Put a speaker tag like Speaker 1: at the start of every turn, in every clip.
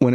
Speaker 1: When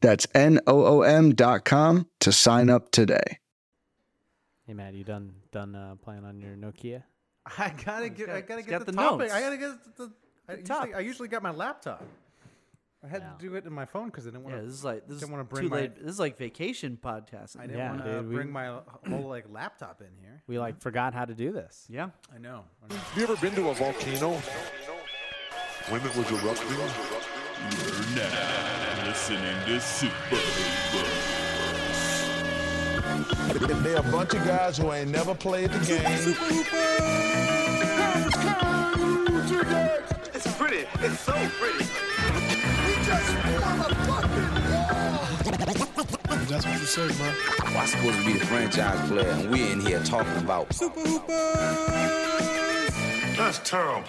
Speaker 1: That's N O O M.com to sign up today.
Speaker 2: Hey Matt, you done done uh, playing on your Nokia?
Speaker 3: I gotta get. I
Speaker 2: got-
Speaker 3: gotta
Speaker 2: he's
Speaker 3: get
Speaker 2: got
Speaker 3: the,
Speaker 2: the
Speaker 3: topic.
Speaker 2: notes.
Speaker 3: I gotta get the. the I,
Speaker 2: The top.
Speaker 3: usually, I usually got my laptop. I had
Speaker 2: Yeah.
Speaker 3: to do it in my phone because I didn't want
Speaker 4: Yeah,
Speaker 3: to.
Speaker 4: this is like this is
Speaker 3: didn't wanna
Speaker 4: too
Speaker 3: bring my-
Speaker 4: late. This is like vacation podcasting.
Speaker 3: I didn't
Speaker 2: Yeah,
Speaker 3: want to
Speaker 2: dude, we-
Speaker 3: bring my whole like laptop in here.
Speaker 2: We like forgot how to do this.
Speaker 4: yeah.
Speaker 3: I know.
Speaker 5: Have you ever been to a volcano? Women was erupting?
Speaker 6: You're now listening to Super Buzz.
Speaker 5: They're a bunch of guys who ain't never played the game.
Speaker 7: It's pretty. It's so pretty.
Speaker 8: I'm supposed to be the franchise player, and we're in here talking about
Speaker 7: That's terrible.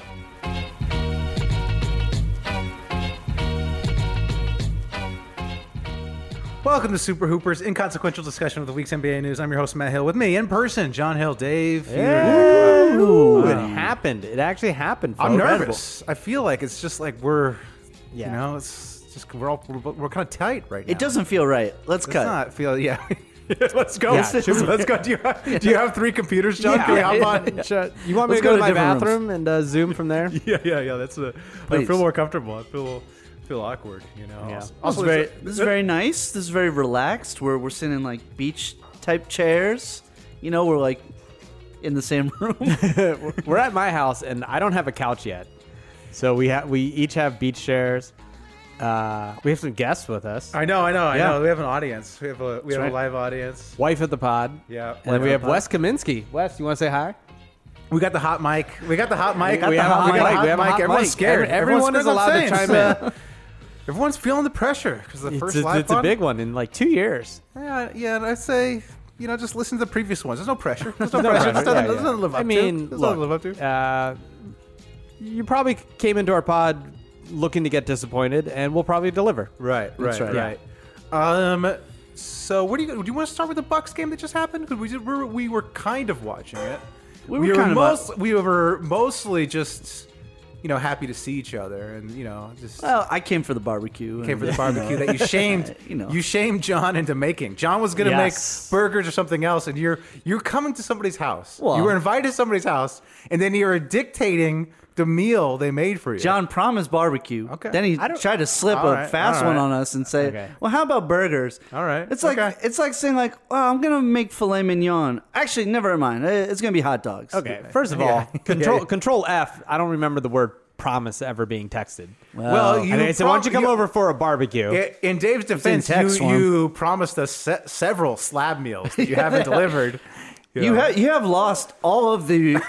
Speaker 3: Welcome to Super Hoopers, inconsequential discussion of the week's NBA news. I'm your host Matt Hill. With me in person, John Hill, Dave. Fury.
Speaker 2: Ooh, it
Speaker 3: Um,
Speaker 2: happened. It actually happened.
Speaker 3: I'm
Speaker 2: folks.
Speaker 3: nervous. I feel like it's just like we're,
Speaker 2: Yeah.
Speaker 3: you know, it's just we're all we're, we're kind of tight right now.
Speaker 4: It doesn't feel right.
Speaker 3: Let's
Speaker 4: Let's cut.
Speaker 3: not feel. Yeah. Let's go.
Speaker 4: Yeah,
Speaker 3: let's,
Speaker 4: should we-
Speaker 3: let's go. Do you, have, do you have three computers, John?
Speaker 4: Yeah.
Speaker 3: Can we hop on?
Speaker 4: Yeah.
Speaker 3: Shut- You want me
Speaker 4: Let's
Speaker 3: to go, to, my
Speaker 4: different rooms.
Speaker 3: bathroom?
Speaker 2: Room and uh, Zoom from there.
Speaker 3: Yeah, yeah, yeah. That's a. I
Speaker 4: Please.
Speaker 3: feel more comfortable. I feel feel awkward. You know.
Speaker 2: Yeah.
Speaker 3: Also-
Speaker 4: This
Speaker 3: Also,
Speaker 4: is, very,
Speaker 3: it's-
Speaker 4: this is very nice. This is very relaxed. We're we're sitting in like beach type chairs. You know, we're like in the same room.
Speaker 2: We're at my house and I don't have a couch yet, so we have we each have beach chairs. Uh, we have some guests with us.
Speaker 3: I know. I know. I
Speaker 2: Yeah.
Speaker 3: know. We have an audience. We have a we have
Speaker 2: right.
Speaker 3: a live audience.
Speaker 2: Wife of the pod.
Speaker 3: Yeah,
Speaker 2: And then
Speaker 3: wife
Speaker 2: we
Speaker 3: of
Speaker 2: have
Speaker 3: the pod.
Speaker 2: Wes Kaminsky. Wes, you want to say hi?
Speaker 3: We got the hot mic. We got the hot mic.
Speaker 2: got the hot mic. We have a hot
Speaker 3: Everyone's
Speaker 2: mic.
Speaker 3: scared.
Speaker 2: Every- everyone
Speaker 3: Everyone's
Speaker 2: is allowed to
Speaker 3: scared. That's what I'm saying. It's, uh, everyone's feeling the pressure because the
Speaker 2: It's,
Speaker 3: first
Speaker 2: a,
Speaker 3: live
Speaker 2: it's a
Speaker 3: pod-
Speaker 2: big one in like two years.
Speaker 3: Yeah, yeah, and I say, you know, just listen to the previous ones. There's no pressure. There's no, pressure. There's
Speaker 2: Yeah,
Speaker 3: nothing,
Speaker 2: yeah.
Speaker 3: there's nothing to live up
Speaker 2: I mean,
Speaker 3: to. There's
Speaker 2: look,
Speaker 3: nothing to live up to.
Speaker 2: Uh, you probably came into our pod looking to get disappointed, and we'll probably deliver.
Speaker 3: Right,
Speaker 2: That's
Speaker 3: right,
Speaker 2: right.
Speaker 3: right. Um, so what do you do? You want to start with the Bucks game that just happened? Because we did, we were, we were kind of watching it.
Speaker 4: We were kind of
Speaker 3: most, we were mostly just you know happy to see each other, and you know just
Speaker 4: well, I came for the barbecue.
Speaker 3: came
Speaker 4: and,
Speaker 3: for the
Speaker 4: you
Speaker 3: barbecue
Speaker 4: know,
Speaker 3: that you shamed.
Speaker 4: you know.
Speaker 3: you shamed John into making. John was going to
Speaker 2: Yes.
Speaker 3: make burgers or something else, and you're you're coming to somebody's house.
Speaker 4: Well-
Speaker 3: you were invited to somebody's house, and then you're dictating the meal they made for you.
Speaker 4: John promised barbecue.
Speaker 3: Okay.
Speaker 4: Then he
Speaker 3: I don't-
Speaker 4: tried to slip
Speaker 3: All
Speaker 4: a
Speaker 3: right,
Speaker 4: fast
Speaker 3: all
Speaker 4: one
Speaker 3: right.
Speaker 4: on us and say,
Speaker 2: Okay.
Speaker 4: "Well, how about burgers?"
Speaker 3: All right,
Speaker 4: It's like
Speaker 3: okay.
Speaker 4: it's like saying like, "Well, I'm gonna make filet mignon." Actually, never mind. Eh, It's gonna be hot dogs.
Speaker 2: Okay. First of all,
Speaker 3: Yeah.
Speaker 2: control
Speaker 3: Yeah.
Speaker 2: control F. I don't remember the word promise ever being texted.
Speaker 3: Well, you
Speaker 2: and I said, "Why don't you come
Speaker 3: prob- you-
Speaker 2: over for a barbecue?"
Speaker 3: I- In Dave's defense,
Speaker 4: text
Speaker 3: you,
Speaker 4: form.
Speaker 3: you promised us se- several slab meals that you haven't delivered.
Speaker 4: You
Speaker 3: know.
Speaker 4: have you have lost all of the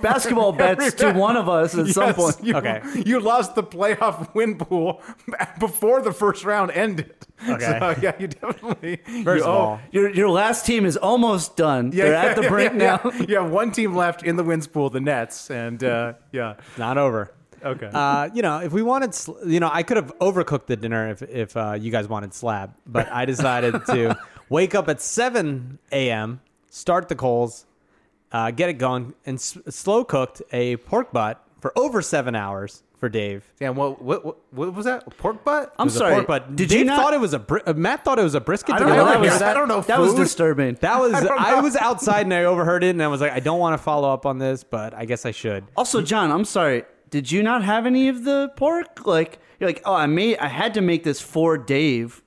Speaker 4: basketball bets to one of us at some
Speaker 3: Yes,
Speaker 4: point.
Speaker 3: You,
Speaker 2: Okay.
Speaker 3: you lost the playoff win pool before the first round ended.
Speaker 2: Okay.
Speaker 3: So, yeah, you definitely.
Speaker 2: First
Speaker 3: you,
Speaker 2: of
Speaker 3: owe-
Speaker 2: all,
Speaker 4: Your your last team is almost done. They're at the brink
Speaker 3: yeah,
Speaker 4: now.
Speaker 3: Yeah, yeah, one team left in the wins pool, the Nets, and uh, yeah,
Speaker 2: not over.
Speaker 3: okay.
Speaker 2: Uh, you know, if we wanted, sl- you know, I could have overcooked the dinner if if uh, you guys wanted slab, but I decided to wake up at seven a.m., start the coals, uh, get it going, and s- slow cooked a pork butt for over seven hours for Dave.
Speaker 3: Damn, what, what what what was that? Pork butt?
Speaker 2: It
Speaker 4: I'm
Speaker 2: was a
Speaker 4: sorry.
Speaker 2: pork butt.
Speaker 4: Did
Speaker 2: Dave
Speaker 4: you not?
Speaker 2: thought it was a bri- uh, Matt thought it was a brisket.
Speaker 3: I
Speaker 2: to
Speaker 3: don't
Speaker 2: be
Speaker 3: know.
Speaker 2: honest.
Speaker 3: I
Speaker 4: was-
Speaker 3: I don't know
Speaker 4: That was
Speaker 3: food.
Speaker 4: disturbing.
Speaker 2: That was
Speaker 3: don't
Speaker 2: I,
Speaker 3: know.
Speaker 2: was outside and I overheard it and I was like, I don't want to follow up on this, but I guess I should.
Speaker 4: Also, John, I'm sorry. Did you not have any of the pork? Like you're like, oh, I made, I had to make this for Dave.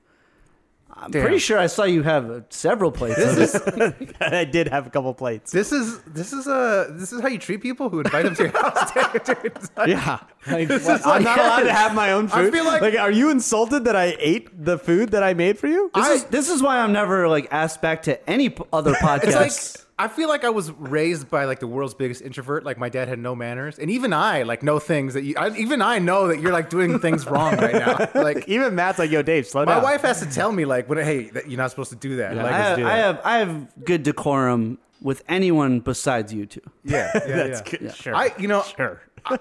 Speaker 4: I'm
Speaker 3: Damn.
Speaker 4: pretty sure I saw you have uh, several plates. of it.
Speaker 2: I did have a couple plates.
Speaker 3: This is this is a this is how you treat people who invite them to your house. Dude, it's like-
Speaker 2: Yeah, Like,
Speaker 3: This
Speaker 2: what,
Speaker 3: is
Speaker 2: I'm
Speaker 3: like-
Speaker 2: not allowed to have my own
Speaker 3: I
Speaker 2: food.
Speaker 3: feel like-
Speaker 2: are you insulted that I ate the food that I made for you?
Speaker 4: This, is, this is why I'm never like asked back to any p- other podcast.
Speaker 3: It's like I feel like I was raised by like the world's biggest introvert. Like my dad had no manners, and even I like know things that you. I, even I know that you're like doing things wrong right now. Like
Speaker 2: Even Matt's like, "Yo, Dave, slow
Speaker 3: my
Speaker 2: down."
Speaker 3: wife has to tell me like, "What? Hey, that you're not supposed to do that."
Speaker 4: I
Speaker 3: Like,
Speaker 4: have,
Speaker 2: do that.
Speaker 4: I have I have good decorum with anyone besides you two.
Speaker 3: yeah, yeah,
Speaker 2: That's
Speaker 3: yeah.
Speaker 2: good. Sure.
Speaker 3: I, you know,
Speaker 2: sure.
Speaker 3: I,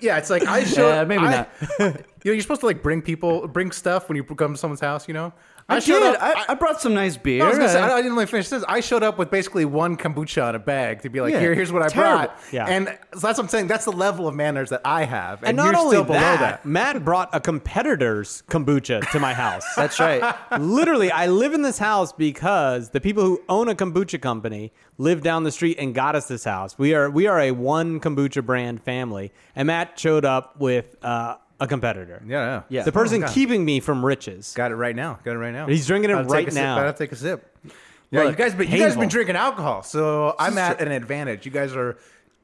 Speaker 3: yeah, it's like I show.
Speaker 4: Yeah, maybe
Speaker 3: I-
Speaker 4: not.
Speaker 3: you know, you're supposed to like bring people, bring stuff when you come to someone's house. You know,
Speaker 4: I,
Speaker 3: showed
Speaker 4: did.
Speaker 3: up-
Speaker 4: I, I brought some nice beer.
Speaker 3: No, I, was gonna say,
Speaker 4: I-
Speaker 3: I I didn't really finish this. I showed up with basically one kombucha in a bag to be like,
Speaker 4: Yeah,
Speaker 3: here, here's what I
Speaker 4: terrible.
Speaker 3: brought.
Speaker 2: Yeah.
Speaker 3: And so that's what I'm saying. That's the level of manners that I have. And,
Speaker 2: and not
Speaker 3: you're
Speaker 2: only
Speaker 3: still below
Speaker 2: that,
Speaker 3: that.
Speaker 2: Matt brought a competitor's kombucha to my house.
Speaker 4: That's right.
Speaker 2: Literally, I live in this house because the people who own a kombucha company live down the street and got us this house. We are we are a one kombucha brand family, and Matt showed up with uh, a competitor.
Speaker 3: Yeah, yeah. Oh,
Speaker 2: the person
Speaker 3: God.
Speaker 2: keeping me from riches.
Speaker 3: Got it right now. Got it right now.
Speaker 2: He's drinking it
Speaker 3: I'll take
Speaker 2: right
Speaker 3: a sip.
Speaker 2: now.
Speaker 3: I'll take a sip. Yeah,
Speaker 2: Look,
Speaker 3: you guys, been, you guys
Speaker 2: painful.
Speaker 3: been drinking alcohol, so I'm at an advantage. You guys are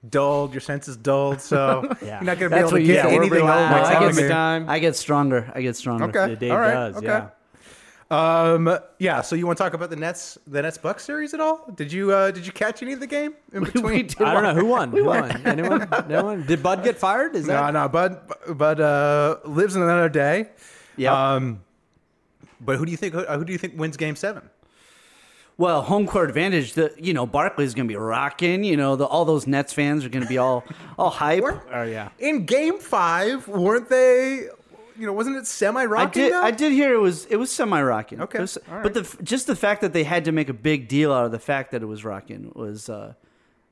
Speaker 3: dulled. Your sense is dulled, so
Speaker 2: Yeah.
Speaker 3: you're not gonna be
Speaker 4: That's
Speaker 3: able
Speaker 4: what
Speaker 3: to
Speaker 4: you
Speaker 3: get
Speaker 4: say.
Speaker 3: anything
Speaker 4: We're
Speaker 3: over
Speaker 4: relying
Speaker 3: my
Speaker 4: on
Speaker 3: tongue.
Speaker 4: Tommy.
Speaker 2: Every time.
Speaker 4: I get stronger. I get stronger.
Speaker 3: Okay.
Speaker 2: Dave
Speaker 3: All right.
Speaker 2: does,
Speaker 3: okay.
Speaker 2: yeah.
Speaker 3: Um, yeah. So you want to talk about the Nets, the Nets Bucks series at all? Did you uh, did you catch any of the game in between?
Speaker 4: We did
Speaker 2: I don't know who won. Who won? Anyone? No one. Did Bud get fired? Is
Speaker 3: No,
Speaker 2: that
Speaker 3: no. Bud, Bud uh, lives in another day.
Speaker 4: Yep.
Speaker 3: Um, but who do you think? Who, who do you think wins Game Seven?
Speaker 4: Well, home court advantage. The you know Barkley's going to be rocking. You know the, all those Nets fans are going to be all all hype.
Speaker 2: Oh yeah.
Speaker 3: In Game Five, weren't they? You know, wasn't it semi
Speaker 4: I
Speaker 3: rocking?
Speaker 4: did. I did hear it was it was semi rocking.
Speaker 3: Okay, all right.
Speaker 4: but the f- just the fact that they had to make a big deal out of the fact that it was rocking was uh,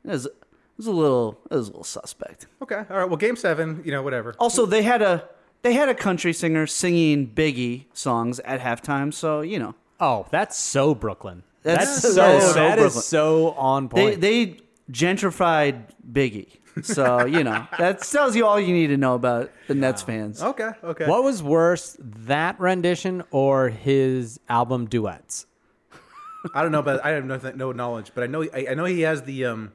Speaker 4: it was, it was a little it was a little suspect.
Speaker 3: Okay. All right. Well, Game Seven. You know, whatever.
Speaker 4: Also, they had a they had a country singer singing Biggie songs at halftime. So you know
Speaker 2: Oh, that's so Brooklyn. That's,
Speaker 4: That's-
Speaker 2: so.
Speaker 4: that is so
Speaker 2: that is
Speaker 4: Brooklyn.
Speaker 2: so on
Speaker 4: they
Speaker 2: point.
Speaker 4: they gentrified Biggie. So you know that tells you all you need to know about the Nets fans.
Speaker 3: Okay. Okay.
Speaker 2: what was worse, that rendition or his album duets?
Speaker 3: I don't know, but I have no, no knowledge. But I know. I, I know he has the. Um,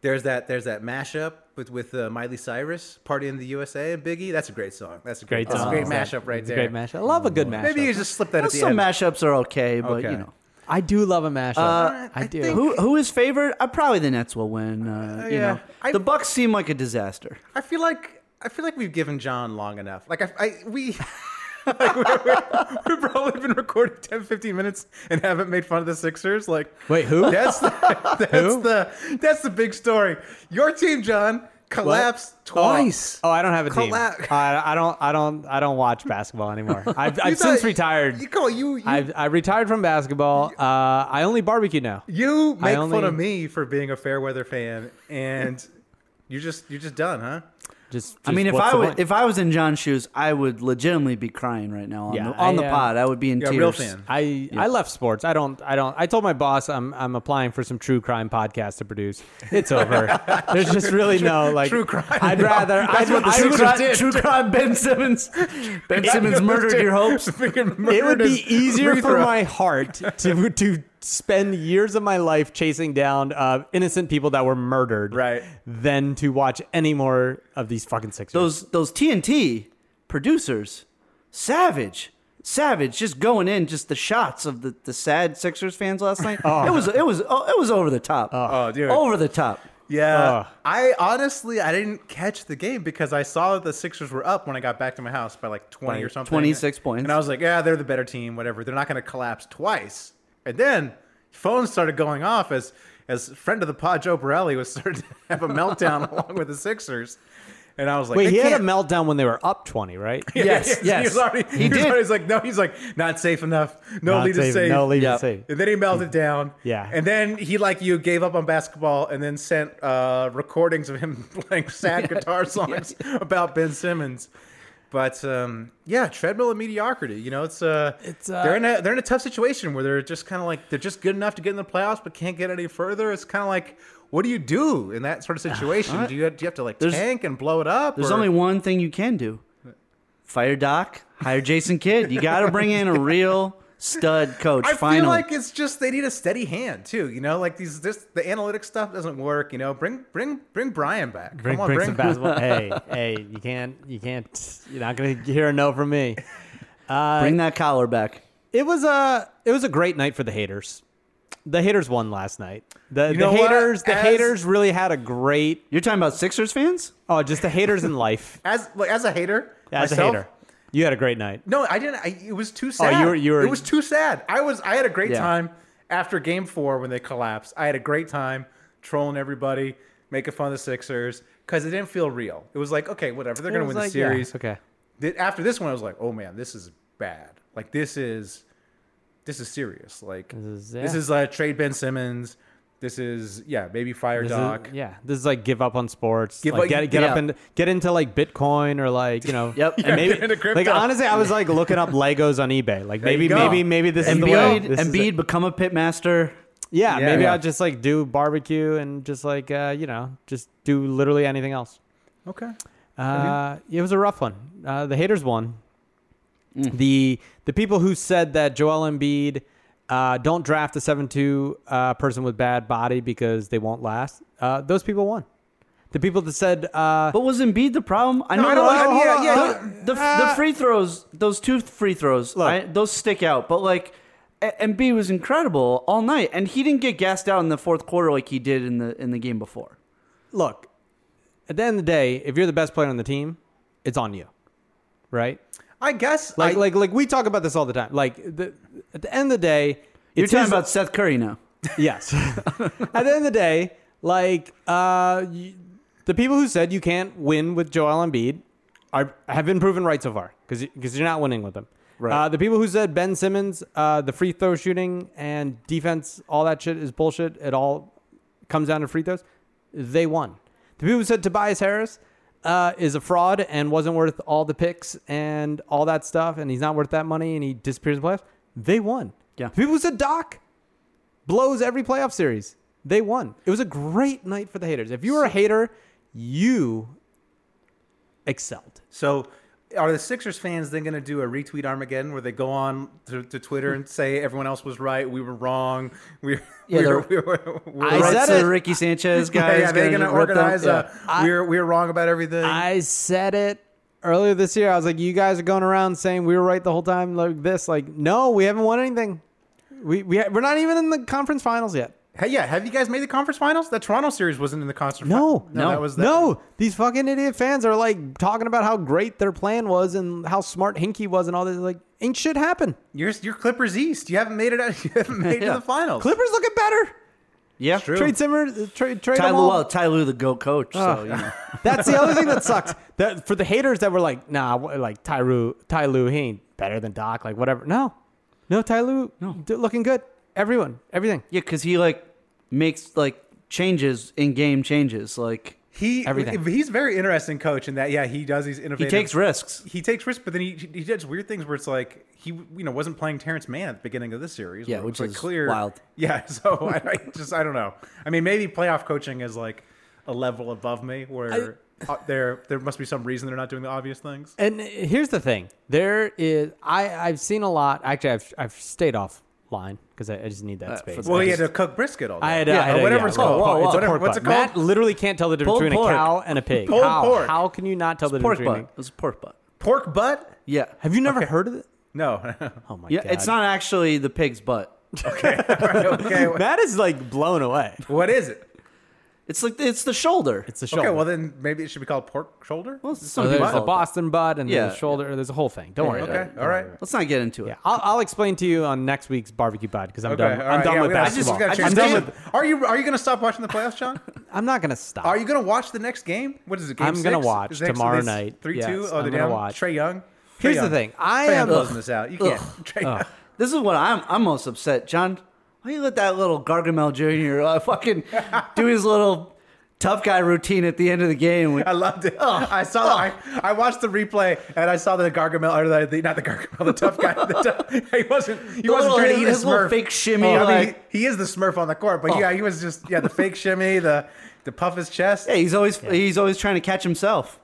Speaker 3: there's that. There's that mashup with with uh, Miley Cyrus, "Party in the USA" and Biggie. That's a great song. That's a great.
Speaker 2: Great song.
Speaker 3: That's a great mashup right
Speaker 2: It's a
Speaker 3: there.
Speaker 2: great mashup. I love a good mashup.
Speaker 3: Maybe you just slip that at the
Speaker 4: Some
Speaker 3: end.
Speaker 4: mashups are okay, but
Speaker 3: Okay.
Speaker 4: you know.
Speaker 2: I do love a mashup. I,
Speaker 3: Uh, I
Speaker 2: do.
Speaker 3: think-
Speaker 4: Who who is favored? Uh, probably the Nets will win. Uh, you
Speaker 3: yeah.
Speaker 4: know,
Speaker 3: I-
Speaker 4: the Bucks seem like a disaster.
Speaker 3: I feel like I feel like we've given John long enough. Like I, I we. like we're, we're, we've probably been recording 10, 15 minutes and haven't made fun of the Sixers. Like,
Speaker 2: Wait, who?
Speaker 3: That's the, that's the that's the big story. Your team, John, collapsed twice.
Speaker 2: Oh, I don't have a team.
Speaker 3: Colla-
Speaker 2: I, I don't. I don't. I don't watch basketball anymore. I've, I've
Speaker 3: Oh. You thought-
Speaker 2: since retired.
Speaker 3: You call you you,
Speaker 2: I've, I retired from basketball. Uh, I only barbecue now.
Speaker 3: you
Speaker 2: I
Speaker 3: make fun
Speaker 2: only-
Speaker 3: of me for being a fair weather fan, and you're just you're just done, huh?
Speaker 2: Just.
Speaker 4: I mean, if
Speaker 2: what's
Speaker 4: I
Speaker 2: the
Speaker 4: was
Speaker 2: point?
Speaker 4: if I was in John's shoes, I would legitimately be crying right now on
Speaker 2: Yeah,
Speaker 4: the on the
Speaker 2: I, uh,
Speaker 4: pod. I would be in
Speaker 3: You're a
Speaker 4: tears.
Speaker 3: real fan.
Speaker 2: I I left sports. I don't I don't I told my boss I'm I'm applying for some true crime podcast to produce. It's over. There's just really no like
Speaker 3: true crime.
Speaker 2: I'd rather I'd,
Speaker 3: what the
Speaker 2: I
Speaker 4: True
Speaker 2: would-
Speaker 3: Sixers
Speaker 4: crime,
Speaker 3: did.
Speaker 4: true crime. Ben Simmons. Ben Simmons murdered your hopes.
Speaker 2: it would be easier for my heart to to spend years of my life chasing down uh, innocent people that were murdered
Speaker 3: Right.
Speaker 2: than to watch any more of these fucking Sixers.
Speaker 4: Those those TNT producers, savage, savage, just going in. Just the shots of the, the sad Sixers fans last night. It was it was oh, it was over the top.
Speaker 3: Oh, dude.
Speaker 4: over the top.
Speaker 3: Yeah.
Speaker 2: Ugh.
Speaker 3: I honestly I didn't catch the game because I saw that the Sixers were up when I got back to my house by like 20 or something.
Speaker 4: 26 points.
Speaker 3: And I was like, yeah, they're the better team, whatever. They're not going to collapse twice. And then phones started going off as as friend of the pod Joe Borelli was starting to have a meltdown along with the Sixers. And I was like,
Speaker 2: Wait,
Speaker 3: they
Speaker 2: he had
Speaker 3: can't-
Speaker 2: a meltdown when they were up 20, right?
Speaker 4: Yes, yes.
Speaker 3: He was already,
Speaker 4: He
Speaker 3: he was
Speaker 4: did.
Speaker 3: already- he's like, no, he's like, not safe enough. No
Speaker 2: Not
Speaker 3: lead is
Speaker 2: safe,
Speaker 3: safe.
Speaker 2: no lead is
Speaker 4: Yeah.
Speaker 2: safe.
Speaker 3: And then he melted down.
Speaker 2: Yeah.
Speaker 3: And then he, like you, gave up on basketball and then sent uh, recordings of him playing sad guitar songs about Ben Simmons. But um, yeah, treadmill of mediocrity. You know, it's uh,
Speaker 2: It's, uh,
Speaker 3: they're in a they're in a tough situation where they're just kind of like they're just good enough to get in the playoffs but can't get any further. It's kind of like, what do you do in that sort of situation? do you do you have to like
Speaker 4: There's-
Speaker 3: tank and blow it up?
Speaker 4: There's
Speaker 3: or-
Speaker 4: only one thing you can do. Fire Doc, hire Jason Kidd. You got to bring in a real stud coach.
Speaker 3: I
Speaker 4: finally,
Speaker 3: feel like it's just they need a steady hand too. You know, like these this the analytics stuff doesn't work. You know, bring bring bring Brian back.
Speaker 2: Bring,
Speaker 3: Come on,
Speaker 2: bring some basketball. hey, hey, you can't, you can't, you're not gonna hear a no from me.
Speaker 4: bring that collar back.
Speaker 2: It was a, it was a great night for the haters. the haters won last night. The, the
Speaker 3: know what?
Speaker 2: haters, the
Speaker 3: As-
Speaker 2: haters really had a great.
Speaker 4: You're talking about Sixers fans?
Speaker 2: Oh, just the haters in life.
Speaker 3: As like, as a hater,
Speaker 2: As
Speaker 3: myself,
Speaker 2: a hater, you had a great night.
Speaker 3: No, I didn't. I, it was too sad.
Speaker 2: you were- you were-
Speaker 3: It was too sad. I was. I had a great
Speaker 4: Yeah.
Speaker 3: time after Game Four when they collapsed. I had a great time trolling everybody, making fun of the Sixers because it didn't feel real. It was like, okay, whatever. They're
Speaker 2: It
Speaker 3: gonna
Speaker 2: was
Speaker 3: win
Speaker 2: like,
Speaker 3: the series.
Speaker 2: yeah, okay.
Speaker 3: Th- After this one, I was like, oh man, this is bad. Like this is, this is serious. Like this
Speaker 2: is-
Speaker 3: is,
Speaker 2: yeah.
Speaker 3: uh, trade Ben Simmons. This is yeah, maybe fire
Speaker 2: This is-
Speaker 3: Doc.
Speaker 2: yeah, this is like give up on sports.
Speaker 3: Give
Speaker 2: like,
Speaker 3: up-
Speaker 2: get get up
Speaker 4: yeah.
Speaker 2: and get into like Bitcoin or like you know.
Speaker 4: Yep.
Speaker 2: And maybe
Speaker 3: get into crypto.
Speaker 2: like honestly, I was like looking up Legos on eBay. Like maybe
Speaker 3: you go.
Speaker 2: maybe maybe this is the way.
Speaker 4: Embiid,
Speaker 2: This is it.
Speaker 4: Embiid become a pitmaster.
Speaker 2: Yeah,
Speaker 3: Yeah.
Speaker 2: maybe
Speaker 3: Yeah.
Speaker 2: I'll just like do barbecue and just like uh, you know just do literally anything else.
Speaker 3: Okay.
Speaker 2: Uh, it was a rough one. Uh, the haters won.
Speaker 4: Mm.
Speaker 2: The the people who said that Joel Embiid uh, don't draft a seven two uh, person with bad body because they won't last. Uh, those people won. The people that said uh,
Speaker 4: But was Embiid the problem? I
Speaker 3: I
Speaker 4: know
Speaker 3: don't-
Speaker 4: like,
Speaker 3: I- yeah,
Speaker 4: the-
Speaker 3: yeah.
Speaker 4: the, the, free throws, those two free throws, I, those stick out. But like, E- Embiid was incredible all night, and he didn't get gassed out in the fourth quarter like he did in the in the game before.
Speaker 2: look, at the end of the day, if you're the best player on the team, it's on you, right?
Speaker 3: I guess
Speaker 2: Like,
Speaker 3: I,
Speaker 2: like, like we talk about this all the time. Like, the, at the end of the day,
Speaker 4: You're
Speaker 2: it's
Speaker 4: talking
Speaker 2: his-
Speaker 4: about Seth Curry now.
Speaker 2: yes. at the end of the day, like, uh, you, the people who said you can't win with Joel Embiid are have been proven right so far because you're not winning with them. Right. Uh, the people who said Ben Simmons, uh, the free throw shooting and defense, all that shit is bullshit. It all comes down to free throws. They won. The people who said Tobias Harris uh, is a fraud and wasn't worth all the picks and all that stuff, and he's not worth that money, and he disappears in the playoffs. They won.
Speaker 4: Yeah.
Speaker 2: The people who said Doc blows every playoff series. They won. It was a great night for the haters. If you were a hater, you excelled.
Speaker 3: So, are the Sixers fans then going to do a retweet Armageddon where they go on to, to Twitter and say everyone else was right, we were wrong, we we,
Speaker 4: they're-
Speaker 3: were, we were, we were
Speaker 2: I
Speaker 3: right.
Speaker 2: said
Speaker 4: so
Speaker 2: it.
Speaker 4: Ricky Sanchez
Speaker 3: Yeah,
Speaker 4: guys.
Speaker 3: yeah, they're going
Speaker 4: gonna
Speaker 3: to
Speaker 4: rip them-
Speaker 3: organize
Speaker 4: yeah.
Speaker 3: a we were we were wrong about everything.
Speaker 2: I said it earlier this year. I was like, you guys are going around saying we were right the whole time, like this. Like, no, we haven't won anything. We, we ha- we're not even in the conference finals yet.
Speaker 3: hey, yeah, have you guys made the conference finals? That Toronto series wasn't in the conference.
Speaker 2: No,
Speaker 3: fin-
Speaker 2: no,
Speaker 3: that was the,
Speaker 2: no. These fucking idiot fans are like talking about how great their plan was and how smart Hinkie was and all this. Like, ain't shit happened.
Speaker 3: You're you're Clippers East. You haven't made it out. You haven't made it
Speaker 4: Yeah.
Speaker 3: to the finals.
Speaker 2: Clippers looking better.
Speaker 4: Yeah,
Speaker 3: true.
Speaker 2: Trade Simmer, trade trade
Speaker 4: Ty
Speaker 2: them all.
Speaker 4: Lue, Ty Lue, the go coach. So, you know.
Speaker 2: That's the other thing that sucks. That for the haters that were like, nah, wh- like Tyru, Ty Lue, he ain't better than Doc, like whatever. No, no, Ty Lue, no, looking good. Everyone, everything.
Speaker 4: Yeah, because he like makes like changes in game changes. Like
Speaker 3: He
Speaker 2: Everything.
Speaker 3: he's a very interesting coach in that. Yeah, he does these
Speaker 4: he
Speaker 3: innovative.
Speaker 4: takes risks.
Speaker 3: he takes risks, but then he he does weird things where it's like he you know wasn't playing Terrence Mann at the beginning of this series.
Speaker 4: Yeah,
Speaker 3: where it
Speaker 4: which
Speaker 3: was, like,
Speaker 4: is
Speaker 3: clear.
Speaker 4: wild.
Speaker 3: Yeah, so I, I just I don't know. I mean, maybe playoff coaching is like a level above me where uh, there there must be some reason they're not doing the obvious things.
Speaker 2: And here's the thing: there is I I've seen a lot. Actually, I've I've stayed offline because I, I just need that
Speaker 4: for
Speaker 2: space.
Speaker 4: the-
Speaker 3: Well,
Speaker 4: I
Speaker 3: he
Speaker 4: just-
Speaker 3: had to cook brisket all day.
Speaker 2: I had, uh,
Speaker 4: Yeah,
Speaker 2: I had a-
Speaker 3: whatever
Speaker 2: yeah,
Speaker 3: it's
Speaker 2: a
Speaker 3: called.
Speaker 2: pork-
Speaker 3: Whoa,
Speaker 2: it's a
Speaker 3: whatever-
Speaker 2: pork
Speaker 3: what's
Speaker 2: butt.
Speaker 3: it
Speaker 2: Matt
Speaker 3: called?
Speaker 2: literally can't tell the difference
Speaker 4: Pulled
Speaker 2: between
Speaker 4: pork.
Speaker 2: a cow and a pig.
Speaker 3: Pulled
Speaker 2: how?
Speaker 3: pork.
Speaker 2: How can you not tell the
Speaker 4: Pork
Speaker 2: difference?
Speaker 4: butt. It
Speaker 2: between-
Speaker 4: was a pork butt.
Speaker 3: Pork butt?
Speaker 4: Yeah.
Speaker 2: Have you never heard of it?
Speaker 3: No.
Speaker 2: Oh my
Speaker 4: Yeah,
Speaker 2: god!
Speaker 4: it's not actually the pig's butt.
Speaker 3: okay. wha-
Speaker 2: Matt is like blown away.
Speaker 3: What is it?
Speaker 4: It's like it's the shoulder.
Speaker 2: It's a show.
Speaker 3: Okay, well then maybe it should be called pork shoulder.
Speaker 4: well,
Speaker 2: So
Speaker 4: some people
Speaker 2: there's
Speaker 4: call
Speaker 2: the
Speaker 4: it that.
Speaker 2: Boston butt and
Speaker 4: Yeah.
Speaker 2: the shoulder. There's a whole thing. Don't worry. About
Speaker 3: Okay,
Speaker 2: it.
Speaker 3: all right.
Speaker 4: Let's not get into it.
Speaker 2: Yeah, I'll, I'll explain to you on next week's barbecue pod because I'm
Speaker 3: Okay,
Speaker 2: done.
Speaker 3: all
Speaker 2: I'm
Speaker 3: right,
Speaker 2: done
Speaker 3: yeah,
Speaker 2: with
Speaker 3: we gotta- we
Speaker 2: basketball.
Speaker 3: gotta
Speaker 2: I'm
Speaker 3: change
Speaker 2: done
Speaker 3: the
Speaker 2: with.
Speaker 3: game. Are you are you gonna stop watching the playoffs, John?
Speaker 2: I'm not gonna stop.
Speaker 3: Are you gonna watch the next game? What is it? Game
Speaker 2: I'm gonna
Speaker 3: six?
Speaker 2: watch
Speaker 3: Is next-
Speaker 2: tomorrow
Speaker 3: is
Speaker 2: night.
Speaker 3: Three
Speaker 2: Yes, I'm
Speaker 3: two. Oh, they're
Speaker 2: gonna
Speaker 3: down.
Speaker 2: watch.
Speaker 3: Trey Young. Trae
Speaker 2: Here's the
Speaker 3: Young.
Speaker 2: thing. I
Speaker 3: Trae
Speaker 2: am-
Speaker 3: Young
Speaker 2: Ugh.
Speaker 3: closing this out. You can't.
Speaker 4: Ugh.
Speaker 3: Trae Young.
Speaker 4: This is what I'm I'm most upset, John. Why you let that little Gargamel Jr. Uh, fucking do his little tough guy routine at the end of the game?
Speaker 3: I loved it.
Speaker 4: Oh.
Speaker 3: I saw. I, I watched the replay and I saw the Gargamel or the, the not the Gargamel, the tough guy. The tough, he wasn't. He
Speaker 4: The
Speaker 3: wasn't
Speaker 4: little-
Speaker 3: trying to eat
Speaker 4: his
Speaker 3: a
Speaker 4: little
Speaker 3: Smurf. Oh,
Speaker 4: fake shimmy,
Speaker 3: I mean,
Speaker 4: like- Oh.
Speaker 3: he, he is the Smurf on the court, but yeah, he was just yeah the fake shimmy, the the puff his chest.
Speaker 4: yeah, he's always he's always trying to catch himself.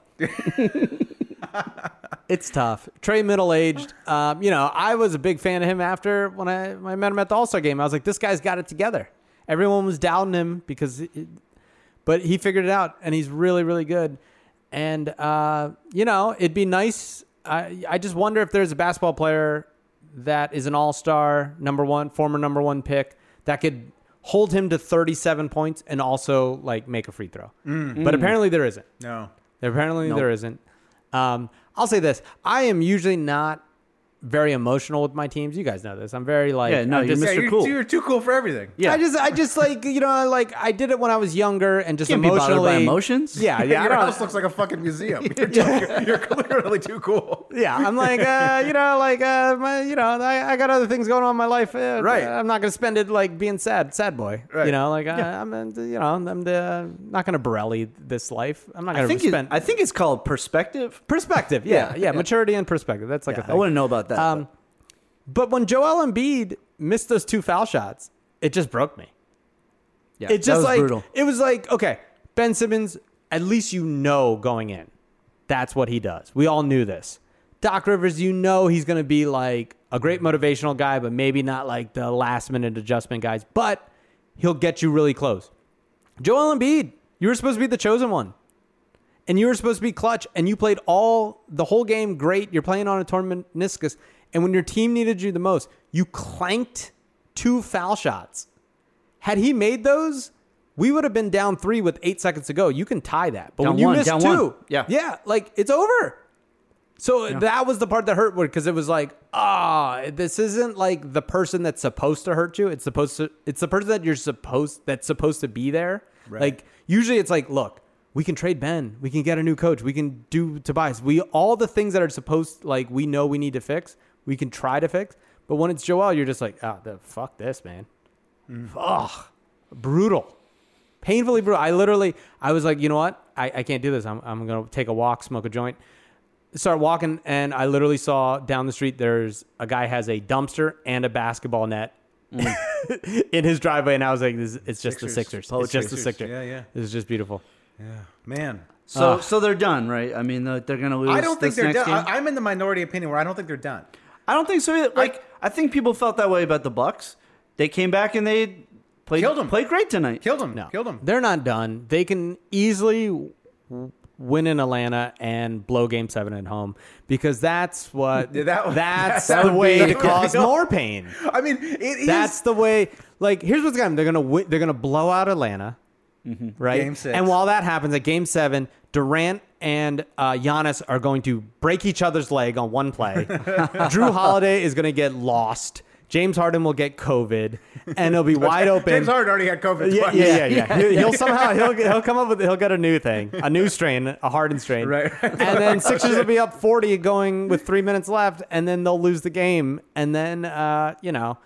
Speaker 2: It's tough. Trey, middle aged. Um, you know, I was a big fan of him after when I, when I met him at the All Star game. I was like, this guy's got it together. Everyone was doubting him because, it, but he figured it out, and he's really, really good. And uh, you know, it'd be nice. I I just wonder if there's a basketball player that is an All Star, number one, former number one pick that could hold him to 37 points and also like make a free throw. But apparently there isn't.
Speaker 3: No.
Speaker 2: Apparently there isn't. Um, I'll say this: I am usually not very emotional with my teams. You guys know this. I'm very like
Speaker 4: Yeah, no,
Speaker 2: I'm
Speaker 4: you're
Speaker 2: just,
Speaker 4: Mr.
Speaker 3: Yeah, you're,
Speaker 4: Cool.
Speaker 3: you're too cool for everything.
Speaker 4: Yeah.
Speaker 2: I just I just like you know I like I did it when I was younger and just
Speaker 4: Can't be bothered
Speaker 2: emotionally
Speaker 4: by emotions.
Speaker 2: Yeah, yeah, I
Speaker 3: Your
Speaker 2: don't,
Speaker 3: house looks like a fucking museum. You're, too- you're clearly too cool.
Speaker 2: yeah. I'm like uh, you know like uh, my, you know I, I got other things going on in my life. Uh,
Speaker 3: Right.
Speaker 2: I'm not gonna spend it like being sad, sad boy.
Speaker 3: Right.
Speaker 2: You know like I, I'm uh, you know I'm the not gonna Borelli this life. I'm not gonna
Speaker 4: I think, it,
Speaker 2: spend
Speaker 4: I think it's called perspective.
Speaker 2: perspective. Yeah, yeah,
Speaker 4: Yeah, yeah.
Speaker 2: maturity and perspective. That's like a
Speaker 4: Yeah,
Speaker 2: thing.
Speaker 4: I wouldn't know about that.
Speaker 2: Um, but when Joel Embiid missed those two foul shots, it just broke me.
Speaker 4: but yeah,
Speaker 2: It just
Speaker 4: that was
Speaker 2: like
Speaker 4: brutal.
Speaker 2: it was like okay, Ben Simmons. At least you know going in, that's what he does. We all knew this. Doc Rivers, you know he's going to be like a great motivational guy, but maybe not like the last minute adjustment guys. But he'll get you really close. Joel Embiid, you were supposed to be the chosen one. And you were supposed to be clutch, and you played all the whole game great. You're playing on a torn meniscus. And when your team needed you the most, you clanked two foul shots. Had he made those, we would have been down three with eight seconds to go. You can tie that. But
Speaker 4: Down
Speaker 2: when you
Speaker 4: one,
Speaker 2: miss
Speaker 4: down
Speaker 2: two,
Speaker 4: one. Yeah.
Speaker 2: yeah, like it's over. So that was the part that hurt because it was like, ah, this isn't like the person that's supposed to hurt you. It's supposed to it's the person that you're supposed that's supposed to be there. Like usually it's like, look, we can trade Ben, we can get a new coach, we can do Tobias. We all the things that are supposed like we know we need to fix, we can try to fix. But when it's Joel, you're just like, ah, the fuck this, man. Ugh. Brutal painfully brutal. I literally, I was like, you know what? I, I can't do this. I'm, I'm going to take a walk, smoke a joint. Start walking, and I literally saw down the street there's a guy has a dumpster and a basketball net in his driveway, and I was like, this, it's just the Sixers. It's just the
Speaker 3: Mm. Sixers.
Speaker 2: Sixers.
Speaker 3: Yeah, yeah.
Speaker 2: This is just beautiful.
Speaker 3: Man.
Speaker 4: So, so they're done, right? I mean, they're, they're gonna lose.
Speaker 3: I don't think
Speaker 4: this
Speaker 3: they're
Speaker 4: next
Speaker 3: done.
Speaker 4: game?
Speaker 3: I, I'm in the minority opinion where I don't think they're done.
Speaker 4: I don't think so. Either. Like I, think people felt that way about the Bucks. They came back and they played
Speaker 3: Killed 'em.
Speaker 4: played great tonight.
Speaker 3: Killed him.
Speaker 2: No,
Speaker 3: Killed him.
Speaker 2: They're not done. They can easily w- win in Atlanta and blow Game Seven at home because that's what
Speaker 3: Yeah, that would-
Speaker 2: that's
Speaker 3: that
Speaker 2: the
Speaker 3: would
Speaker 2: way
Speaker 3: be-
Speaker 2: to
Speaker 3: that would
Speaker 2: cause
Speaker 3: be-
Speaker 2: more pain.
Speaker 3: I mean, it is.
Speaker 2: That's the way. Like, here's what's going. to They're gonna win, they're gonna blow out Atlanta, right?
Speaker 3: Mm-hmm. Game six.
Speaker 2: And while that happens, at Game Seven, Durant and uh, Giannis are going to break each other's leg on one play. Drew Holiday is gonna get lost. James Harden will get COVID, and it'll be wide open.
Speaker 3: James Harden already had COVID
Speaker 2: Yeah,
Speaker 3: twice.
Speaker 2: yeah, yeah, yeah. He- He'll somehow he'll he'll come up with he'll get a new thing, a new strain, a hardened strain,
Speaker 3: Right.
Speaker 2: And then Sixers will be up forty, going with three minutes left, and then they'll lose the game, and then uh, you know,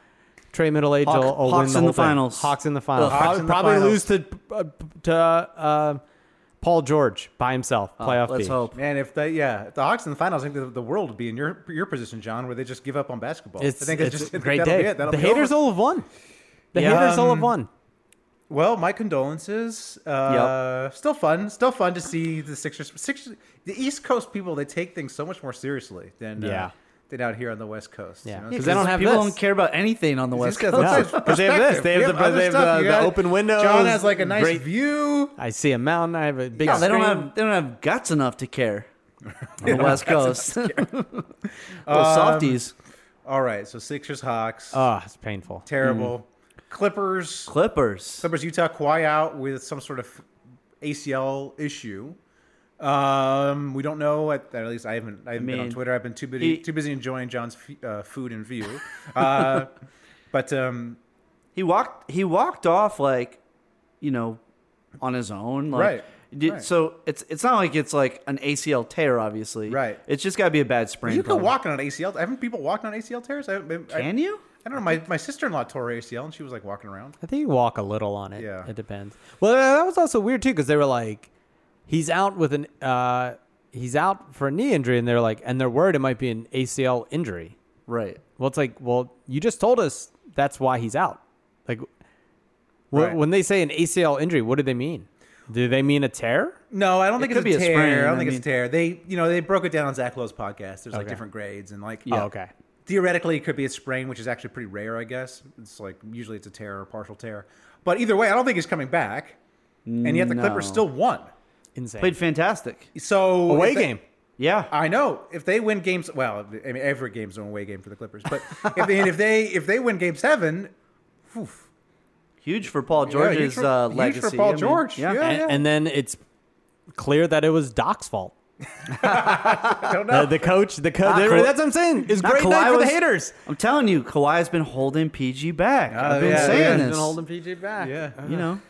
Speaker 2: Trey Middleage
Speaker 4: Hawk-
Speaker 2: will, will
Speaker 4: Hawks
Speaker 2: win
Speaker 4: in
Speaker 2: whole
Speaker 4: the finals.
Speaker 2: Thing. Hawks in the finals.
Speaker 4: Ugh.
Speaker 3: Hawks in the
Speaker 2: probably
Speaker 3: finals.
Speaker 2: lose to uh, to uh, Paul George by himself. Playoff.
Speaker 4: Oh, Uh, Let's
Speaker 2: B.
Speaker 4: hope.
Speaker 3: Man, if they, yeah, if the Hawks in the finals, I think the, the world would be in your your position, John, where they just give up on basketball.
Speaker 2: It's,
Speaker 3: I think
Speaker 2: it's
Speaker 3: just,
Speaker 2: a great
Speaker 3: that'll
Speaker 2: day.
Speaker 3: Be it. That'll
Speaker 2: The
Speaker 3: be
Speaker 2: haters
Speaker 3: over.
Speaker 2: all have won. The
Speaker 3: Yeah.
Speaker 2: haters all have
Speaker 3: Um,
Speaker 2: won.
Speaker 3: Well, my condolences. Uh, Still fun. Still fun to see the Sixers. Six, the East Coast people, they take things so much more seriously than uh,
Speaker 2: Yeah.
Speaker 3: than out here on the West Coast.
Speaker 2: Yeah.
Speaker 3: know?
Speaker 2: Yeah, 'Cause
Speaker 3: It's
Speaker 2: they
Speaker 3: just-
Speaker 2: don't have
Speaker 4: people
Speaker 2: this.
Speaker 4: don't care about anything on the
Speaker 3: it's
Speaker 4: West
Speaker 3: just-
Speaker 4: Coast.
Speaker 2: No,
Speaker 3: it's
Speaker 2: 'cause they have
Speaker 3: perspective.
Speaker 2: this. They have
Speaker 3: We
Speaker 2: the-
Speaker 3: other
Speaker 2: they have
Speaker 3: stuff.
Speaker 2: the-
Speaker 3: You
Speaker 2: the
Speaker 3: got-
Speaker 2: open windows,
Speaker 3: John has like a nice
Speaker 2: great-
Speaker 3: view.
Speaker 2: I see a mountain. I have a big.
Speaker 4: No, they don't
Speaker 2: screen.
Speaker 4: have they don't have guts enough to care on the West Coast. Um, Little Oh, softies,
Speaker 3: All right, so Sixers, Hawks,
Speaker 2: Oh, it's painful.
Speaker 3: terrible.
Speaker 2: mm.
Speaker 3: Clippers,
Speaker 4: Clippers.
Speaker 3: Clippers, Utah, Kawhi out with some sort of ACL issue. Um, we don't know. At, at least I haven't. I haven't been on
Speaker 4: mean,
Speaker 3: Twitter. I've been too busy
Speaker 4: he-
Speaker 3: too busy enjoying John's f- uh, food and view. Uh, but um,
Speaker 4: He walked he walked off like, you know, on his own. Like,
Speaker 3: Right,
Speaker 4: did-
Speaker 3: right.
Speaker 4: So it's it's not like it's like an ACL tear, obviously.
Speaker 3: Right.
Speaker 4: It's just got to be a bad sprain.
Speaker 3: you can
Speaker 4: probably.
Speaker 3: walk on an ACL. Haven't people walked on ACL tears? I, I,
Speaker 4: Can
Speaker 3: I,
Speaker 4: you?
Speaker 3: I don't know. My, my sister in law tore her ACL and she was like walking around.
Speaker 2: I think you walk a little on it.
Speaker 3: Yeah.
Speaker 2: It depends. Well, that was also weird too because they were like, he's out with an uh, he's out for a knee injury, and they're like, and they're worried it might be an ACL injury.
Speaker 4: Right.
Speaker 2: Well, it's like, well, you just told us that's why he's out. Like, wh-
Speaker 3: Right.
Speaker 2: when they say an ACL injury, what do they mean? Do they mean a tear? Oh,
Speaker 3: No, I don't think
Speaker 4: could
Speaker 3: it's
Speaker 4: be
Speaker 3: a
Speaker 4: a
Speaker 3: tear.
Speaker 4: sprain,
Speaker 3: I don't
Speaker 4: I
Speaker 3: think
Speaker 4: mean-
Speaker 3: it's a tear. They, you know, they broke it down on Zach Lowe's podcast. There's like
Speaker 2: Okay.
Speaker 3: different grades and like
Speaker 2: Oh, okay.
Speaker 3: theoretically it could be a sprain, which is actually pretty rare, I guess. It's like usually it's a tear or partial tear. But either way, I don't think he's coming back. And yet the Clippers
Speaker 4: No.
Speaker 3: still won.
Speaker 2: Insane.
Speaker 4: Played fantastic.
Speaker 3: So
Speaker 2: away
Speaker 3: if they-
Speaker 2: game.
Speaker 4: Yeah.
Speaker 3: I know if they win games, well, I mean every game's an away game for the Clippers. But if they, if they if they win Game Seven, oof,
Speaker 4: Huge for Paul George's
Speaker 3: for-
Speaker 4: uh,
Speaker 3: huge for
Speaker 4: legacy.
Speaker 3: Paul
Speaker 4: I mean,
Speaker 3: George.
Speaker 4: Yeah.
Speaker 3: Yeah.
Speaker 2: and, and then it's clear that it was Doc's fault. Uh, the coach, the coach.
Speaker 4: Not
Speaker 2: they-
Speaker 4: Kawhi-
Speaker 2: that's what I'm saying. It's
Speaker 4: Not
Speaker 2: great night
Speaker 4: Kawhi
Speaker 2: for the
Speaker 4: was-
Speaker 2: haters.
Speaker 4: I'm telling you, Kawhi's been holding PG back. I've been
Speaker 3: yeah, yeah,
Speaker 4: saying
Speaker 3: he's been
Speaker 4: this.
Speaker 2: PG back.
Speaker 3: Yeah.
Speaker 4: you know,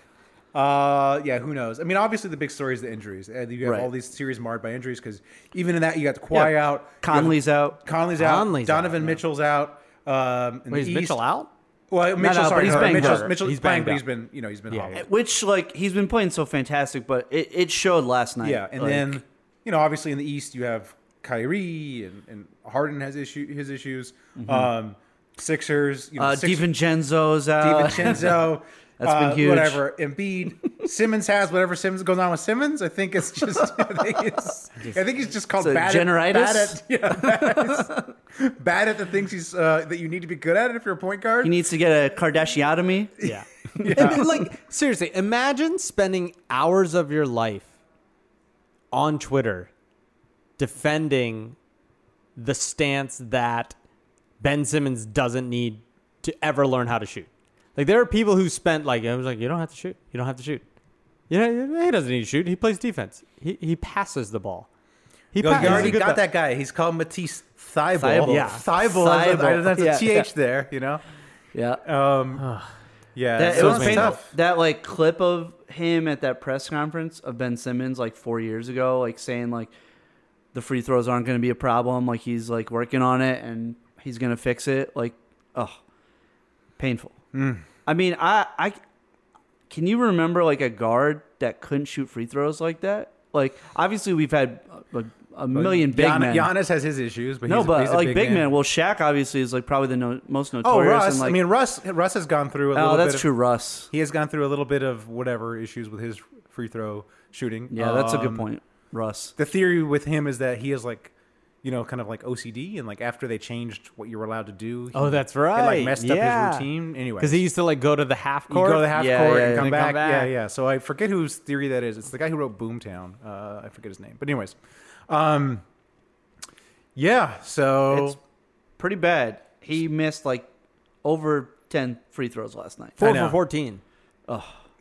Speaker 3: Uh, yeah, who knows? I mean, obviously the big story is the injuries. And you have
Speaker 4: Right.
Speaker 3: all these series marred by injuries because even in that you got the Kawhi
Speaker 4: Yeah.
Speaker 3: out, you have
Speaker 4: Conley's out.
Speaker 3: Conley's out,
Speaker 2: Conley's
Speaker 3: Donovan
Speaker 2: out, yeah.
Speaker 3: Mitchell's out. Um, in
Speaker 2: Wait, is
Speaker 3: the
Speaker 2: Mitchell
Speaker 3: East-
Speaker 2: out?
Speaker 3: Well, Mitchell,
Speaker 2: no, but
Speaker 3: sorry,
Speaker 2: he's
Speaker 3: hurt.
Speaker 2: banged
Speaker 3: Mitchell's,
Speaker 2: up.
Speaker 3: Mitchell's
Speaker 2: He's banged
Speaker 3: playing, but he's
Speaker 2: up.
Speaker 3: been, you know, he's been
Speaker 2: Yeah.
Speaker 3: hobbled.
Speaker 4: which like he's been playing so fantastic, but it, it showed last night.
Speaker 3: Yeah, and
Speaker 4: Like,
Speaker 3: then you know, obviously in the East you have Kyrie and, and Harden has issue his issues.
Speaker 2: Mm-hmm.
Speaker 3: Um, Sixers, you know,
Speaker 4: uh,
Speaker 3: Six-
Speaker 4: Divincenzo's out.
Speaker 3: DiVincenzo,
Speaker 4: That's
Speaker 3: uh,
Speaker 4: been huge.
Speaker 3: Whatever Embiid, Simmons has whatever Simmons goes on with Simmons. I think it's just, I think, it's, I think he's just called
Speaker 4: It's a
Speaker 3: bad
Speaker 4: generitis?
Speaker 3: at bad at, yeah, bad, at, bad at the things he's uh, that you need to be good at if you're a point guard.
Speaker 4: he needs to get a Kardashianotomy.
Speaker 2: Yeah. And then, like seriously, imagine spending hours of your life on Twitter defending the stance that Ben Simmons doesn't need to ever learn how to shoot. Like there are people who spent like I was like, you don't have to shoot. You don't have to shoot. You know, he doesn't need to shoot. He plays defense. He he passes the ball. He
Speaker 3: Yo,
Speaker 2: pa- he's a good pa-
Speaker 3: guy. He's called Matisse Thibault.
Speaker 4: Thibault.
Speaker 2: Yeah.
Speaker 3: Thibault. That's a-
Speaker 4: Thibault.
Speaker 3: That's a
Speaker 4: Yeah.
Speaker 3: th there. You know.
Speaker 4: Yeah.
Speaker 3: Um, yeah,
Speaker 4: That,
Speaker 3: so
Speaker 4: it was
Speaker 3: it's
Speaker 2: painful.
Speaker 3: tough.
Speaker 4: that like clip of him at that press conference of Ben Simmons like four years ago, like saying like the free throws aren't going to be a problem. Like he's like working on it and he's going to fix it. Like, oh, painful.
Speaker 3: Mm.
Speaker 4: I mean, I I can you remember like a guard that couldn't shoot free throws like that? Like obviously we've had a, a million big
Speaker 3: Gian-
Speaker 4: men.
Speaker 3: Giannis has his issues, but
Speaker 4: no,
Speaker 3: he's,
Speaker 4: but
Speaker 3: he's a
Speaker 4: like
Speaker 3: big,
Speaker 4: big, man. Well, Shaq obviously is like probably the no, most
Speaker 3: Oh,
Speaker 4: notorious.
Speaker 3: Russ.
Speaker 4: and, like,
Speaker 3: I mean, Russ. Russ has gone through a little
Speaker 4: oh,
Speaker 3: bit.
Speaker 4: that's
Speaker 3: of-
Speaker 4: true, Russ.
Speaker 3: He has gone through a little bit of whatever issues with his free throw shooting.
Speaker 4: Yeah, that's a good
Speaker 3: Um,
Speaker 4: point, Russ.
Speaker 3: The theory with him is that he is like, you know, kind of like OCD, and like after they changed what you were allowed to do, he,
Speaker 2: Oh, that's
Speaker 3: it
Speaker 2: right.
Speaker 3: like messed
Speaker 2: Yeah.
Speaker 3: up his routine. Anyway,
Speaker 2: Because he used to like go to the half
Speaker 3: you
Speaker 2: court.
Speaker 3: go to the half
Speaker 4: Yeah,
Speaker 3: court
Speaker 4: yeah,
Speaker 3: and,
Speaker 4: yeah.
Speaker 3: come,
Speaker 2: And
Speaker 3: back.
Speaker 2: come back.
Speaker 3: Yeah, yeah. So I forget whose theory that is. It's the guy who wrote Boomtown. Uh, I forget his name, but anyways, um, yeah. So
Speaker 4: It's pretty bad. He missed like over ten free throws last night.
Speaker 3: I
Speaker 2: four
Speaker 3: know.
Speaker 2: for fourteen.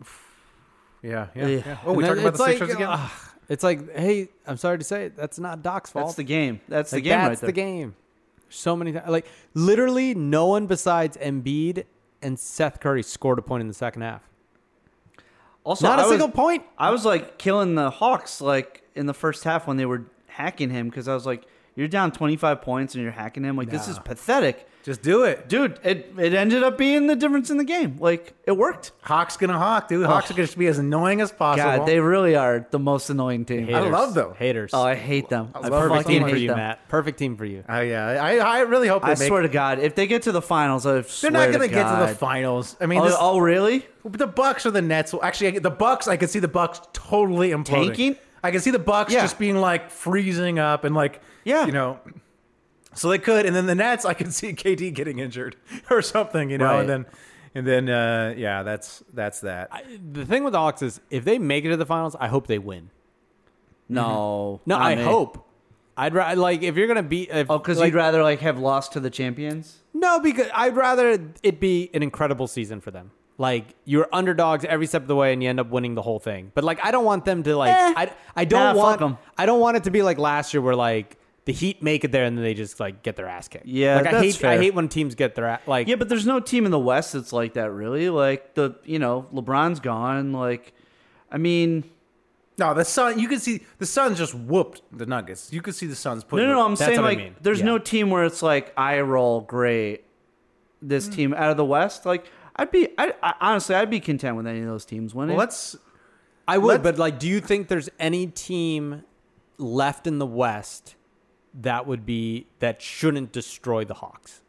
Speaker 3: yeah, yeah,
Speaker 4: Yeah.
Speaker 3: yeah. Oh, we
Speaker 2: And
Speaker 3: talked
Speaker 2: then
Speaker 3: about the
Speaker 2: it's
Speaker 3: Sixers
Speaker 2: like,
Speaker 3: again.
Speaker 2: ugh, it's like, hey, I'm sorry to say, it, that's not Doc's fault.
Speaker 4: That's the game. That's the
Speaker 2: Like,
Speaker 4: game
Speaker 2: That's
Speaker 4: right there.
Speaker 2: the game. So many times, like literally, no one besides Embiid and Seth Curry scored a point in the second half.
Speaker 4: Also,
Speaker 2: not
Speaker 4: a
Speaker 2: a single point.
Speaker 4: I was like killing the Hawks like in the first half when they were hacking him because I was like, "You're down twenty five points and you're hacking him. Like this is pathetic,
Speaker 3: Just do it.
Speaker 4: dude." It it ended up being the difference in the game. Like it worked.
Speaker 3: Hawk's gonna hawk, dude. Hawks are gonna be as annoying as possible.
Speaker 4: God, they really are the most annoying team.
Speaker 3: Haters. love them.
Speaker 2: Haters.
Speaker 4: Oh, I hate them. I,
Speaker 2: Perfect
Speaker 4: fucking
Speaker 2: team for
Speaker 4: hate
Speaker 2: you,
Speaker 4: them.
Speaker 2: Matt. Perfect team for you.
Speaker 3: Oh yeah, I, I really hope they
Speaker 4: I
Speaker 3: make.
Speaker 4: swear to God, if they get to the finals, I swear
Speaker 3: they're not
Speaker 4: going
Speaker 3: gonna
Speaker 4: to
Speaker 3: get to the
Speaker 4: finals.
Speaker 3: finals. I mean,
Speaker 4: Oh,
Speaker 3: this-
Speaker 4: oh, really?
Speaker 3: the Bucks or the Nets. will- Actually, I- the Bucks. I could see the Bucks totally imploding.
Speaker 4: Tanking?
Speaker 3: I can see the Bucks
Speaker 4: Yeah.
Speaker 3: just being like freezing up and like
Speaker 4: Yeah.
Speaker 3: you know. So they could, and then the Nets. I could see KD getting injured or something, you know,
Speaker 4: Right.
Speaker 3: and then and then uh, yeah, that's that's that.
Speaker 2: The thing with the Hawks is, if they make it to the finals, I hope they win.
Speaker 4: No,
Speaker 2: No,
Speaker 4: not
Speaker 2: I
Speaker 4: me.
Speaker 2: hope. I'd ra- like if you're gonna beat. If,
Speaker 4: Oh, because
Speaker 2: like,
Speaker 4: you'd rather like have lost to the champions.
Speaker 2: No, because I'd rather it be an incredible season for them. Like you're underdogs every step of the way, and you end up winning the whole thing. But like, I don't want them to like.
Speaker 4: Eh.
Speaker 2: I I don't
Speaker 4: Nah, fuck
Speaker 2: want
Speaker 4: 'em.
Speaker 2: I don't want it to be like last year, where like the Heat make it there, and then they just like get their ass kicked.
Speaker 4: Yeah,
Speaker 2: like I
Speaker 4: that's
Speaker 2: hate
Speaker 4: fair.
Speaker 2: I hate when teams get their a- like.
Speaker 4: Yeah, but there's no team in the West that's like that really. Like the you know LeBron's gone. Like, I mean,
Speaker 3: no, the Sun. You can see the Suns just whooped the Nuggets. You could see the Suns
Speaker 4: no,
Speaker 3: putting.
Speaker 4: no, no I'm
Speaker 2: That's
Speaker 4: saying
Speaker 2: what I
Speaker 4: like
Speaker 2: mean.
Speaker 4: there's
Speaker 2: Yeah.
Speaker 4: no team where it's like I roll great. This team out of the West, like I'd be, I, I honestly, I'd be content with any of those teams winning.
Speaker 3: Well, let's
Speaker 2: I would,
Speaker 3: let's-
Speaker 2: but like, do you think there's any team left in the West that would be that shouldn't destroy the Hawks?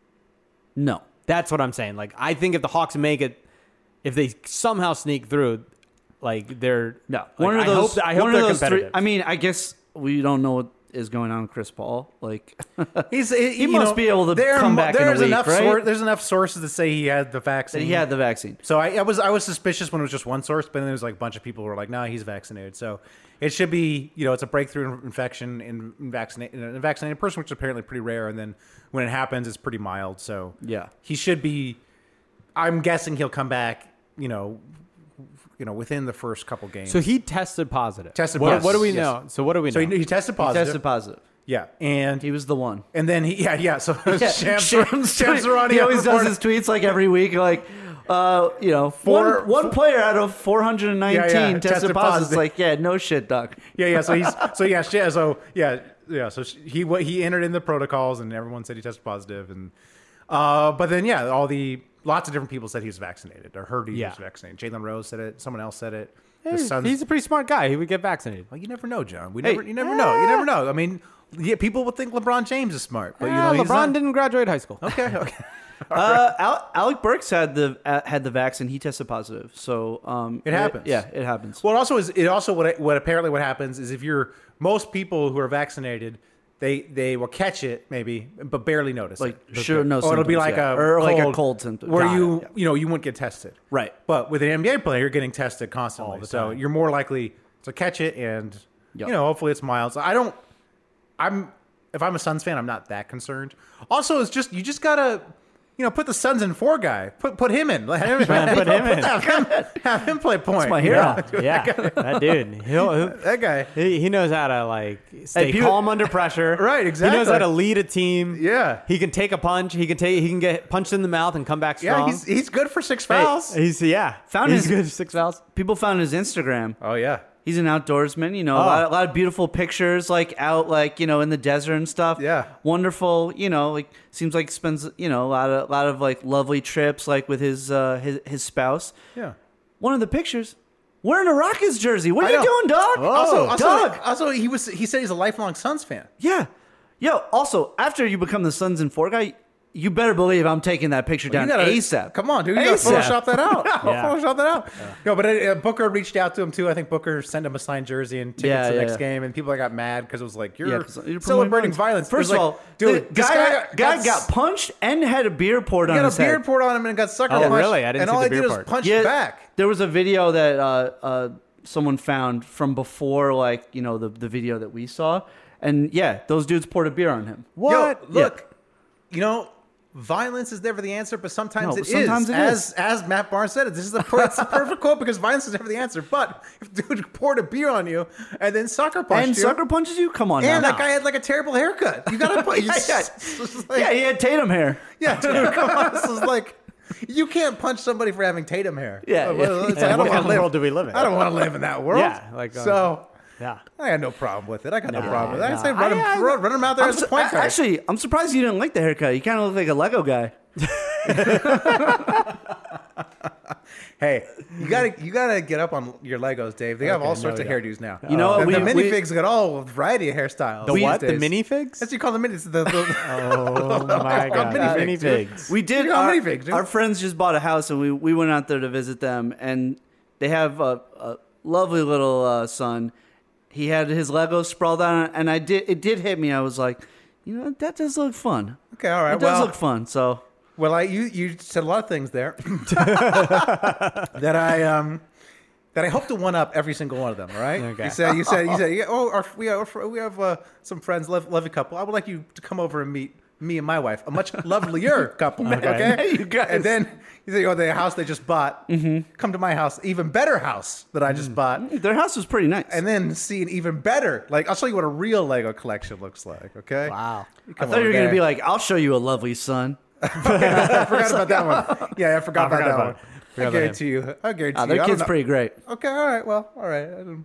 Speaker 4: no,
Speaker 2: That's what I'm saying. Like, I think if the Hawks make it, if they somehow sneak through, like they're
Speaker 4: no.
Speaker 2: like,
Speaker 4: one of
Speaker 2: I
Speaker 4: those,
Speaker 2: hope- I hope
Speaker 4: one
Speaker 2: they're
Speaker 4: of those three.
Speaker 2: competitive.
Speaker 4: I mean, I guess we don't know what is going on with Chris Paul. Like,
Speaker 3: He's, he you
Speaker 4: must
Speaker 3: know,
Speaker 4: be able to
Speaker 3: there
Speaker 4: come
Speaker 3: mo-
Speaker 4: back in a
Speaker 3: there's
Speaker 4: week,
Speaker 3: enough
Speaker 4: right?
Speaker 3: there's enough sources to say he had the vaccine.
Speaker 4: that he had the vaccine.
Speaker 3: So I, I was I was suspicious when it was just one source, but then there was like a bunch of people who were like, "Nah, he's vaccinated." So it should be you know it's a breakthrough in- infection in, in vaccinated in a vaccinated person, which is apparently pretty rare. And then when it happens, it's pretty mild. So
Speaker 4: Yeah.
Speaker 3: he should be. I'm guessing he'll come back you know, you know, within the first couple games.
Speaker 2: So he tested positive.
Speaker 3: Tested
Speaker 2: what,
Speaker 3: positive.
Speaker 2: What do we
Speaker 3: Yes.
Speaker 2: know? So what do we know?
Speaker 3: so he, he tested
Speaker 4: He
Speaker 3: positive.
Speaker 4: tested positive.
Speaker 3: yeah, and
Speaker 4: He was the one.
Speaker 3: and then he yeah yeah. So Shams, Shams, Charania
Speaker 4: he always does
Speaker 3: reported-
Speaker 4: his tweets like every week, like, uh, you know,
Speaker 3: Four-
Speaker 4: one, one player out of 419
Speaker 3: Yeah, yeah,
Speaker 4: tested,
Speaker 3: tested
Speaker 4: positive. It's
Speaker 3: positive.
Speaker 4: like, yeah, no shit, Doc.
Speaker 3: Yeah, yeah. So he's so yeah, sh- yeah. So yeah, yeah. So sh- he wa- he entered in the protocols, and everyone said he tested positive, and uh, but then yeah, all the lots of different people said he was vaccinated or heard he
Speaker 2: Yeah.
Speaker 3: was vaccinated. Jalen Rose said it. Someone else said it.
Speaker 2: Hey,
Speaker 3: His son's-
Speaker 2: he's a pretty smart guy. He would get vaccinated.
Speaker 3: well, you never know, John. We never you never know. You never know. I mean, yeah, people would think LeBron James is smart, but you know,
Speaker 2: Ah,
Speaker 3: he's
Speaker 2: LeBron
Speaker 3: not.
Speaker 2: didn't graduate high school.
Speaker 3: Okay, okay.
Speaker 4: Uh, Al- Alec Burks had the uh, had the vaccine. He tested positive, so um,
Speaker 3: It happens.
Speaker 4: yeah, it happens.
Speaker 3: Well, it also is it also what what apparently what happens is if you're most people who are vaccinated, they they will catch it maybe, but barely notice.
Speaker 4: Like,
Speaker 3: it.
Speaker 4: sure, no
Speaker 3: Or it'll be
Speaker 4: symptoms,
Speaker 3: like
Speaker 4: yeah.
Speaker 3: a
Speaker 4: Or like a
Speaker 3: cold,
Speaker 4: cold symptom.
Speaker 3: where
Speaker 4: Got
Speaker 3: you
Speaker 4: it, yeah.
Speaker 3: you know you wouldn't get tested,
Speaker 4: Right.
Speaker 3: But with an NBA player, you're getting tested constantly,
Speaker 2: All the
Speaker 3: so
Speaker 2: time.
Speaker 3: you're more likely to catch it, and
Speaker 4: Yep.
Speaker 3: you know hopefully it's mild. So I don't. I'm if I'm a Suns fan, I'm not that concerned. Also, it's just you just gotta. You know, put the Suns in four guy. Put put him in. Let him,
Speaker 2: put him in.
Speaker 3: Have him, have him play point.
Speaker 4: my
Speaker 3: you know?
Speaker 4: hero.
Speaker 2: yeah, that dude. He'll, he'll,
Speaker 3: That guy.
Speaker 2: he he knows how to like stay
Speaker 4: people-
Speaker 2: calm under pressure.
Speaker 3: Right,
Speaker 2: He knows how
Speaker 3: exactly.
Speaker 2: to lead a team.
Speaker 3: Yeah.
Speaker 2: He can take a punch. He can take. He can get punched in the mouth and come back
Speaker 3: Yeah,
Speaker 2: strong.
Speaker 3: he's, he's good for six
Speaker 2: Hey,
Speaker 3: fouls.
Speaker 2: he's yeah.
Speaker 4: Found
Speaker 2: he's
Speaker 4: his-
Speaker 2: good. Six fouls.
Speaker 4: People found his Instagram.
Speaker 3: oh yeah,
Speaker 4: He's an outdoorsman, you know, a, lot, a lot of beautiful pictures, like out, like you know, in the desert and stuff.
Speaker 3: Yeah.
Speaker 4: wonderful. You know, like seems like spends, you know, a lot of, lot of like lovely trips, like with his uh, his his spouse.
Speaker 3: yeah.
Speaker 4: One of the pictures, wearing a Rockets jersey. What are
Speaker 3: I
Speaker 4: you
Speaker 3: know.
Speaker 4: doing, dog?
Speaker 3: also,
Speaker 4: Oh,
Speaker 3: also,
Speaker 4: dog.
Speaker 3: also, he was he said he's a lifelong Suns fan.
Speaker 4: Yeah. Yo, also, after you become the Suns and Four guy, you better believe I'm taking that picture down ASAP.
Speaker 3: Come on, dude, you gotta
Speaker 4: ASAP.
Speaker 3: Photoshop that out.
Speaker 2: Yeah.
Speaker 3: Photoshop that out. No, but uh, Booker reached out to him too. I think Booker sent him a signed jersey and tickets
Speaker 4: Yeah,
Speaker 3: to the
Speaker 4: yeah,
Speaker 3: next
Speaker 4: yeah.
Speaker 3: game, and people got mad because it was like you're,
Speaker 4: Yeah, 'cause you're promoting
Speaker 3: celebrating violence. It was
Speaker 4: First of
Speaker 3: like,
Speaker 4: all,
Speaker 3: dude,
Speaker 4: the
Speaker 3: this
Speaker 4: guy,
Speaker 3: guy,
Speaker 4: got, guy got, punched and had a beer poured
Speaker 3: he
Speaker 4: on
Speaker 3: got
Speaker 4: his
Speaker 3: a beer
Speaker 4: head.
Speaker 3: poured on him and got sucker
Speaker 2: Oh,
Speaker 3: punched.
Speaker 2: really? I didn't
Speaker 3: and
Speaker 2: see
Speaker 3: all
Speaker 2: the
Speaker 3: I
Speaker 2: beer
Speaker 3: did was
Speaker 2: part.
Speaker 3: punch
Speaker 4: Yeah,
Speaker 3: back.
Speaker 4: There was a video that uh, uh, someone found from before, like you know, the the video that we saw, and yeah, those dudes poured a beer on him.
Speaker 2: What?
Speaker 3: Yo, look, you know, violence is never the answer, but sometimes
Speaker 4: No,
Speaker 3: it is.
Speaker 4: sometimes it
Speaker 3: as, As Matt Barnes said, it this is the, per- it's the perfect quote because violence is never the answer. But if dude poured a beer on you and then soccer punched
Speaker 4: and
Speaker 3: you,
Speaker 4: sucker punches you? Come on,
Speaker 3: and
Speaker 4: now.
Speaker 3: that guy had like a terrible haircut, you gotta put.
Speaker 4: yeah, yeah. yeah, he
Speaker 3: yeah,
Speaker 4: had Tatum hair.
Speaker 3: yeah, dude, come on, this is like. You can't punch somebody for having Tatum hair.
Speaker 4: Yeah,
Speaker 3: Oh, It's
Speaker 4: yeah.
Speaker 3: like,
Speaker 2: Yeah,
Speaker 3: I
Speaker 2: what
Speaker 3: don't want
Speaker 2: kind
Speaker 3: to
Speaker 2: of
Speaker 3: live.
Speaker 2: world do we live in?
Speaker 3: I don't want to live in that world.
Speaker 2: Yeah, like, uh,
Speaker 3: so.
Speaker 2: Yeah.
Speaker 3: I had no problem with it. I got no,
Speaker 2: Nah,
Speaker 3: problem with it. I
Speaker 2: nah.
Speaker 3: say run him,
Speaker 2: I- I-
Speaker 3: run, run him out there
Speaker 4: I'm
Speaker 3: as
Speaker 4: su-
Speaker 3: a point guard.
Speaker 4: actually, I'm surprised you didn't like the haircut. You kind of look like a Lego guy.
Speaker 3: Hey, you gotta you gotta get up on your Legos, Dave. They have all sorts
Speaker 2: no,
Speaker 3: of
Speaker 2: yeah.
Speaker 3: hairdos now.
Speaker 4: You know what?
Speaker 3: the,
Speaker 4: We-
Speaker 3: the
Speaker 4: we-
Speaker 3: minifigs got all variety of hairstyles.
Speaker 2: The
Speaker 3: these
Speaker 2: what? The
Speaker 3: days.
Speaker 2: minifigs?
Speaker 3: That's what you call the minis. The, the,
Speaker 2: oh my god.
Speaker 3: minifigs, dude.
Speaker 2: Minifigs.
Speaker 4: We did.
Speaker 3: You got
Speaker 4: Our,
Speaker 3: many figs, dude.
Speaker 4: our friends just bought a house, and we, we went out there to visit them, and they have a, a lovely little uh, son. He had his Legos sprawled out, and I did. It did hit me. I was like, you know, that does look fun.
Speaker 3: okay, all right.
Speaker 4: It does
Speaker 3: well,
Speaker 4: look fun. So
Speaker 3: well, I you you said a lot of things there that I um that I hope to one up every single one of them. All right.
Speaker 2: Okay.
Speaker 3: You said you said you said yeah, oh our, we have we have uh, some friends love love a couple. I would like you to come over and meet. Me and my wife, a much lovelier couple. Okay,
Speaker 4: You guys.
Speaker 3: and then you say, "Oh, the house they just bought. Come to my house, even better house that I just bought.
Speaker 4: their house was pretty nice.
Speaker 3: and then see an even better. Like I'll show you what a real Lego collection looks like. Okay.
Speaker 2: Wow.
Speaker 4: I
Speaker 3: Come
Speaker 4: thought you were
Speaker 3: over
Speaker 4: gonna
Speaker 3: there.
Speaker 4: be like, I'll show you a lovely son.
Speaker 3: I forgot about that one. Yeah, I forgot,
Speaker 2: I forgot about
Speaker 3: about that
Speaker 2: it.
Speaker 3: one.
Speaker 2: Forgot
Speaker 3: I
Speaker 2: about
Speaker 3: guarantee you. I guarantee
Speaker 4: Ah,
Speaker 3: you.
Speaker 4: their
Speaker 3: I don't
Speaker 4: kid's
Speaker 3: know.
Speaker 4: pretty great.
Speaker 3: Okay. All right. Well. All right. I don't,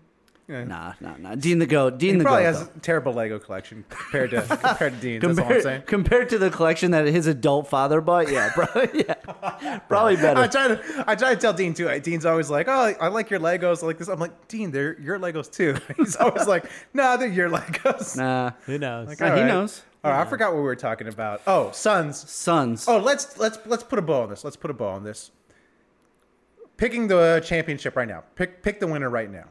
Speaker 3: you know.
Speaker 4: Nah, nah, nah. Dean the goat. Dean
Speaker 3: He
Speaker 4: the
Speaker 3: probably
Speaker 4: goat.
Speaker 3: has
Speaker 4: though.
Speaker 3: a terrible Lego collection compared to compared to Dean's. that's all I'm saying.
Speaker 4: Compared, compared to the collection that his adult father bought, yeah, probably, yeah, probably
Speaker 3: I
Speaker 4: better.
Speaker 3: try to I try to tell Dean too. I- Dean's always like, "Oh, I like your Legos. I like this." I'm like, "Dean, they're your Legos too." He's always like, "No, they're your Legos."
Speaker 4: Nah,
Speaker 2: Who knows?
Speaker 4: Nah,
Speaker 3: All
Speaker 4: he
Speaker 3: right.
Speaker 4: knows.
Speaker 3: All right, I forgot what we were talking about. Oh, sons.
Speaker 4: Sons.
Speaker 3: Oh, let's let's let's put a bow on this. Let's put a bow on this. Picking the championship right now. Pick pick the winner right now.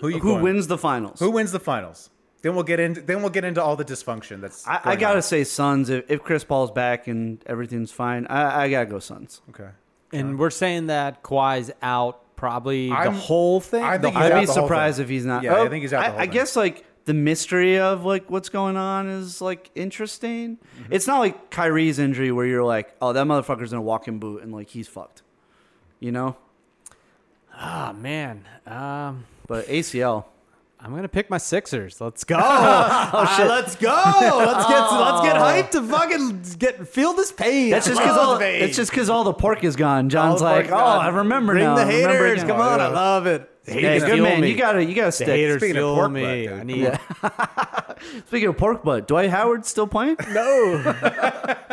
Speaker 3: Who you
Speaker 4: who
Speaker 3: going?
Speaker 4: wins the finals?
Speaker 3: Who wins the finals? Then we'll get into then we'll get into all the dysfunction that's.
Speaker 4: I, I
Speaker 3: going
Speaker 4: gotta
Speaker 3: on.
Speaker 4: say, Suns. If, if Chris Paul's back and everything's fine, I, I gotta go Suns.
Speaker 3: Okay.
Speaker 2: And we're saying that Kawhi's out probably
Speaker 3: I'm-
Speaker 2: the whole thing.
Speaker 3: I
Speaker 2: The
Speaker 3: think
Speaker 2: whole-
Speaker 3: he's
Speaker 4: I'd
Speaker 3: out
Speaker 4: be
Speaker 3: the whole
Speaker 4: surprised
Speaker 3: thing.
Speaker 4: if he's not.
Speaker 3: Yeah, I
Speaker 4: oh,
Speaker 3: think he's out the whole
Speaker 4: I,
Speaker 3: thing.
Speaker 4: guess like the mystery of like what's going on is like interesting.
Speaker 3: Mm-hmm.
Speaker 4: It's not like Kyrie's injury where you're like, oh, that motherfucker's in a walking boot and like he's fucked. you know.
Speaker 2: Oh man, um,
Speaker 4: But ACL.
Speaker 2: I'm gonna pick my Sixers. Let's go.
Speaker 4: Oh,
Speaker 2: Ah, let's go. Oh. Let's get let's get hyped to fucking get feel this pain.
Speaker 4: That's just because all. That's just because all the pork is gone. John's
Speaker 2: the pork
Speaker 4: like,
Speaker 2: gone.
Speaker 4: oh, I remember
Speaker 2: Bring
Speaker 4: now.
Speaker 2: the
Speaker 4: I remember
Speaker 2: haters.
Speaker 4: now."
Speaker 2: Come on, I love it.
Speaker 4: Hey,
Speaker 2: Haters
Speaker 4: good
Speaker 2: fuel
Speaker 4: man,
Speaker 2: me.
Speaker 4: you gotta you gotta
Speaker 2: the
Speaker 4: stick.
Speaker 2: haters
Speaker 3: Speaking of
Speaker 2: fuel
Speaker 3: pork butt,
Speaker 2: me.
Speaker 3: dude.
Speaker 2: I need
Speaker 4: Speaking of pork butt, Dwight Howard still playing?
Speaker 2: no.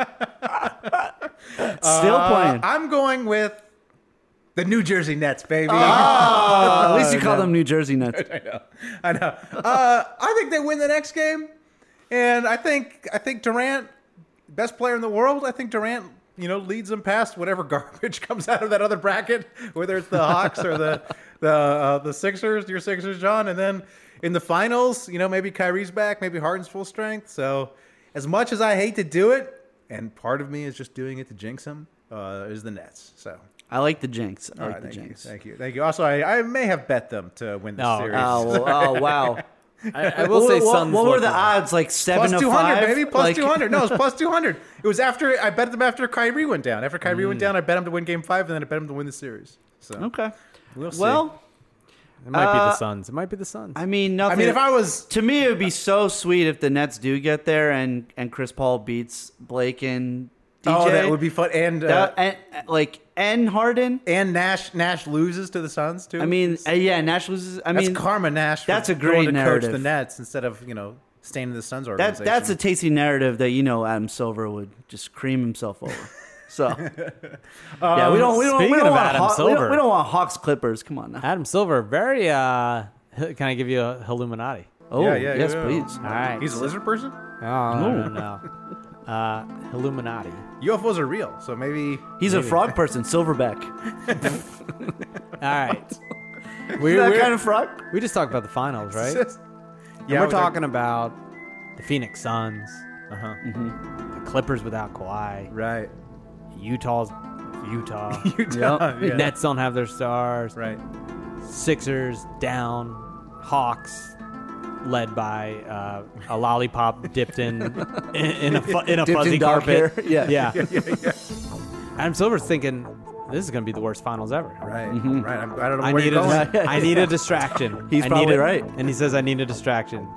Speaker 4: Still playing.
Speaker 3: I'm going with the New Jersey Nets, baby.
Speaker 4: Oh, At least you call them New Jersey Nets.
Speaker 3: I know. Uh, I think they win the next game, and I think I think Durant, best player in the world. I think Durant, you know, leads them past whatever garbage comes out of that other bracket, whether it's the Hawks or the the uh, the Sixers, your Sixers, John, and then in the finals, you know, maybe Kyrie's back, maybe Harden's full strength. So, as much as I hate to do it, and part of me is just doing it to jinx him, uh, is the Nets. So.
Speaker 4: I like the jinx. I
Speaker 3: all
Speaker 4: like
Speaker 3: right,
Speaker 4: the
Speaker 3: thank you,
Speaker 4: jinx.
Speaker 3: thank you, thank you. Also, I, I may have bet them to win the
Speaker 2: No.
Speaker 3: series.
Speaker 4: Oh, well, oh wow.
Speaker 2: I, I will say
Speaker 4: what,
Speaker 2: Suns.
Speaker 4: What were
Speaker 2: look
Speaker 4: the
Speaker 2: good.
Speaker 4: odds? Like seven
Speaker 3: Plus
Speaker 4: to
Speaker 3: 200,
Speaker 4: five?
Speaker 3: baby. Plus
Speaker 4: Like-
Speaker 3: 200. No, it was plus 200. It was after, I bet them after Kyrie went down. After Kyrie went down, I bet him to win game five, and then I bet him to win the series. So,
Speaker 4: Mm. Okay.
Speaker 3: We'll see.
Speaker 4: Well,
Speaker 2: It might be the
Speaker 4: Uh,
Speaker 2: Suns. It might be the Suns.
Speaker 4: I mean,
Speaker 3: I
Speaker 4: nothing.
Speaker 3: mean, if I was,
Speaker 4: to me, it would be so sweet if the Nets do get there and and Chris Paul beats Blake and DJ.
Speaker 3: oh, that would be fun. And, uh,
Speaker 4: That- and, like and Harden.
Speaker 3: and Nash Nash loses to the Suns, too.
Speaker 4: I mean, uh, yeah, Nash loses. I
Speaker 3: that's
Speaker 4: mean,
Speaker 3: karma Nash. for
Speaker 4: that's a
Speaker 3: going
Speaker 4: great
Speaker 3: to coach
Speaker 4: narrative.
Speaker 3: the Nets instead of, you know, staying in the Suns
Speaker 4: that
Speaker 3: organization.
Speaker 4: that's a tasty narrative that you know Adam Silver would just cream himself over. So yeah, we don't we don't, we
Speaker 2: speaking
Speaker 4: don't
Speaker 2: of
Speaker 4: want
Speaker 2: Adam
Speaker 4: Haw- we,
Speaker 2: Silver.
Speaker 4: don't, we don't want Hawks Clippers. Come on now.
Speaker 2: Adam Silver, very. uh Can I give you a Illuminati?
Speaker 4: Oh
Speaker 3: Yeah, yeah,
Speaker 4: yes,
Speaker 3: yeah.
Speaker 4: please.
Speaker 2: All right.
Speaker 3: He's a lizard person?
Speaker 2: Oh, no, no, no. Uh, Illuminati.
Speaker 3: UFOs are real, so maybe.
Speaker 4: He's a frog person, Silverback.
Speaker 2: All right. We,
Speaker 4: that
Speaker 2: we're-
Speaker 4: kind of frog.
Speaker 2: we just talked about the finals, right?
Speaker 3: Yeah,
Speaker 2: And we're
Speaker 3: they're-
Speaker 2: talking about the Phoenix Suns, uh-huh. the Clippers without Kawhi,
Speaker 3: Right.
Speaker 2: Utah's Utah,
Speaker 3: Yeah.
Speaker 2: Nets don't have their stars,
Speaker 3: Right.
Speaker 2: Sixers down, Hawks led by uh, a lollipop dipped in in, in a fu- in a
Speaker 4: Dipped in
Speaker 2: fuzzy
Speaker 4: dog
Speaker 2: carpet.
Speaker 4: hair. Yeah.
Speaker 2: yeah. Adam Silver's thinking this is going to be the worst finals ever.
Speaker 3: Right.
Speaker 4: Mm-hmm.
Speaker 3: Right. I'm, I don't know
Speaker 2: I
Speaker 3: where
Speaker 2: need
Speaker 3: you're
Speaker 2: a,
Speaker 3: going.
Speaker 2: I need a distraction.
Speaker 4: He's
Speaker 2: I need
Speaker 4: probably
Speaker 2: a-
Speaker 4: right.
Speaker 2: And he says, I need a distraction.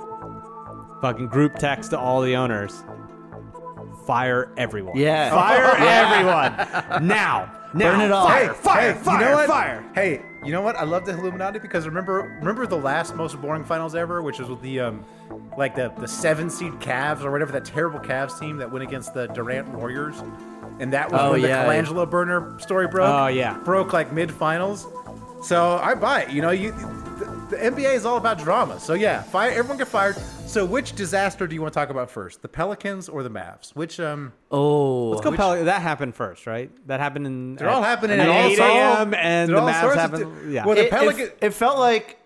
Speaker 2: Fucking group text to all the owners. Fire everyone.
Speaker 4: Yeah.
Speaker 2: Fire everyone. Now. Now.
Speaker 4: Burn it all.
Speaker 2: Fire. Fire.
Speaker 3: Hey,
Speaker 2: fire.
Speaker 3: you know what?
Speaker 2: Fire.
Speaker 3: Hey, you know what? I love the Illuminati because remember, remember the last most boring finals ever, which was with the um, like the the seven seed Cavs or whatever that terrible Cavs team that went against the Durant Warriors, and that was
Speaker 4: Oh,
Speaker 3: when the
Speaker 4: yeah, yeah.
Speaker 3: Colangelo burner story broke.
Speaker 2: Oh, yeah.
Speaker 3: broke like mid finals. So I buy it. You know, you the, the NBA is all about drama. So yeah, fire everyone get fired. So which disaster do you want to talk about first, the Pelicans or the Mavs? Which um.
Speaker 4: Oh,
Speaker 2: Let's go Pel- that happened first, right? That happened in.
Speaker 3: They're all happening
Speaker 2: at
Speaker 3: in all
Speaker 2: 8
Speaker 3: sorts-
Speaker 2: a.m. and
Speaker 3: they're
Speaker 2: the
Speaker 3: all
Speaker 2: Mavs
Speaker 3: sorts of
Speaker 2: happened.
Speaker 3: di-
Speaker 2: yeah.
Speaker 3: Well, the
Speaker 4: it, it f-
Speaker 3: Pelican-
Speaker 4: it felt like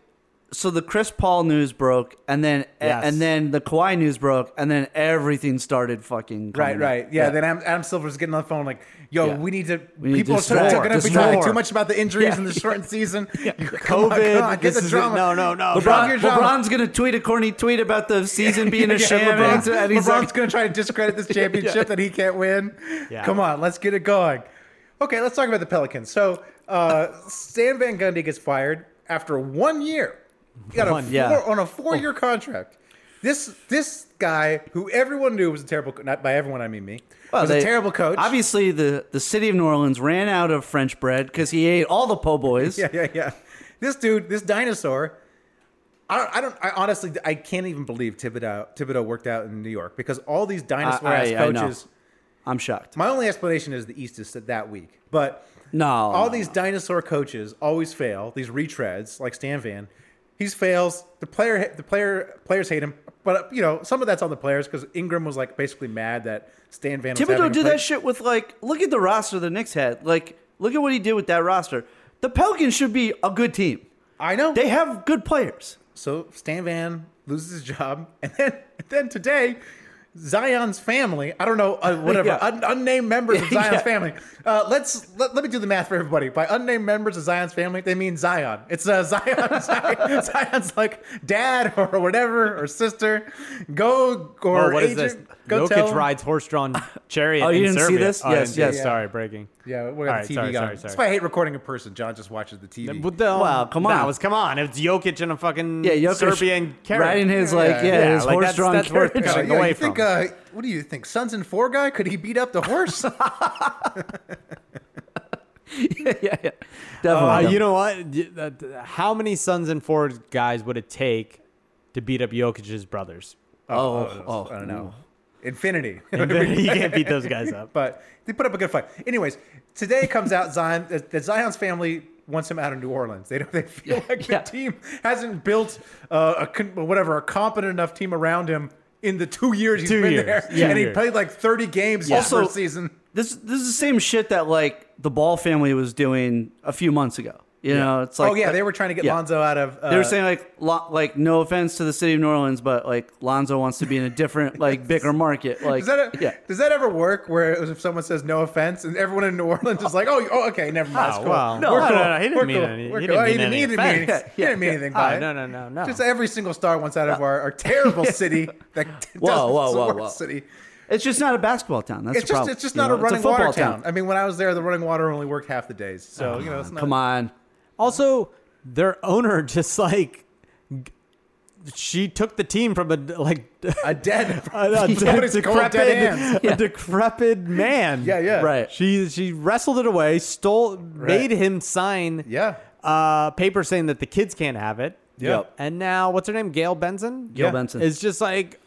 Speaker 4: so the Chris Paul news broke, and then
Speaker 2: Yes.
Speaker 4: and then the Kawhi news broke, and then everything started fucking. coming
Speaker 3: Right,
Speaker 4: up.
Speaker 3: right. Yeah, then Adam, Adam Silver's getting on the phone like, yo,
Speaker 4: Yeah.
Speaker 3: we need to,
Speaker 4: We need
Speaker 3: people
Speaker 4: to
Speaker 3: are starting to
Speaker 4: score.
Speaker 3: going to be
Speaker 4: Just
Speaker 3: talking
Speaker 4: score.
Speaker 3: too much about the injuries in the shortened season. You- come on,
Speaker 2: COVID,
Speaker 3: come on, get
Speaker 2: this
Speaker 3: the
Speaker 2: is it.
Speaker 3: drama.
Speaker 2: No, no, no.
Speaker 3: Drop your
Speaker 4: LeBron,
Speaker 3: drama.
Speaker 4: LeBron's gonna tweet a corny tweet about the season being a
Speaker 3: Yeah,
Speaker 4: sham.
Speaker 3: LeBron-
Speaker 4: and- and he's
Speaker 3: LeBron's
Speaker 4: like,
Speaker 3: going to try to discredit this championship that he can't win.
Speaker 2: Yeah.
Speaker 3: Come on, let's get it going. Okay, let's talk about the Pelicans. So, uh, Stan Van Gundy gets fired after one year. He got a
Speaker 2: One,
Speaker 3: four,
Speaker 4: yeah. Oh.
Speaker 3: on a four-year contract. This this guy, who everyone knew was a terrible, co- not by everyone I mean me, was
Speaker 4: they-
Speaker 3: a terrible coach.
Speaker 4: Obviously, the, the city of New Orleans ran out of French bread because he ate all the po' boys.
Speaker 3: yeah, yeah, yeah. This dude, this dinosaur. I don't. I don't. I honestly, I can't even believe Thibodeau. Thibodeau worked out in New York because all these dinosaur ass
Speaker 4: I- I know.
Speaker 3: coaches.
Speaker 4: I'm shocked.
Speaker 3: My only explanation is the East is that week, but
Speaker 4: No,
Speaker 3: all
Speaker 4: no,
Speaker 3: these
Speaker 4: no.
Speaker 3: dinosaur coaches always fail. These retreads, like Stan Van, he's fails. The player, the player, players hate him. But you know, some of that's on the players because Ingram was like basically mad that Stan Van. was having
Speaker 4: Thibodeau
Speaker 3: him
Speaker 4: did
Speaker 3: play-
Speaker 4: that shit with like, look at the roster the Knicks had. Like, look at what he did with that roster. The Pelicans should be a good team.
Speaker 3: I know.
Speaker 4: They have good players.
Speaker 3: So Stan Van loses his job, and then and then today, Zion's family. I don't know uh, whatever
Speaker 4: Yeah.
Speaker 3: un- unnamed members of Zion's
Speaker 4: Yeah.
Speaker 3: family. Uh, let's let, let me do the math for everybody. By unnamed members of Zion's family, they mean Zion. It's uh, Zion, Zion. Zion's like dad or whatever or sister. Go or
Speaker 2: Oh, what is
Speaker 3: agent,
Speaker 2: this?
Speaker 3: Go
Speaker 2: Jokic
Speaker 3: tell him.
Speaker 2: rides horse-drawn chariot.
Speaker 4: Oh, you
Speaker 2: in
Speaker 4: didn't see
Speaker 2: Serbia.
Speaker 4: this?
Speaker 2: Oh, I
Speaker 4: Yes,
Speaker 2: didn't see
Speaker 4: yes.
Speaker 2: it. Sorry, breaking.
Speaker 3: Yeah, we're on
Speaker 2: right,
Speaker 3: the TV
Speaker 2: sorry,
Speaker 3: guy.
Speaker 2: sorry, sorry.
Speaker 3: That's why I hate recording in person. John just watches the TV.
Speaker 2: But the,
Speaker 4: Well, come
Speaker 2: That
Speaker 4: on.
Speaker 2: was come on. It's Jokic and a fucking
Speaker 4: Yeah, Jokic
Speaker 2: Serbian carrot.
Speaker 4: riding his like yeah,
Speaker 2: Yeah,
Speaker 4: his
Speaker 2: like,
Speaker 4: horse
Speaker 2: that's-
Speaker 4: drawn
Speaker 2: that's worth
Speaker 4: carriage.
Speaker 2: cutting.
Speaker 3: Yeah,
Speaker 2: away
Speaker 3: you think,
Speaker 2: from.
Speaker 3: uh, what do you think? Sons and Four guy? Could he beat up the horse?
Speaker 4: yeah, yeah, yeah.
Speaker 3: Oh,
Speaker 2: Uh,
Speaker 4: Definitely.
Speaker 2: you know what? Y- that- How many sons and four guys would it take to beat up Jokic's brothers?
Speaker 4: oh, oh,
Speaker 3: I don't know. Infinity.
Speaker 2: you can't beat those guys up.
Speaker 3: but they put up a good fight. Anyways, today comes out Zion. The, the Zion's family wants him out of New Orleans. They don't. They feel like
Speaker 4: yeah.
Speaker 3: the team hasn't built uh, a con- whatever a competent enough team around him in the two years he's
Speaker 2: Two
Speaker 3: been
Speaker 2: years.
Speaker 3: there,
Speaker 2: Yeah.
Speaker 3: and he
Speaker 2: Years.
Speaker 3: played like thirty games this
Speaker 4: Also-
Speaker 3: first season.
Speaker 4: This this is the same shit that like the Ball family was doing a few months ago. You know, it's like
Speaker 3: oh yeah, they were trying to get
Speaker 4: yeah.
Speaker 3: Lonzo out of. Uh,
Speaker 4: They were saying like lo- like no offense to the city of New Orleans, but like Lonzo wants to be in a different like bigger market. Like
Speaker 3: Does that, e-,
Speaker 4: yeah,
Speaker 3: does that ever work? Where it was if someone says no offense, and everyone in New Orleans is like, "Oh, oh okay, never mind." it's
Speaker 2: Oh,
Speaker 3: cool.
Speaker 2: well.
Speaker 3: We're
Speaker 2: No, no,
Speaker 3: cool.
Speaker 2: no, no, he didn't
Speaker 3: We're
Speaker 2: mean
Speaker 3: cool.
Speaker 2: any-
Speaker 3: We're
Speaker 2: he
Speaker 3: cool.
Speaker 2: didn't
Speaker 3: he
Speaker 2: mean
Speaker 3: didn't
Speaker 2: any
Speaker 3: mean anything.
Speaker 4: offense.
Speaker 3: He
Speaker 4: Yeah,
Speaker 3: didn't mean
Speaker 4: yeah.
Speaker 3: anything by
Speaker 2: Oh,
Speaker 3: it.
Speaker 2: no, no, no, no.
Speaker 3: Just every single star wants out of our, our terrible city. That does-
Speaker 4: Whoa, whoa,
Speaker 3: it's the
Speaker 4: whoa,
Speaker 3: worst
Speaker 4: whoa.
Speaker 3: city.
Speaker 4: it's just not a basketball town. That's
Speaker 3: It's
Speaker 4: the
Speaker 3: just
Speaker 4: problem.
Speaker 3: it's just
Speaker 4: You
Speaker 3: not
Speaker 4: know,
Speaker 3: a running
Speaker 4: football
Speaker 3: water town. I mean, when I was there, the running water only worked half the days. So you know, it's not.
Speaker 4: Come on,
Speaker 2: Also, their owner just like g- she took the team from a like
Speaker 3: A dead.
Speaker 2: a, a
Speaker 3: Somebody's called
Speaker 2: decrepit,
Speaker 3: dead hands.
Speaker 2: a decrepit man.
Speaker 3: Yeah, yeah,
Speaker 4: right?
Speaker 2: She she wrestled it away, stole, made him sign
Speaker 3: yeah.
Speaker 2: uh, paper saying that the kids can't have it.
Speaker 3: Yeah.
Speaker 4: Yep.
Speaker 2: And now, what's her name? Gail Benson.
Speaker 4: Gil
Speaker 3: Yeah.
Speaker 4: Benson.
Speaker 2: Is just like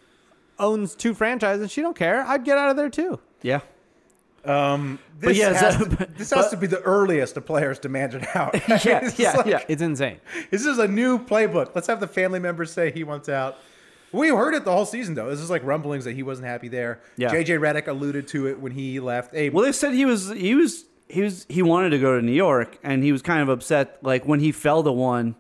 Speaker 2: owns two franchises. and She don't care. I'd get out of there too.
Speaker 4: yeah.
Speaker 3: This
Speaker 4: But yeah, is
Speaker 3: has,
Speaker 4: that-
Speaker 3: to, this has to be the earliest the players demanded out.
Speaker 4: Yeah,
Speaker 3: It's
Speaker 4: yeah,
Speaker 3: like-
Speaker 4: yeah.
Speaker 2: It's insane.
Speaker 3: This is a new playbook. Let's have the family members say he wants out. We heard it the whole season though. This is like rumblings that he wasn't happy there.
Speaker 4: Yeah.
Speaker 3: JJ Redick alluded to it when he left. Hey,
Speaker 4: Well, they said he was he was he was he wanted to go to New York, and he was kind of upset. Like when he fell to one,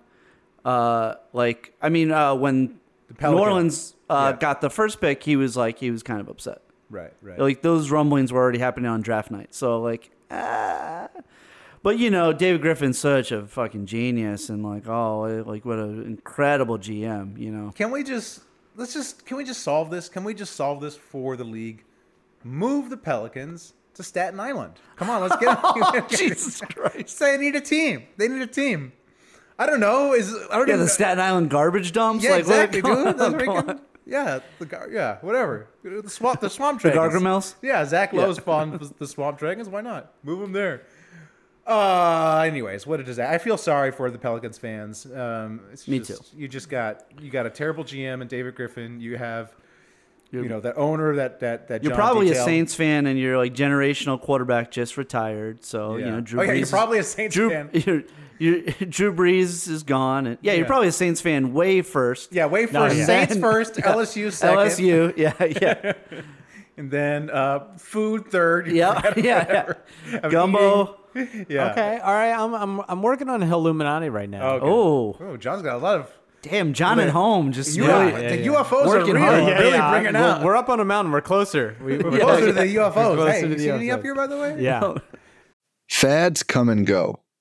Speaker 4: uh, like I mean, uh, when New
Speaker 3: Pelican.
Speaker 4: Orleans uh,
Speaker 3: Yeah.
Speaker 4: got the first pick, he was like he was kind of upset.
Speaker 3: right, right.
Speaker 4: Like those rumblings were already happening on draft night. So like, ah. but you know, David Griffin's such a fucking genius, and like, oh, like what an incredible GM, you know.
Speaker 3: Can we just let's just can we just solve this? Can we just solve this for the league? Move the Pelicans to Staten Island. Come on, let's get Jesus Christ. They need a team. They need a team. I don't know. Is I don't
Speaker 4: Yeah,
Speaker 3: even,
Speaker 4: the Staten Island garbage dumps.
Speaker 3: Yeah,
Speaker 4: like, what-
Speaker 3: exactly,
Speaker 4: come
Speaker 3: dude.
Speaker 4: on,
Speaker 3: That's
Speaker 4: come on.
Speaker 3: freaking, yeah, the gar- yeah, whatever. The swamp, the swamp
Speaker 4: The
Speaker 3: dragons.
Speaker 4: Gargamels?
Speaker 3: Yeah, Zach Lowe's fond of the swamp dragons. Why not move them there? Uh, anyways, what a disaster. I feel sorry for the Pelicans fans. Um, it's
Speaker 4: Me
Speaker 3: just, You just got you got a terrible GM and David Griffin. You have. You
Speaker 4: You're-
Speaker 3: know that owner that that that
Speaker 4: You're
Speaker 3: John
Speaker 4: probably
Speaker 3: detailed.
Speaker 4: a Saints fan, and you're like generational quarterback just retired. So
Speaker 3: Yeah.
Speaker 4: you know, Drew
Speaker 3: oh, yeah,
Speaker 4: Brees.
Speaker 3: you're
Speaker 4: is-
Speaker 3: probably a Saints
Speaker 4: Drew,
Speaker 3: fan.
Speaker 4: You're, you're- Drew Brees is gone, and yeah,
Speaker 3: Yeah.
Speaker 4: you're probably a Saints fan way first.
Speaker 3: Yeah, wait
Speaker 4: No,
Speaker 3: first.
Speaker 4: yeah.
Speaker 3: Saints
Speaker 4: Then-
Speaker 3: first,
Speaker 4: yeah.
Speaker 3: LSU second,
Speaker 4: LSU. Yeah, yeah,
Speaker 3: and then uh, food third.
Speaker 4: yeah, yeah, yeah. Gumbo.
Speaker 3: yeah.
Speaker 2: Okay. All right. I'm I'm I'm working on Illuminati right now.
Speaker 3: Okay.
Speaker 4: Oh,
Speaker 3: Oh, John's got a lot of
Speaker 4: damn, John at home just
Speaker 3: You
Speaker 4: really.
Speaker 3: are,
Speaker 2: yeah,
Speaker 3: the
Speaker 2: yeah.
Speaker 3: UFOs
Speaker 4: Working
Speaker 3: are real.
Speaker 4: hard.
Speaker 3: Really
Speaker 4: Yeah,
Speaker 3: bringing
Speaker 2: I-
Speaker 3: out.
Speaker 2: We're, we're up on a mountain. We're closer. We, we're
Speaker 3: We're closer to the UFOs.
Speaker 2: closer
Speaker 3: Hey,
Speaker 2: to
Speaker 3: you
Speaker 2: the
Speaker 3: see any up
Speaker 2: UFOs.
Speaker 3: here, by the way?
Speaker 2: Yeah.
Speaker 1: Fads come and go,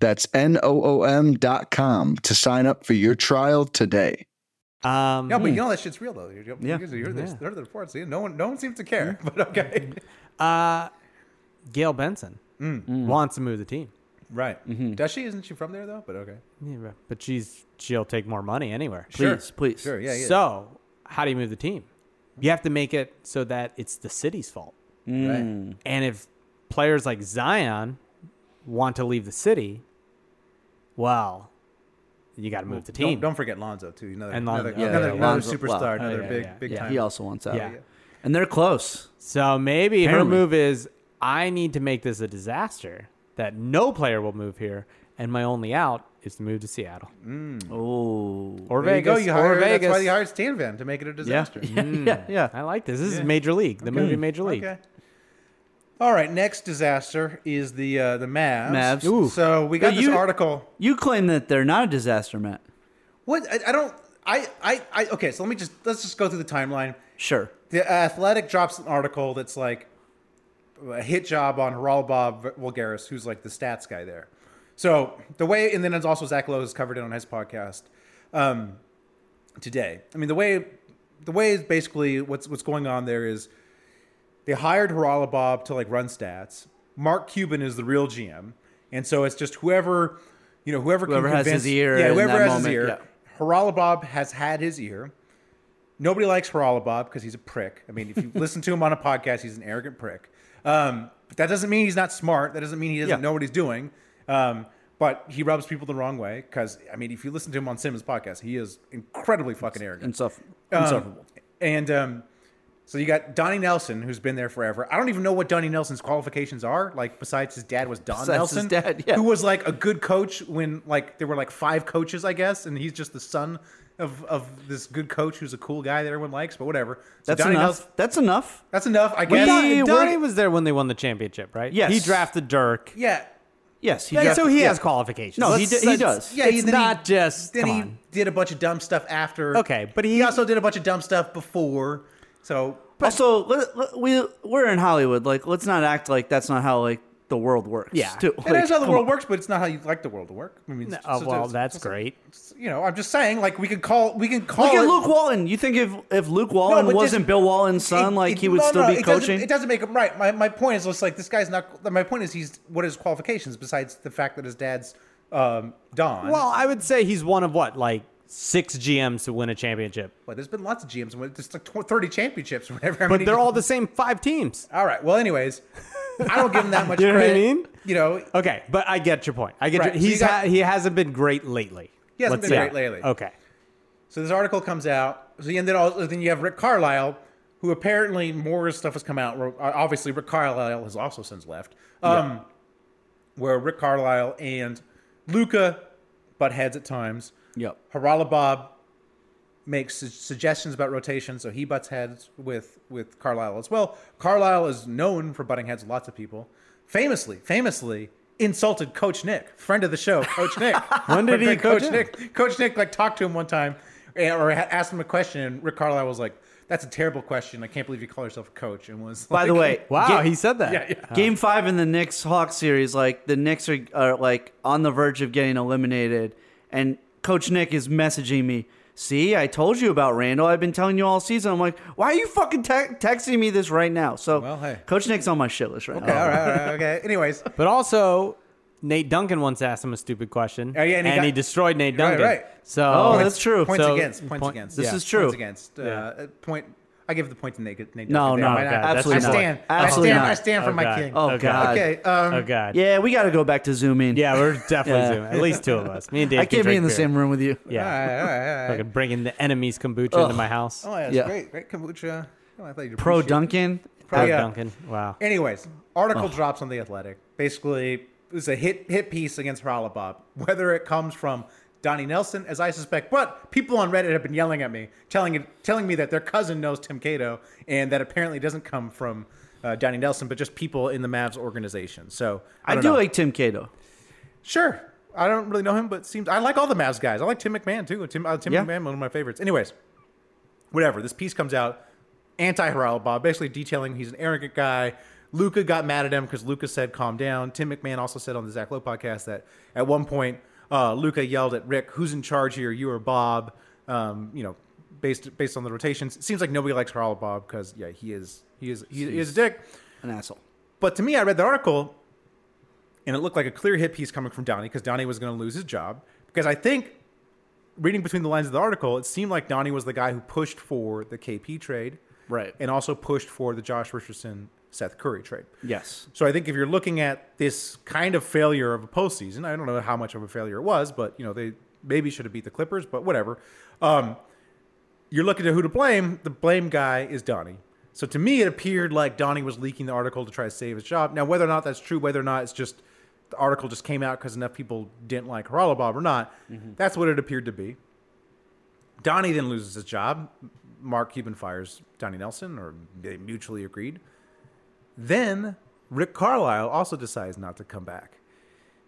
Speaker 1: That's N O O M.com to sign up for your trial today.
Speaker 2: Um,
Speaker 3: Yeah, but you know that shit's real though. You, you,
Speaker 4: Yeah.
Speaker 3: you guys hear this. They're the reports. You know, No one, no one seems to care. But okay,
Speaker 2: uh, Gail Benson
Speaker 3: Mm.
Speaker 4: Mm.
Speaker 2: wants to move the team.
Speaker 3: right?
Speaker 2: Mm-hmm.
Speaker 3: Does she? Isn't she from there though? But okay,
Speaker 2: Yeah, but she's she'll take more money anywhere.
Speaker 3: Sure.
Speaker 4: Please, please.
Speaker 3: sure, yeah, yeah.
Speaker 2: So, how do you move the team? You have to make it so that it's the city's fault.
Speaker 3: right.
Speaker 2: mm, And if players like Zion want to leave the city, well, you got to move the team.
Speaker 3: Don't, don't forget Lonzo too. Another,
Speaker 2: And Lonzo.
Speaker 3: another,
Speaker 2: Yeah,
Speaker 3: another,
Speaker 4: yeah,
Speaker 3: another
Speaker 4: Lonzo.
Speaker 3: superstar,
Speaker 4: Wow.
Speaker 3: another
Speaker 2: yeah,
Speaker 3: big
Speaker 2: yeah,
Speaker 3: big
Speaker 2: yeah.
Speaker 3: time.
Speaker 4: He also wants out.
Speaker 2: Yeah.
Speaker 4: And they're close.
Speaker 2: So maybe
Speaker 4: Apparently.
Speaker 2: her move is I need to make this a disaster that no player will move here, and my only out is to move to Seattle
Speaker 4: Oh.
Speaker 2: or
Speaker 3: Mm, there you go.
Speaker 2: Vegas
Speaker 3: You
Speaker 2: or
Speaker 3: hired, that's
Speaker 2: Vegas.
Speaker 3: why you hired Stan Van to make it a disaster.
Speaker 4: Yeah, yeah, yeah.
Speaker 2: I like this. This is Major League, the movie Major League.
Speaker 3: Okay. All right. Next disaster is the uh, the Mavs.
Speaker 4: Mavs. Ooh.
Speaker 3: So we got
Speaker 4: But
Speaker 3: this
Speaker 4: you-
Speaker 3: article.
Speaker 4: You claim that they're not a disaster, Matt.
Speaker 3: What I, I don't. I, I I okay. So let me just let's just go through the timeline.
Speaker 4: Sure.
Speaker 3: The Athletic drops an article that's like a hit job on Haral Bob Vulgaris, who's like the stats guy there. So the way, and then it's also Zach Lowe has covered it on his podcast um, today. I mean, the way, the way is basically what's what's going on there is they hired Haral Bob to like run stats. Mark Cuban is the real GM, and so it's just whoever, you know, whoever,
Speaker 4: Whoever
Speaker 3: can
Speaker 4: has his
Speaker 3: convince,
Speaker 4: ear
Speaker 3: yeah,
Speaker 4: in
Speaker 3: whoever
Speaker 4: that
Speaker 3: has his
Speaker 4: moment,
Speaker 3: ear.
Speaker 4: yeah.
Speaker 3: Haralabob has had his ear. Nobody likes Haralabob because he's a prick. I mean, if you listen to him on a podcast, he's an arrogant prick. Um, but that doesn't mean he's not smart. That doesn't mean he doesn't
Speaker 4: Yeah.
Speaker 3: know what he's doing. Um, but he rubs people the wrong way because, I mean, if you listen to him on Simmons' podcast, he is incredibly fucking arrogant.
Speaker 4: Insuffer-
Speaker 3: Um,
Speaker 4: insufferable.
Speaker 3: and um, so you got Donnie Nelson, who's been there forever. I don't even know what Donnie Nelson's qualifications are. Like besides his dad was Don
Speaker 4: Besides his
Speaker 3: Nelson,
Speaker 4: dad, yeah.
Speaker 3: who was like a good coach when like there were like five coaches, I guess, and he's just the son of of this good coach who's a cool guy that everyone likes. But whatever. So
Speaker 4: That's
Speaker 3: Donnie
Speaker 4: enough.
Speaker 3: Nelson-
Speaker 4: That's enough.
Speaker 3: that's enough. I
Speaker 2: Don-
Speaker 3: guess.
Speaker 4: Donnie-
Speaker 2: Donnie,
Speaker 4: we're-
Speaker 2: was there when they won the championship, right?
Speaker 4: Yes.
Speaker 2: He drafted Dirk.
Speaker 3: yeah.
Speaker 4: Yes. He
Speaker 2: Yeah,
Speaker 4: got-
Speaker 2: so he
Speaker 4: yeah.
Speaker 2: has qualifications.
Speaker 4: No, he
Speaker 2: Let's-
Speaker 4: d- he
Speaker 2: let's-
Speaker 4: does.
Speaker 3: Yeah,
Speaker 2: it's
Speaker 3: he- then he-
Speaker 2: not just.
Speaker 3: Then
Speaker 2: come
Speaker 3: he
Speaker 2: on.
Speaker 3: did a bunch of dumb stuff after.
Speaker 2: Okay, but he-
Speaker 3: he also did a bunch of dumb stuff before. So
Speaker 4: also, let, let- we we're in Hollywood. Like, let's not act like that's not how like the world works.
Speaker 2: Yeah.
Speaker 4: too.
Speaker 3: And
Speaker 4: Like,
Speaker 3: that's how the
Speaker 4: come
Speaker 3: world
Speaker 4: on.
Speaker 3: works, but it's not how you like the world to work. I mean, it's-
Speaker 2: Oh,
Speaker 3: it's-
Speaker 2: well,
Speaker 3: it's-
Speaker 2: that's
Speaker 3: it's-
Speaker 2: great.
Speaker 3: You know, I'm just saying, like we could call, we can call
Speaker 4: Look
Speaker 3: it-
Speaker 4: at Luke Walton. You think if if Luke Walton
Speaker 3: but this-
Speaker 4: wasn't Bill Walton's son,
Speaker 3: it-
Speaker 4: like
Speaker 3: it-
Speaker 4: he would
Speaker 3: no,
Speaker 4: still
Speaker 3: no,
Speaker 4: be
Speaker 3: it doesn't-
Speaker 4: coaching?
Speaker 3: It doesn't make him right. My, my point is, it's like this guy's not. My point is, he's what are his qualifications besides the fact that his dad's um, Don?
Speaker 2: Well, I would say he's one of what, like six GMs to win a championship,
Speaker 3: Well, there's been lots of GMs with just like tw- thirty championships, or whatever. how
Speaker 2: but
Speaker 3: many-
Speaker 2: they're all the same five teams.
Speaker 3: all right. Well, anyways, I don't give him that much
Speaker 2: You know what I
Speaker 3: credit.
Speaker 2: mean?
Speaker 3: You know,
Speaker 2: Okay, but I get your point. I get
Speaker 3: Right,
Speaker 2: your,
Speaker 3: so you
Speaker 2: he's
Speaker 3: got-
Speaker 2: ha- he hasn't been great lately.
Speaker 3: He hasn't
Speaker 2: Let's
Speaker 3: been
Speaker 2: say.
Speaker 3: great lately.
Speaker 2: Okay,
Speaker 3: So this article comes out. So and then also, then you have Rick Carlisle, who apparently more stuff has come out. Ro- Obviously, Rick Carlisle has also since left. Um, Where Rick Carlisle and Luca butt heads at times.
Speaker 4: Yep.
Speaker 3: Haralabob makes su- suggestions about rotation, so he butts heads with with Carlisle as well. Carlisle is known for butting heads with lots of people. Famously, famously insulted Coach Nick, friend of the show, Coach Nick.
Speaker 2: When did he
Speaker 3: Coach
Speaker 2: coach him?
Speaker 3: Nick? Coach Nick like talked to him one time eh, or ha- asked him a question, and Rick Carlisle was like, "That's a terrible question. I can't believe you call yourself a coach." And was
Speaker 4: By the
Speaker 3: like-
Speaker 4: way,
Speaker 2: wow,
Speaker 4: ga-
Speaker 2: he said that. Oh.
Speaker 3: yeah, yeah.
Speaker 4: Game five in the Knicks Hawks series, like the Knicks are, are like on the verge of getting eliminated, and Coach Nick is messaging me. See, I told you about Randall. I've been telling you all season. I'm like, why are you fucking te- texting me this right now? So,
Speaker 3: Well, hey.
Speaker 4: Coach Nick's on my shit list right
Speaker 3: Okay,
Speaker 4: now.
Speaker 3: all right, all right, okay. Anyways,
Speaker 2: But also, Nate Duncan once asked him a stupid question,
Speaker 3: Oh, yeah, and
Speaker 2: and,
Speaker 3: he
Speaker 2: he,
Speaker 3: got-
Speaker 2: destroyed Nate
Speaker 3: Right,
Speaker 2: Duncan.
Speaker 3: right.
Speaker 2: So
Speaker 4: Oh, that's true.
Speaker 3: Points
Speaker 2: So-
Speaker 3: against, points
Speaker 2: point-
Speaker 3: against.
Speaker 4: This
Speaker 2: yeah.
Speaker 4: is true.
Speaker 3: Points against. Uh, uh, point. I give the point to Nate. Nate
Speaker 4: No,
Speaker 3: Duncan there.
Speaker 4: no,
Speaker 3: Why not?
Speaker 2: okay, that's
Speaker 4: absolutely
Speaker 3: I
Speaker 4: not.
Speaker 3: stand.
Speaker 4: Absolutely
Speaker 3: I stand,
Speaker 4: not.
Speaker 3: I stand for my
Speaker 2: Okay.
Speaker 3: king.
Speaker 4: Oh, God.
Speaker 3: Okay. Um,
Speaker 2: oh god. Yeah,
Speaker 4: Yeah, we got to go back to Zooming.
Speaker 2: we're definitely
Speaker 4: Yeah.
Speaker 2: zooming. At least two of us. Me and Dave.
Speaker 4: I
Speaker 2: can
Speaker 4: can't be
Speaker 2: drink
Speaker 4: in the
Speaker 2: beer.
Speaker 4: same room with you.
Speaker 3: All
Speaker 2: Yeah.
Speaker 3: right, all right, all right.
Speaker 2: Fucking bringing the enemy's kombucha into my house.
Speaker 3: Oh, that's
Speaker 4: Yeah.
Speaker 3: great. Great kombucha. Oh, I thought you'd
Speaker 4: Pro
Speaker 3: appreciate it.
Speaker 4: Duncan.
Speaker 3: Pro
Speaker 2: Dave
Speaker 3: yeah.
Speaker 2: Duncan. Wow.
Speaker 3: Anyways, article drops on the Athletic. Basically, it was a hit hit piece against Haralabob. Whether it comes from Donnie Nelson, as I suspect, but people on Reddit have been yelling at me, telling it, telling me that their cousin knows Tim Cato, and that apparently doesn't come from uh, Donnie Nelson, but just people in the Mavs organization. So I,
Speaker 4: I,
Speaker 3: don't
Speaker 4: do
Speaker 3: know.
Speaker 4: like Tim Cato.
Speaker 3: Sure. I don't really know him, but seems I like all the Mavs guys. I like Tim McMahon too. Tim uh, Tim
Speaker 4: Yeah.
Speaker 3: McMahon, one of my favorites. Anyways, whatever. This piece comes out anti Harald Bob, basically detailing he's an arrogant guy. Luca got mad at him because Luca said, "Calm down." Tim McMahon also said on the Zach Lowe podcast that at one point uh, Luca yelled at Rick, "Who's in charge here? You or Bob?" Um, you know, based based on the rotations, it seems like nobody likes Harald Bob because yeah, he is he is he, he is a dick.
Speaker 4: An asshole.
Speaker 3: But to me, I read the article, and it looked like a clear hit piece coming from Donnie because Donnie was going to lose his job. Because I think, reading between the lines of the article, it seemed like Donnie was the guy who pushed for the KP trade,
Speaker 4: Right.
Speaker 3: and also pushed for the Josh Richardson Seth Curry trade.
Speaker 4: Yes.
Speaker 3: So I think if you're looking at this kind of failure of a postseason, I don't know how much of a failure it was, but you know they maybe should have beat the Clippers, but whatever. Um, you're looking at who to blame. The blame guy is Donnie. So to me, it appeared like Donnie was leaking the article to try to save his job. Now whether or not that's true, whether or not it's just the article just came out because enough people didn't like Haralabob or not, that's what it appeared to be. Donnie then loses his job. Mark Cuban fires Donnie Nelson, or they mutually agreed. Then Rick Carlisle also decides not to come back.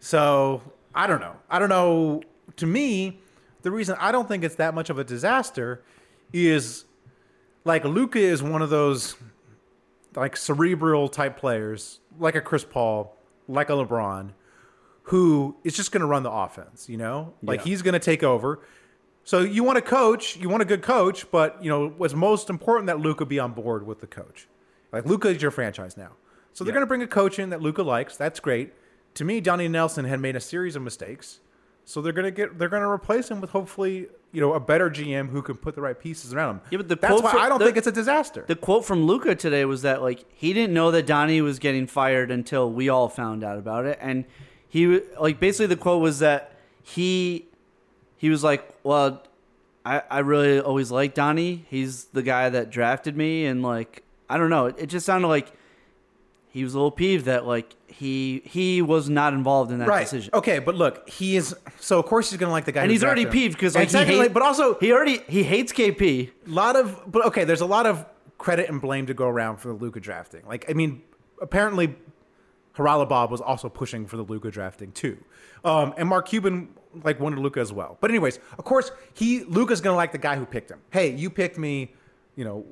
Speaker 3: So I don't know. I don't know. To me, the reason I don't think it's that much of a disaster is like Luca is one of those like cerebral type players, like a Chris Paul, like a LeBron, who is just going to run the offense. You know, like he's going to take over. So you want a coach, you want a good coach, but you know what's most important that Luca be on board with the coach. Like Luca is your franchise now, so they're going to bring a coach in that Luca likes. That's great. To me, Donnie Nelson had made a series of mistakes, so they're going to get they're going to replace him with hopefully you know a better GM who can put the right pieces around him.
Speaker 4: Yeah, but the
Speaker 3: that's
Speaker 4: quote
Speaker 3: why
Speaker 4: for-
Speaker 3: I don't
Speaker 4: the-
Speaker 3: think it's a disaster.
Speaker 4: The quote from Luca today was that like he didn't know that Donnie was getting fired until we all found out about it, and he w- like basically the quote was that he he was like, well, I I really always liked Donnie. He's the guy that drafted me, and like I don't know, it, it just sounded like he was a little peeved that like he he was not involved in that
Speaker 3: right.
Speaker 4: decision.
Speaker 3: Okay, but look, he is so of course he's going to like the guy,
Speaker 4: And
Speaker 3: who
Speaker 4: he's already
Speaker 3: drafted him.
Speaker 4: peeved because like
Speaker 3: And secondly,
Speaker 4: he hate-
Speaker 3: but also
Speaker 4: he already he hates KP.
Speaker 3: lot of but okay, there's a lot of credit and blame to go around for the Luca drafting. Like I mean, apparently Harala Bob was also pushing for the Luca drafting too. Um, and Mark Cuban like wanted Luca as well. But anyways, of course he Luca's gonna like the guy who picked him. Hey, you picked me, you know,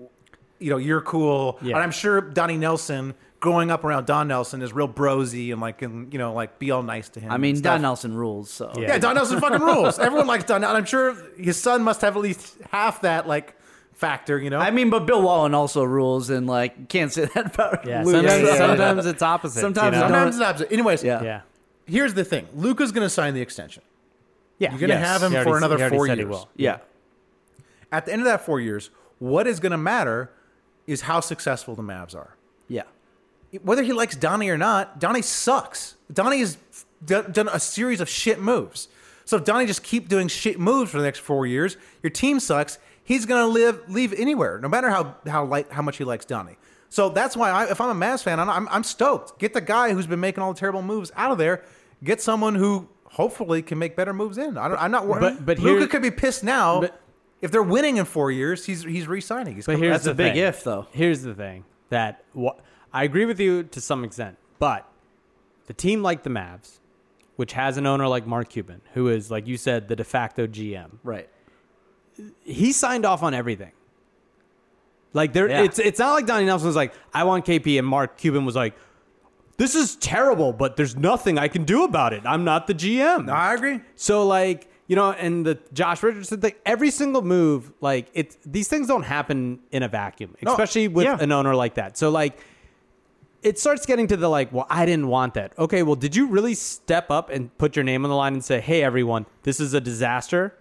Speaker 3: you know, you're cool.
Speaker 2: Yeah.
Speaker 3: And I'm sure Donnie Nelson growing up around Don Nelson is real brosy and like and you know, like be all nice to him.
Speaker 4: I
Speaker 3: and
Speaker 4: mean,
Speaker 3: stuff.
Speaker 4: Don Nelson rules, so
Speaker 2: Yeah.
Speaker 3: Yeah, Don Nelson fucking rules. Everyone likes Don. Nelson. I'm sure his son must have at least half that like factor. You know,
Speaker 4: I mean, but Bill Wallen also rules, and like can't say that about
Speaker 2: Yeah,
Speaker 4: Luke.
Speaker 2: sometimes,
Speaker 4: so-
Speaker 2: sometimes it's opposite.
Speaker 4: Sometimes
Speaker 2: you know?
Speaker 4: I don't-
Speaker 3: sometimes it's opposite. Anyways,
Speaker 4: Yeah.
Speaker 2: Yeah.
Speaker 3: Here's the thing: Luca's going to sign the extension.
Speaker 2: Yeah.
Speaker 3: You're gonna have him
Speaker 2: He already
Speaker 3: for
Speaker 2: s-
Speaker 3: another
Speaker 2: he already
Speaker 3: four
Speaker 2: said he
Speaker 3: years.
Speaker 2: will.
Speaker 4: yeah,
Speaker 3: At the end of that four years, what is going to matter is how successful the Mavs are.
Speaker 4: yeah,
Speaker 3: Whether he likes Donnie or not, Donnie sucks. Donnie has done done a series of shit moves. So if Donnie just keep doing shit moves for the next four years, your team sucks. He's going to live leave anywhere, no matter how how light, how much he likes Donnie. So that's why, I, if I'm a Mavs fan, I'm, I'm I'm stoked. Get the guy who's been making all the terrible moves out of there. Get someone who hopefully can make better moves in. I don't, I'm not worried.
Speaker 2: But- but
Speaker 3: Luka
Speaker 2: here-
Speaker 3: could be pissed now.
Speaker 2: but-
Speaker 3: if they're winning in four years, he's he's re-signing. He's
Speaker 2: But
Speaker 3: coming-
Speaker 2: here's
Speaker 4: That's
Speaker 2: the
Speaker 4: a big
Speaker 2: thing.
Speaker 4: if, though.
Speaker 2: Here's the thing that wha- I agree with you to some extent, but the team like the Mavs, which has an owner like Mark Cuban, who is like you said the de facto GM,
Speaker 4: right.
Speaker 2: he signed off on everything. Like there,
Speaker 4: Yeah.
Speaker 2: it's it's not like Donnie Nelson was like, I want KP, and Mark Cuban was like, this is terrible, but there's nothing I can do about it. I'm not the GM.
Speaker 3: I agree.
Speaker 2: So like you know, and the Josh Richardson thing, every single move, like it's these things don't happen in a vacuum, especially with
Speaker 3: yeah.
Speaker 2: an owner like that. So like it starts getting to the like, well, I didn't want that. Okay, well, did you really step up and put your name on the line and say, hey, everyone, this is a disaster,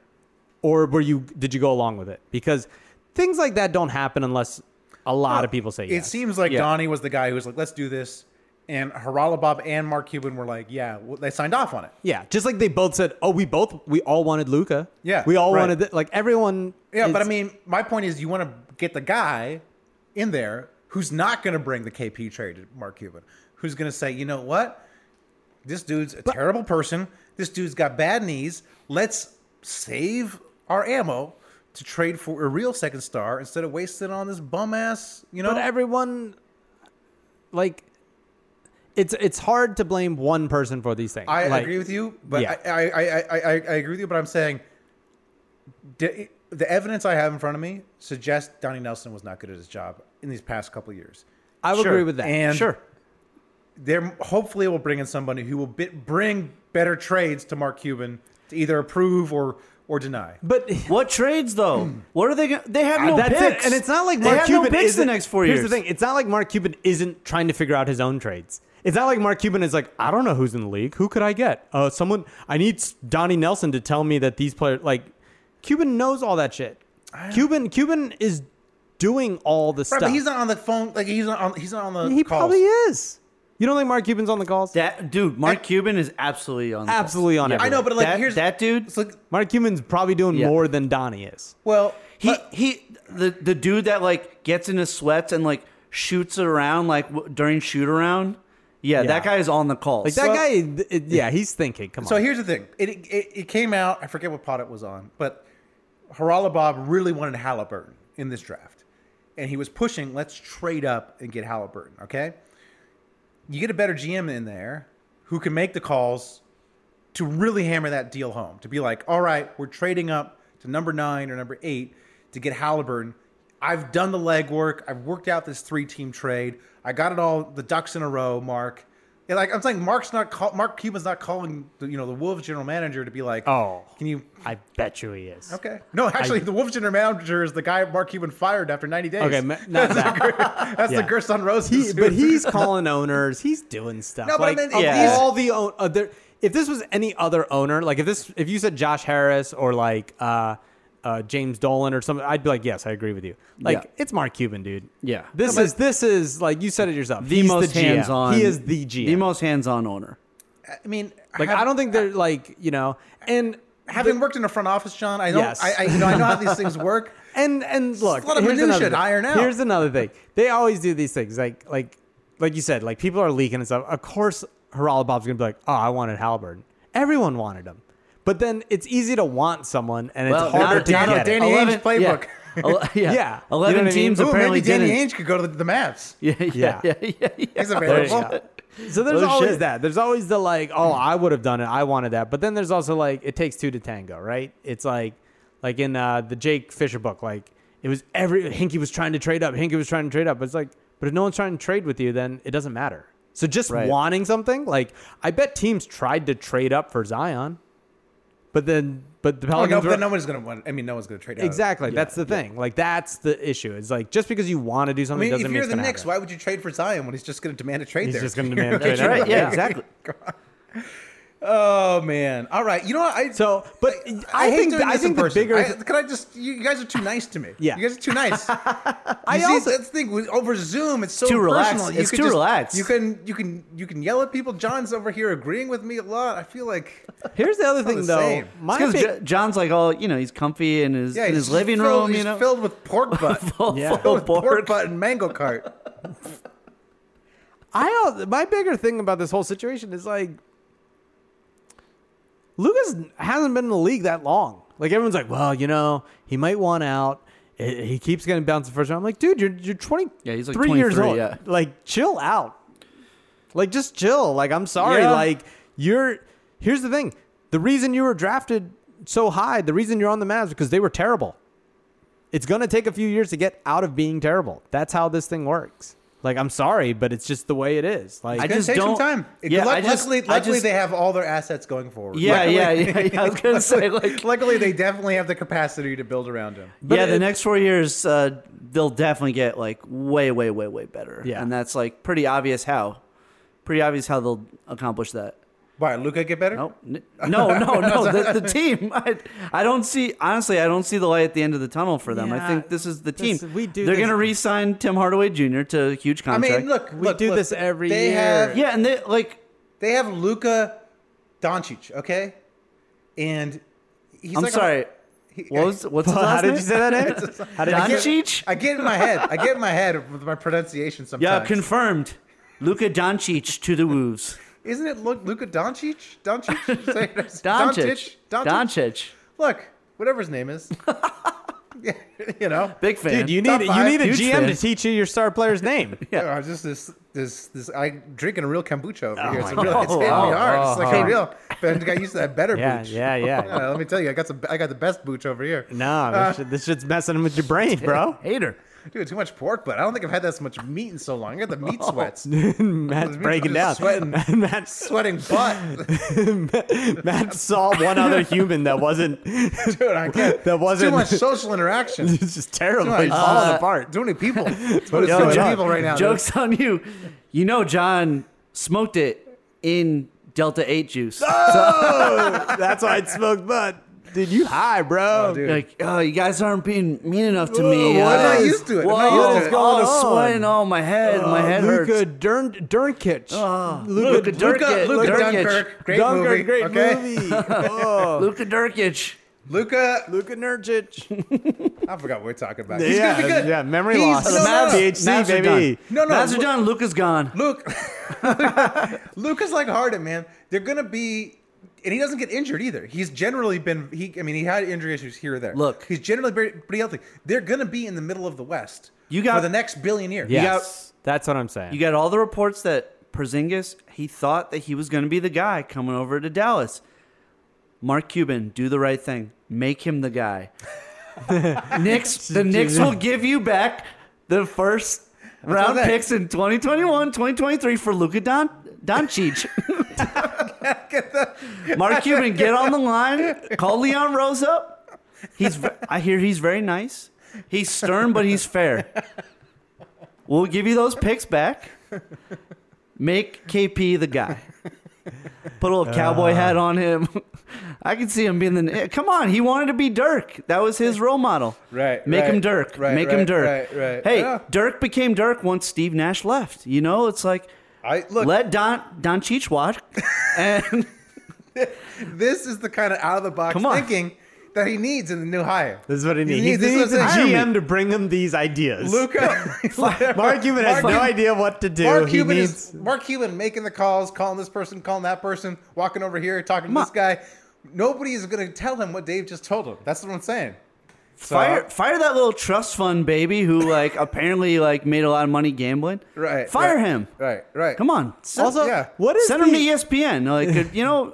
Speaker 2: or were you? Did you go along with it? Because things like that don't happen unless a lot of people say
Speaker 3: It
Speaker 2: yes.
Speaker 3: seems like
Speaker 4: Yeah.
Speaker 3: Donnie was the guy who was like, "Let's do this," and Haralabob and Mark Cuban were like, "Yeah," well, they signed off on it.
Speaker 2: yeah, just like they both said, oh, we both we all wanted Luca.
Speaker 3: Yeah,
Speaker 2: we all
Speaker 3: right.
Speaker 2: wanted th- like everyone.
Speaker 3: Yeah, but I
Speaker 2: is-
Speaker 3: mean, my point is, you want to get the guy in there who's not going to bring the KP trade to Mark Cuban, who's going to say, "You know what? This dude's a terrible person. This dude's got bad knees. Let's save our ammo." To trade for a real second star instead of wasting it on this bum ass, you know.
Speaker 2: but everyone like it's it's hard to blame one person for these things
Speaker 3: I
Speaker 2: Like,
Speaker 3: agree with you, but
Speaker 2: Yeah.
Speaker 3: I, I, I, I, I, I agree with you, but I'm saying d- the evidence I have in front of me suggests Donnie Nelson was not good at his job in these past couple of years.
Speaker 2: i would
Speaker 3: Sure.
Speaker 2: agree with that
Speaker 3: And-
Speaker 2: sure
Speaker 3: They're hopefully will bring in somebody who will bit, bring better trades to Mark Cuban to either approve or or deny.
Speaker 2: but
Speaker 4: What trades though? what are they? Gonna, they have no
Speaker 2: that's it
Speaker 4: picks,
Speaker 2: and it's not like
Speaker 4: They
Speaker 2: mark
Speaker 4: have no
Speaker 2: cuban
Speaker 4: picks
Speaker 2: isn't-
Speaker 4: the next four
Speaker 2: here's
Speaker 4: years.
Speaker 2: the thing it's not like mark cuban isn't trying to figure out his own trades it's not like mark cuban is like i don't know who's in the league who could i get uh someone i need s- donnie nelson to tell me that these players like cuban knows all that shit cuban cuban is doing all the
Speaker 3: Right,
Speaker 2: stuff.
Speaker 3: but he's not on the phone. Like he's not on. He's not on the.
Speaker 2: he
Speaker 3: calls.
Speaker 2: probably is. You don't think Mark Cuban's on the calls?
Speaker 4: That dude, Mark Cuban is absolutely on. the list.
Speaker 2: Absolutely on it.
Speaker 3: I know, but like
Speaker 4: that,
Speaker 3: here's
Speaker 4: that dude.
Speaker 3: It's like
Speaker 2: Mark Cuban's probably doing
Speaker 4: Yeah.
Speaker 2: more than Donnie is.
Speaker 3: well,
Speaker 4: He
Speaker 3: but-
Speaker 4: he. The the dude that like gets into sweats and like shoots around like w- during shoot around. Yeah,
Speaker 2: Yeah.
Speaker 4: that guy is on the calls.
Speaker 2: Like that guy, th- it- yeah, he's thinking. Come on.
Speaker 3: So here's the thing. It, it it came out. I forget what pod it was on, but Harala Bob really wanted Halliburton in this draft, and he was pushing. Let's trade up and get Halliburton. Okay, you get a better GM in there who can make the calls to really hammer that deal home. To be like, all right, we're trading up to number nine or number eight to get Halliburton. I've done the legwork. I've worked out this three-team trade. I got it all the ducks in a row, Mark. Yeah, like I'm saying, Mark's not call, Mark Cuban's not calling the, you know the Wolves general manager to be like,
Speaker 2: Oh.
Speaker 3: can you?
Speaker 2: I bet you he is.
Speaker 3: Okay, no, actually, the Wolves general manager is the guy Mark Cuban fired after 90 days.
Speaker 2: Okay, ma- not that.
Speaker 3: that's
Speaker 2: yeah.
Speaker 3: the Gerson Rose.
Speaker 2: He- but he's calling owners. He's doing stuff.
Speaker 3: No, but I
Speaker 2: like,
Speaker 3: mean,
Speaker 2: of
Speaker 4: yeah.
Speaker 2: all the own, uh, there, if this was any other owner, like if this, if you said Josh Harris or like uh, uh, James Dolan or something, I'd be like, yes, I agree with you. Like
Speaker 4: Yeah.
Speaker 2: it's Mark Cuban, dude.
Speaker 4: Yeah.
Speaker 2: This is this is like you said it yourself.
Speaker 4: the
Speaker 2: He's
Speaker 4: most
Speaker 2: GM.
Speaker 4: hands on.
Speaker 2: He is the GM.
Speaker 4: The most hands on owner.
Speaker 3: I mean,
Speaker 2: like
Speaker 3: have-
Speaker 2: I don't think they're like you know and
Speaker 3: having worked in a front office, John. I don't.
Speaker 2: Yes.
Speaker 3: I, I, you know, I know how these things work.
Speaker 2: And and look,
Speaker 3: a lot of
Speaker 2: here's
Speaker 3: minutia
Speaker 2: another
Speaker 3: to
Speaker 2: thing.
Speaker 3: iron out.
Speaker 2: Here's another thing. They always do these things, like like like you said, like people are leaking and stuff. Of course, Harala Bob's gonna be like, oh, I wanted Halliburton. Everyone wanted him, but then it's easy to want someone, and
Speaker 4: Well,
Speaker 2: it's harder
Speaker 4: not-
Speaker 2: to
Speaker 4: not
Speaker 2: get.
Speaker 3: Donald
Speaker 2: it.
Speaker 3: Danny Ainge
Speaker 4: yeah.
Speaker 3: playbook.
Speaker 4: Ele- yeah.
Speaker 2: Yeah. You know
Speaker 4: eleven
Speaker 2: what I mean?
Speaker 4: teams
Speaker 2: Ooh,
Speaker 3: Ooh,
Speaker 4: apparently
Speaker 3: maybe Danny
Speaker 4: didn't.
Speaker 3: Ainge could go to the, the Mavs.
Speaker 4: Yeah, yeah, yeah, yeah, yeah.
Speaker 3: He's
Speaker 2: There you
Speaker 3: available.
Speaker 2: go. So there's
Speaker 4: Oh,
Speaker 2: always
Speaker 4: shit.
Speaker 2: that. There's always the like, oh, I would have done it. I wanted that. But then there's also like, it takes two to tango, right? It's like, like in uh, the Jake Fisher book, like it was every Hinky was trying to trade up. Hinky was trying to trade up. But it's like, but if no one's trying to trade with you, then it doesn't matter. So just
Speaker 4: Right.
Speaker 2: wanting something, like I bet teams tried to trade up for Zion, but then, but the
Speaker 3: Oh,
Speaker 2: Pelicans
Speaker 3: no,
Speaker 2: were
Speaker 3: but nobody's gonna win. I mean, no one's gonna trade out.
Speaker 2: exactly. that's the thing. Like that's the issue. It's like just because you want to do
Speaker 3: I
Speaker 2: something
Speaker 3: mean,
Speaker 2: doesn't
Speaker 3: if
Speaker 2: mean
Speaker 3: you're
Speaker 2: it's
Speaker 3: the
Speaker 2: gonna
Speaker 3: Knicks,
Speaker 2: happen.
Speaker 3: why would you trade for Zion when he's just gonna demand a trade
Speaker 2: He's
Speaker 3: there?
Speaker 2: just going to demand a trade.
Speaker 4: That's right.
Speaker 2: anyway.
Speaker 4: Yeah, exactly.
Speaker 3: oh man. All right. You know what? I
Speaker 2: So, but I,
Speaker 3: hate
Speaker 2: think
Speaker 3: doing
Speaker 2: I
Speaker 3: this in
Speaker 2: think the
Speaker 3: person.
Speaker 2: bigger
Speaker 3: I, can I just? You, you guys are too nice to me.
Speaker 2: Yeah.
Speaker 3: You guys are too nice. I
Speaker 2: also-
Speaker 3: that's the thing with- over Zoom. It's so
Speaker 4: Too relaxed.
Speaker 3: personal. You
Speaker 4: It's
Speaker 3: can
Speaker 4: too
Speaker 3: just-
Speaker 4: relaxed.
Speaker 3: You can you can you can yell at people. John's over here agreeing with me a lot. I feel like
Speaker 2: here's the other
Speaker 3: not
Speaker 2: thing
Speaker 3: the
Speaker 2: though.
Speaker 3: same.
Speaker 2: My
Speaker 4: Because
Speaker 2: big-
Speaker 4: John's like all you know, he's comfy in his
Speaker 3: yeah,
Speaker 4: in
Speaker 3: he's
Speaker 4: his
Speaker 3: just
Speaker 4: living
Speaker 3: filled-
Speaker 4: room.
Speaker 3: He's
Speaker 4: You know,
Speaker 3: filled with pork butt.
Speaker 4: full,
Speaker 2: Yeah.
Speaker 4: full
Speaker 3: with pork
Speaker 4: pork.
Speaker 3: butt and mango cart.
Speaker 2: I al- my bigger thing about this whole situation is like Lucas hasn't been in the league that long. Like everyone's like, well, you know, he might want out. Eh, He keeps getting bounced the first round. I'm like, dude, you're you're 20,
Speaker 4: Yeah, he's like
Speaker 2: three years
Speaker 4: 23,
Speaker 2: old.
Speaker 4: yeah.
Speaker 2: Like, chill out. Like, just chill. Like, I'm sorry.
Speaker 4: Yeah.
Speaker 2: Like, you're. Here's the thing. The reason you were drafted so high, the reason you're on the Mavs, because they were terrible. It's gonna take a few years to get out of being terrible. That's how this thing works. Like, I'm sorry, but it's just the way it is. Like,
Speaker 4: I
Speaker 3: It's
Speaker 4: just
Speaker 3: gonna take
Speaker 4: don't-
Speaker 3: some time.
Speaker 4: Yeah,
Speaker 3: Luck-
Speaker 4: I just-
Speaker 3: luckily,
Speaker 4: I
Speaker 3: luckily
Speaker 4: just-
Speaker 3: they have all their assets going forward.
Speaker 4: Yeah,
Speaker 3: Luckily-
Speaker 4: yeah, yeah, yeah. I was gonna say like,
Speaker 3: Luckily, they definitely have the capacity to build around him.
Speaker 4: yeah, the
Speaker 2: it-
Speaker 4: next four years uh, they'll definitely get like way, way, way, way better.
Speaker 2: Yeah.
Speaker 4: and that's like pretty obvious how, pretty obvious how they'll accomplish that.
Speaker 3: Why, Luca get better?
Speaker 4: Nope. N- No, no, no. the, the team. I, I don't see. Honestly, I don't see the light at the end of the tunnel for them. I
Speaker 2: Yeah,
Speaker 4: think this is the team.
Speaker 2: this- we do
Speaker 4: They're
Speaker 2: this-
Speaker 4: going to re-sign Tim Hardaway Jr. to a huge
Speaker 3: I
Speaker 4: contract.
Speaker 3: mean, look, uh,
Speaker 2: We
Speaker 3: look,
Speaker 2: do
Speaker 3: look,
Speaker 2: this every
Speaker 3: they
Speaker 2: year.
Speaker 3: Have,
Speaker 4: Yeah, and they like.
Speaker 3: they have Luca Doncic, okay, and he's
Speaker 4: I'm
Speaker 3: like a-
Speaker 4: sorry. what was what's his
Speaker 2: How
Speaker 4: last
Speaker 2: did
Speaker 4: name?
Speaker 2: you say that name? How did you say-
Speaker 4: Doncic.
Speaker 3: I get in my head. I get in my head with my pronunciation sometimes.
Speaker 4: Yeah, confirmed. Luka Doncic to the Wolves.
Speaker 3: Isn't it Lu- Luca Doncic? Doncic? Say it as-
Speaker 4: Doncic.
Speaker 3: Doncic.
Speaker 4: Doncic.
Speaker 3: Look, whatever his name is. Yeah, you know,
Speaker 4: Big fan.
Speaker 2: Dude, you
Speaker 3: Top
Speaker 2: need you
Speaker 3: five,
Speaker 2: need a
Speaker 4: huge
Speaker 2: GM
Speaker 4: fan.
Speaker 2: to teach you your star player's name.
Speaker 3: Yeah, Oh, just this, this, this. I drinking a real kombucha over here. It's,
Speaker 2: my
Speaker 3: real, it's hitting
Speaker 4: God.
Speaker 3: me
Speaker 4: Oh,
Speaker 3: hard.
Speaker 2: oh,
Speaker 3: it's like
Speaker 2: oh.
Speaker 3: a real. Ben got used to that better
Speaker 2: yeah,
Speaker 3: booch.
Speaker 2: yeah, yeah.
Speaker 3: Yeah, let me tell you, I got some. I got the best booch over here.
Speaker 2: Nah, this, shit, this shit's messing with your brain, bro.
Speaker 4: hater.
Speaker 3: Dude, too much pork, but I don't think I've had that much meat in so long. I got the
Speaker 2: Oh.
Speaker 3: meat sweats,
Speaker 2: Matt's breaking down.
Speaker 3: Just sweating.
Speaker 2: Matt,
Speaker 3: sweating butt.
Speaker 2: Matt saw one other human that wasn't. Dude,
Speaker 3: I can't.
Speaker 2: That wasn't.
Speaker 3: Too much social interaction.
Speaker 2: It's just terrible.
Speaker 3: much.
Speaker 2: He's falling
Speaker 3: Uh,
Speaker 2: apart.
Speaker 3: Too many people. It's what it's
Speaker 4: Yo,
Speaker 3: so many
Speaker 4: John,
Speaker 3: people right now.
Speaker 4: Jokes on you. You know John smoked it in Delta Eight juice.
Speaker 2: Oh, that's why it smoked butt. dude, you high, bro.
Speaker 3: dude.
Speaker 4: Like, oh, you guys aren't being mean enough to me.
Speaker 3: Whoa, I'm not
Speaker 4: Uh,
Speaker 3: used to it. I'm
Speaker 4: Whoa,
Speaker 3: not used to
Speaker 4: all
Speaker 3: it.
Speaker 4: the
Speaker 2: What's going
Speaker 4: sweating. Oh, my head. my head hurts.
Speaker 2: Luka Dern Dernkitch.
Speaker 4: Ah,
Speaker 2: Luka
Speaker 4: Luka Durkic.
Speaker 3: Luka
Speaker 4: Durkic.
Speaker 3: Dunkirk, great
Speaker 2: Dunkirk,
Speaker 3: movie.
Speaker 2: great
Speaker 3: okay?
Speaker 2: movie. Oh,
Speaker 4: Luka Durkic.
Speaker 3: Luka,
Speaker 2: Luka Nurkic.
Speaker 3: I forgot what we're talking about. He's gonna
Speaker 2: yeah,
Speaker 3: be good.
Speaker 2: yeah, memory
Speaker 3: He's-
Speaker 2: loss.
Speaker 3: no, no, no.
Speaker 2: PhD,
Speaker 4: Mavs are
Speaker 2: baby.
Speaker 4: done.
Speaker 3: No, no,
Speaker 4: Mavs
Speaker 3: Lu-
Speaker 4: are done. Luka's gone.
Speaker 3: Luke, Luca's like Harden, man. They're gonna be, and he doesn't get injured either. He's generally been he. I mean, he had injury issues here or there.
Speaker 4: Look.
Speaker 3: he's generally very- pretty healthy. They're gonna be in the middle of the West.
Speaker 4: You got-
Speaker 3: for the next billion years.
Speaker 2: Yes, that's what I'm saying.
Speaker 4: You got all the reports that Porzingis he thought that he was going to be the guy coming over to Dallas. Mark Cuban, do the right thing. Make him the guy. Knicks, the Knicks will give you back the first round
Speaker 3: that.
Speaker 4: picks in 2021, 2023 for Luka Don Doncic. Mark Cuban, get on the line. Call Leon Rose up. He's. ve- I hear he's very nice. He's stern, but he's fair. We'll give you those picks back. Make KP the guy. Put a little
Speaker 3: Uh.
Speaker 4: cowboy hat on him. I can see him being the. eh, Come on, he wanted to be Dirk. That was his role model.
Speaker 3: Right,
Speaker 4: Make him
Speaker 3: right,
Speaker 4: Dirk.
Speaker 3: right,
Speaker 4: Make him
Speaker 3: right,
Speaker 4: Dirk.
Speaker 3: right, right.
Speaker 4: Hey,
Speaker 3: Yeah.
Speaker 4: Dirk became Dirk once Steve Nash left. You know, it's like
Speaker 3: I look.
Speaker 4: let Don Don Cheech watch, and
Speaker 3: this is the kind of out of the box
Speaker 4: Come on.
Speaker 3: thinking that he needs in the new hire.
Speaker 2: This is what he needs. He,
Speaker 3: this is
Speaker 2: needs a
Speaker 3: what I'm saying.
Speaker 2: GM to bring him these ideas.
Speaker 3: Luca,
Speaker 2: Mark Cuban has no idea what to do.
Speaker 3: Mark
Speaker 2: He
Speaker 3: Cuban
Speaker 2: needs-
Speaker 3: is Mark Cuban making the calls, calling this person, calling that person, walking over here, talking to
Speaker 4: Ma-
Speaker 3: this guy. Nobody is going to tell him what Dave just told him. That's what I'm saying. So- uh,
Speaker 4: fire fire that little trust fund baby who like apparently like made a lot of money gambling.
Speaker 3: Right.
Speaker 4: Fire
Speaker 3: right,
Speaker 4: him.
Speaker 3: Right. Right.
Speaker 4: Come on. Send,
Speaker 2: also,
Speaker 3: yeah.
Speaker 2: what is
Speaker 4: send
Speaker 2: the,
Speaker 4: him to E ESPN. Like you know,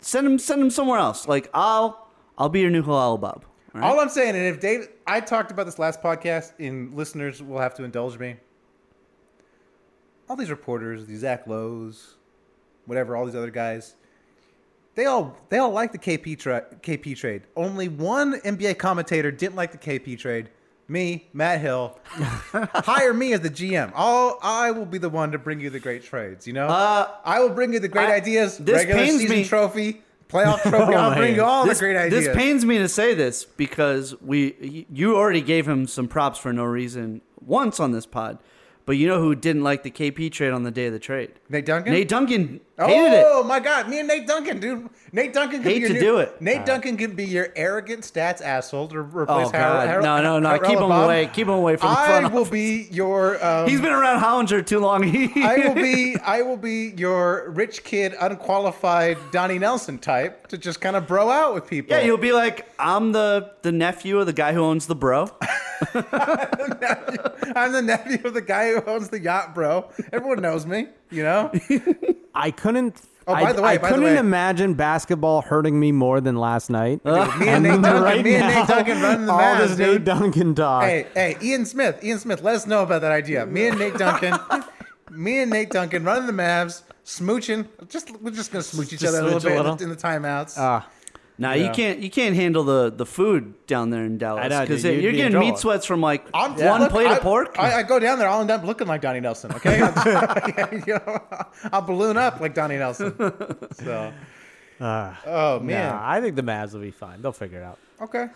Speaker 4: send him send him somewhere else. Like I'll I'll be your new halal bob. All right?
Speaker 3: All I'm saying, and if Dave, I talked about this last podcast, and listeners will have to indulge me. All these reporters, these Zach Lowe's, whatever, all these other guys, they all they all like the KP tra- KP trade. Only one NBA commentator didn't like the KP trade. Me, Matt Hill, hire me as the GM. All I will be the one to bring you the great trades. You know,
Speaker 4: Uh,
Speaker 3: I will bring you the great
Speaker 4: I-
Speaker 3: ideas,
Speaker 4: this
Speaker 3: regular
Speaker 4: pains
Speaker 3: season
Speaker 4: me. Oh
Speaker 3: trophy, playoff trophy. I'll bring
Speaker 2: man.
Speaker 3: you all
Speaker 4: this,
Speaker 3: the great ideas.
Speaker 4: this pains me to say this because we you already gave him some props for no reason once on this pod, but you know who didn't like the KP trade on the day of the trade?
Speaker 3: Nate Duncan.
Speaker 4: Nate Duncan hated it.
Speaker 3: Oh my God! Me and Nate Duncan, dude. Nate Duncan could
Speaker 4: Hate
Speaker 3: be your
Speaker 4: to
Speaker 3: new-
Speaker 4: do it. Uh.
Speaker 3: Nate Duncan could be your arrogant stats asshole to replace
Speaker 4: Oh
Speaker 3: Har-
Speaker 4: God!
Speaker 3: Har-
Speaker 4: no, no, no!
Speaker 3: Har-
Speaker 4: Keep him
Speaker 3: Harrell
Speaker 4: away!
Speaker 3: Bob.
Speaker 4: Keep him away from the
Speaker 3: I
Speaker 4: front.
Speaker 3: will be your. Um,
Speaker 4: He's been around Hollinger too long.
Speaker 3: I will be. I will be your rich kid, unqualified Donnie Nelson type to just kind of bro out with people.
Speaker 4: Yeah, you'll be like, I'm the the nephew of the guy who owns the bro.
Speaker 3: I'm the nephew of the guy who owns the yacht, bro. Everyone knows me. You know.
Speaker 2: I couldn't.
Speaker 3: Oh, by
Speaker 2: I,
Speaker 3: the way,
Speaker 2: I
Speaker 3: by the
Speaker 2: couldn't
Speaker 3: way.
Speaker 2: imagine basketball hurting me more than last night.
Speaker 3: Me and Nate Duncan. me and Nate Duncan running the
Speaker 2: all
Speaker 3: Mavs,
Speaker 2: this
Speaker 3: dude.
Speaker 2: Nate Duncan talk.
Speaker 3: Hey, hey, Ian Smith, Ian Smith, let us know about that idea. Me and Nate Duncan, me and Nate Duncan running the Mavs, smooching. Just we're just gonna smooch each
Speaker 2: Just
Speaker 3: other a little
Speaker 2: smooch a
Speaker 3: bit
Speaker 2: little.
Speaker 3: in the-
Speaker 2: Uh,
Speaker 3: in the timeouts.
Speaker 4: Now you can't you can't handle the the food down there in
Speaker 2: I
Speaker 4: Dallas
Speaker 2: know,
Speaker 4: because
Speaker 2: dude, you'd
Speaker 4: you're
Speaker 2: be in
Speaker 4: getting
Speaker 2: trouble.
Speaker 4: meat sweats from like
Speaker 3: I'm-
Speaker 4: one
Speaker 3: look,
Speaker 4: plate
Speaker 3: I-
Speaker 4: of pork.
Speaker 3: I, I go down there. I'll end up looking like Donnie Nelson. Okay, You know, I'll balloon up like Donnie Nelson. So,
Speaker 2: Uh,
Speaker 3: oh man,
Speaker 2: Nah, I think the Mavs will be fine. They'll figure it out.
Speaker 3: okay.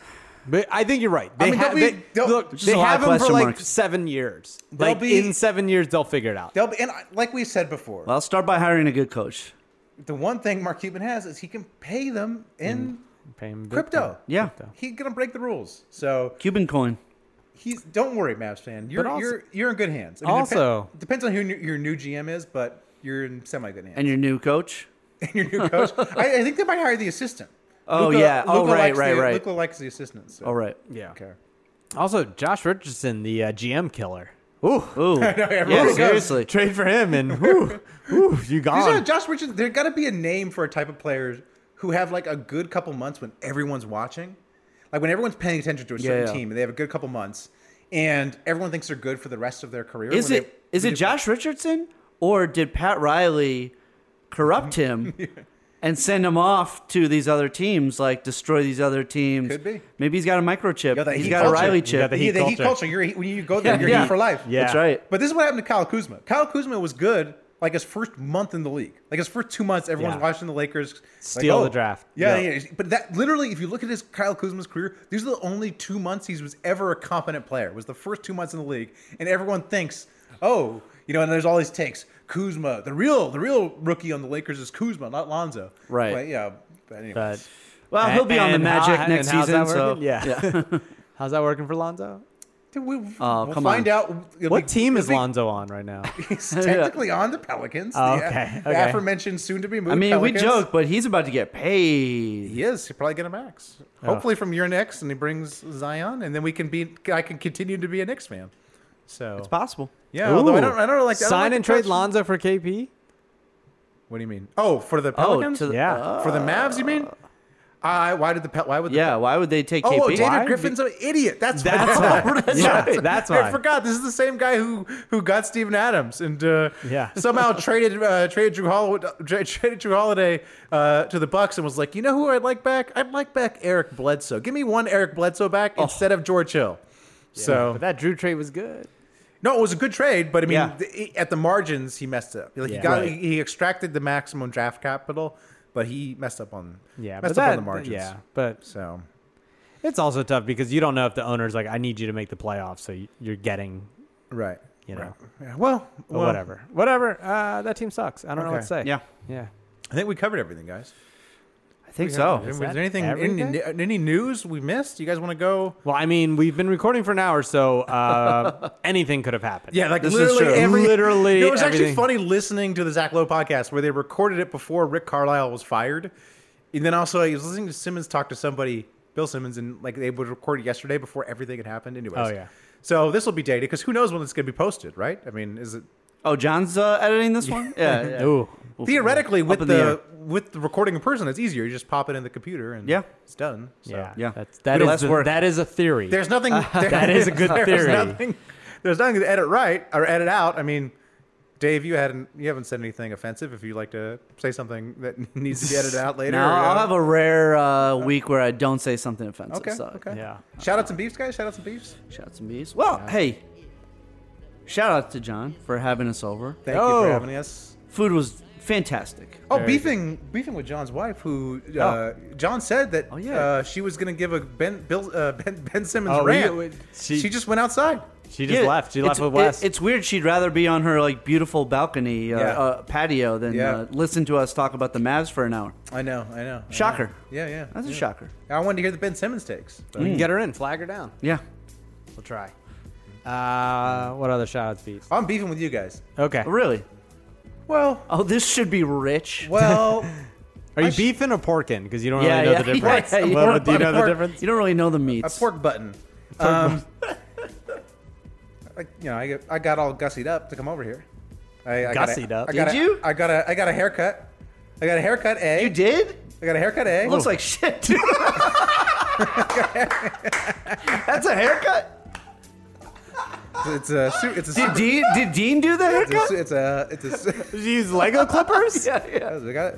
Speaker 2: But I think you're right. They,
Speaker 3: mean,
Speaker 2: ha-
Speaker 3: don't we-
Speaker 2: they-
Speaker 3: don't-
Speaker 2: look.
Speaker 4: Just
Speaker 2: They
Speaker 4: a lot
Speaker 2: have
Speaker 4: of
Speaker 2: him for
Speaker 4: question
Speaker 2: like
Speaker 4: marks.
Speaker 2: seven years.
Speaker 3: They'll
Speaker 2: like
Speaker 3: be-
Speaker 2: in seven years, they'll figure it out.
Speaker 3: They'll be, and I- like we said before,
Speaker 4: well, I'll start by hiring a good coach.
Speaker 3: the one thing Mark Cuban has is he can pay them in
Speaker 2: Pay him good
Speaker 3: crypto.
Speaker 2: time.
Speaker 4: Yeah,
Speaker 3: He's gonna break the rules. So
Speaker 4: Cuban coin.
Speaker 3: He's don't worry, Mavs fan. You're
Speaker 2: But also-
Speaker 3: you're you're in good hands. I depe-
Speaker 2: Also-
Speaker 3: depends on who new, your new GM is, but you're in semi good hands.
Speaker 4: And your new coach?
Speaker 3: And your new coach, I, I think they might hire the assistant.
Speaker 4: Oh, yeah. Oh, right,
Speaker 3: likes
Speaker 4: right,
Speaker 3: the,
Speaker 4: right.
Speaker 3: Luca likes the assistant. So.
Speaker 4: All right.
Speaker 2: Yeah.
Speaker 3: Okay.
Speaker 2: Also, Josh Richardson, the uh, GM killer. Ooh,
Speaker 4: Ooh. yeah,
Speaker 3: really
Speaker 4: seriously.
Speaker 2: trade for him, and ooh, ooh, you
Speaker 3: These are
Speaker 2: gone.
Speaker 3: Josh Richardson. There got to be a name for a type of players who have like a good couple months when everyone's watching, like when everyone's paying attention to a certain
Speaker 4: yeah.
Speaker 3: team, and they have a good couple months, and everyone thinks they're good for the rest of their career.
Speaker 4: Is
Speaker 3: when
Speaker 4: it is it Josh Richardson or did Pat Riley corrupt him and send him off to these other teams, like destroy these other teams?
Speaker 3: Could be.
Speaker 4: Maybe he's got a microchip.
Speaker 3: Yo, that
Speaker 4: he's
Speaker 3: heat
Speaker 4: got a
Speaker 3: culture.
Speaker 4: Riley
Speaker 3: You
Speaker 4: chip.
Speaker 2: got the
Speaker 3: They,
Speaker 2: heat
Speaker 3: yeah, the heat
Speaker 2: culture.
Speaker 3: culture. You're, when you go there,
Speaker 4: Yeah,
Speaker 3: you're
Speaker 4: yeah.
Speaker 3: heat for life.
Speaker 2: Yeah.
Speaker 4: That's right.
Speaker 3: But this is what happened to Kyle Kuzma. Kyle Kuzma was good like his first month in the league, like his first two months, everyone's
Speaker 2: Yeah. watching
Speaker 3: watching the Lakers oh,
Speaker 2: Steal the draft.
Speaker 3: Yeah,
Speaker 2: Yeah.
Speaker 3: yeah, But that literally, if you look at his Kyle Kuzma's career, these are the only two months he was ever a competent player. Was the first two months in the league, and everyone thinks, oh, you know, and there's all these takes. Kuzma, the real, the real rookie on the Lakers is Kuzma, not Lonzo.
Speaker 4: Right.
Speaker 3: But, yeah. But anyway,
Speaker 2: But
Speaker 4: Well, he'll be on the
Speaker 2: And how-
Speaker 4: Magic
Speaker 2: and
Speaker 4: next
Speaker 2: how's
Speaker 4: season.
Speaker 2: that
Speaker 4: So
Speaker 2: working? yeah. how's that working for Lonzo?
Speaker 3: we,
Speaker 4: Oh,
Speaker 3: will
Speaker 4: come
Speaker 3: find
Speaker 4: on.
Speaker 3: out. It'll
Speaker 2: What
Speaker 3: be-
Speaker 2: team
Speaker 3: it'll
Speaker 2: is
Speaker 3: be-
Speaker 2: Lonzo on right now?
Speaker 3: He's technically on the Pelicans.
Speaker 2: Oh,
Speaker 3: the-
Speaker 2: okay,
Speaker 3: The
Speaker 2: okay.
Speaker 3: aforementioned soon-to-be moved.
Speaker 4: I mean,
Speaker 3: Pelicans.
Speaker 4: we joke, but he's about to get paid.
Speaker 3: He is. He'll probably get a max. Hopefully from your Knicks, and he brings Zion, and then we can be. I can continue to be a Knicks fan. So
Speaker 4: It's possible.
Speaker 3: yeah, although I don't.
Speaker 2: Ooh.
Speaker 3: I don't like. I don't
Speaker 2: Sign
Speaker 3: like the
Speaker 2: and trade
Speaker 3: coach.
Speaker 2: Lonzo for KP.
Speaker 3: What do you mean? Oh, for the Pelicans.
Speaker 4: to the- uh,
Speaker 2: Yeah.
Speaker 3: for the Mavs, you mean?
Speaker 2: Uh,
Speaker 3: I. why did the Pe- Why would the
Speaker 4: Yeah, why would they take
Speaker 3: Oh,
Speaker 4: KP?
Speaker 3: oh, David
Speaker 2: Why?
Speaker 3: Griffin's an idiot. That's why.
Speaker 2: That's why. yeah, that's why.
Speaker 3: I forgot. This is the same guy who who got Steven Adams and uh,
Speaker 2: Yeah.
Speaker 3: somehow traded uh, traded Drew Holiday, traded Drew Holiday uh, to the Bucks and was like, you know who I'd like back? I'd like back Eric Bledsoe. Give me one Eric Bledsoe back instead of George Hill. So
Speaker 2: Oh. But that Drew trade was good.
Speaker 3: no, it was a good trade, but I mean,
Speaker 2: Yeah.
Speaker 3: the, at the margins, he messed up. Like he
Speaker 2: Yeah.
Speaker 3: got
Speaker 2: Right.
Speaker 3: he, he extracted the maximum draft capital, but he messed up on
Speaker 2: Yeah,
Speaker 3: messed
Speaker 2: but
Speaker 3: up
Speaker 2: that,
Speaker 3: on the margins.
Speaker 2: Yeah, but
Speaker 3: So
Speaker 2: it's also tough because you don't know if the owner's like, I need you to make the playoffs, so y- you're getting,
Speaker 3: right,
Speaker 2: you know,
Speaker 3: Yeah, well,
Speaker 2: but
Speaker 3: well,
Speaker 2: whatever, whatever. Uh, that team sucks. I don't know what to say.
Speaker 3: Okay.
Speaker 4: Yeah,
Speaker 2: yeah.
Speaker 3: I think we covered everything, guys.
Speaker 4: I think so.
Speaker 3: Is
Speaker 2: that
Speaker 3: there anything any,
Speaker 2: everything?
Speaker 3: any news we missed? You guys want to go?
Speaker 2: Well, I mean, we've been recording for an hour, so uh, anything could have happened.
Speaker 3: like
Speaker 4: This is true.
Speaker 2: Literally
Speaker 3: No, it was
Speaker 2: everything.
Speaker 3: actually funny listening to the Zach Lowe podcast where they recorded it before Rick Carlisle was fired, and then also I was listening to Simmons talk to somebody, Bill Simmons, and like they would record it yesterday before everything had happened. Anyways,
Speaker 2: Oh, yeah.
Speaker 3: So this will be dated because who knows when it's going to be posted, right? I mean, is it
Speaker 4: Oh, John's uh, editing this one. Yeah, yeah.
Speaker 2: Ooh,
Speaker 3: theoretically with
Speaker 4: in
Speaker 3: the,
Speaker 4: the air.
Speaker 3: with the recording in person? It's easier. You just pop it in the computer and
Speaker 4: Yeah.
Speaker 3: it's done. So.
Speaker 2: yeah,
Speaker 4: Yeah.
Speaker 2: That's that
Speaker 4: Bit
Speaker 2: is
Speaker 4: less
Speaker 2: the-
Speaker 4: work.
Speaker 2: that is a theory.
Speaker 3: There's nothing.
Speaker 2: That is a good
Speaker 3: There's
Speaker 2: theory.
Speaker 3: nothing. There's nothing to edit right or edit out. I mean, Dave, you hadn't you haven't said anything offensive. If you'd like to say something that needs to be edited out later,
Speaker 4: Now
Speaker 3: or, uh,
Speaker 4: I'll have a rare uh, week where I don't say something offensive.
Speaker 3: okay,
Speaker 4: so.
Speaker 3: okay.
Speaker 2: yeah.
Speaker 3: Shout out some beefs, guys. Shout out some beefs.
Speaker 4: Shout out to me. Well, hey, shout out to John for having us over.
Speaker 3: Thank you
Speaker 2: Oh.
Speaker 3: for having us.
Speaker 4: Food was fantastic.
Speaker 3: Oh, beefing beefing with John's wife, who uh, John said that
Speaker 4: Oh, yeah.
Speaker 3: uh, she was going to give a Ben Bill, uh, Ben Ben Simmons
Speaker 2: Oh, we-
Speaker 3: rant.
Speaker 2: we-
Speaker 3: she,
Speaker 2: she-
Speaker 3: just went outside.
Speaker 2: She just
Speaker 4: Yeah,
Speaker 2: left. She left
Speaker 4: it's-
Speaker 2: with
Speaker 4: it-
Speaker 2: Wes.
Speaker 4: it's weird. She'd rather be on her like beautiful balcony uh,
Speaker 3: Yeah.
Speaker 4: uh, patio than
Speaker 3: Yeah.
Speaker 4: uh, listen to us talk about the Mavs for an hour.
Speaker 3: I know, I know. I
Speaker 4: Shocker.
Speaker 3: know. Yeah, yeah.
Speaker 4: That's a
Speaker 3: yeah.
Speaker 4: shocker.
Speaker 3: I wanted to hear the Ben Simmons takes. but-
Speaker 2: we can get her in, flag her down.
Speaker 4: Yeah.
Speaker 2: We'll try. Uh, what other shout outs, Beats?
Speaker 3: I'm beefing with you guys.
Speaker 2: Okay.
Speaker 4: Oh, really?
Speaker 3: Well,
Speaker 4: Oh, this should be rich.
Speaker 3: well.
Speaker 2: Are you beefing or porking? Because you don't
Speaker 4: Yeah,
Speaker 2: really know
Speaker 4: yeah,
Speaker 2: the difference.
Speaker 4: yeah, yeah.
Speaker 2: Well,
Speaker 4: Pork,
Speaker 2: do you know
Speaker 3: pork.
Speaker 2: the difference?
Speaker 4: You don't really know the
Speaker 3: a
Speaker 4: meats.
Speaker 3: pork button. Um, like you know, I, I got all gussied up to come over here. I, I
Speaker 2: Gussied
Speaker 3: got a,
Speaker 2: up?
Speaker 3: I got
Speaker 4: Did
Speaker 3: a-
Speaker 4: you?
Speaker 3: I got a I got a haircut. I got a haircut. A.
Speaker 4: You did?
Speaker 3: I got a haircut. A.
Speaker 4: Looks like shit, dude. That's a haircut.
Speaker 3: it's a su- it's a
Speaker 4: Did
Speaker 3: super,
Speaker 4: Dean, did Dean do the haircut?
Speaker 3: it's a it's a it's a su-
Speaker 2: Did you use Lego clippers?
Speaker 4: yeah, yeah.
Speaker 3: I got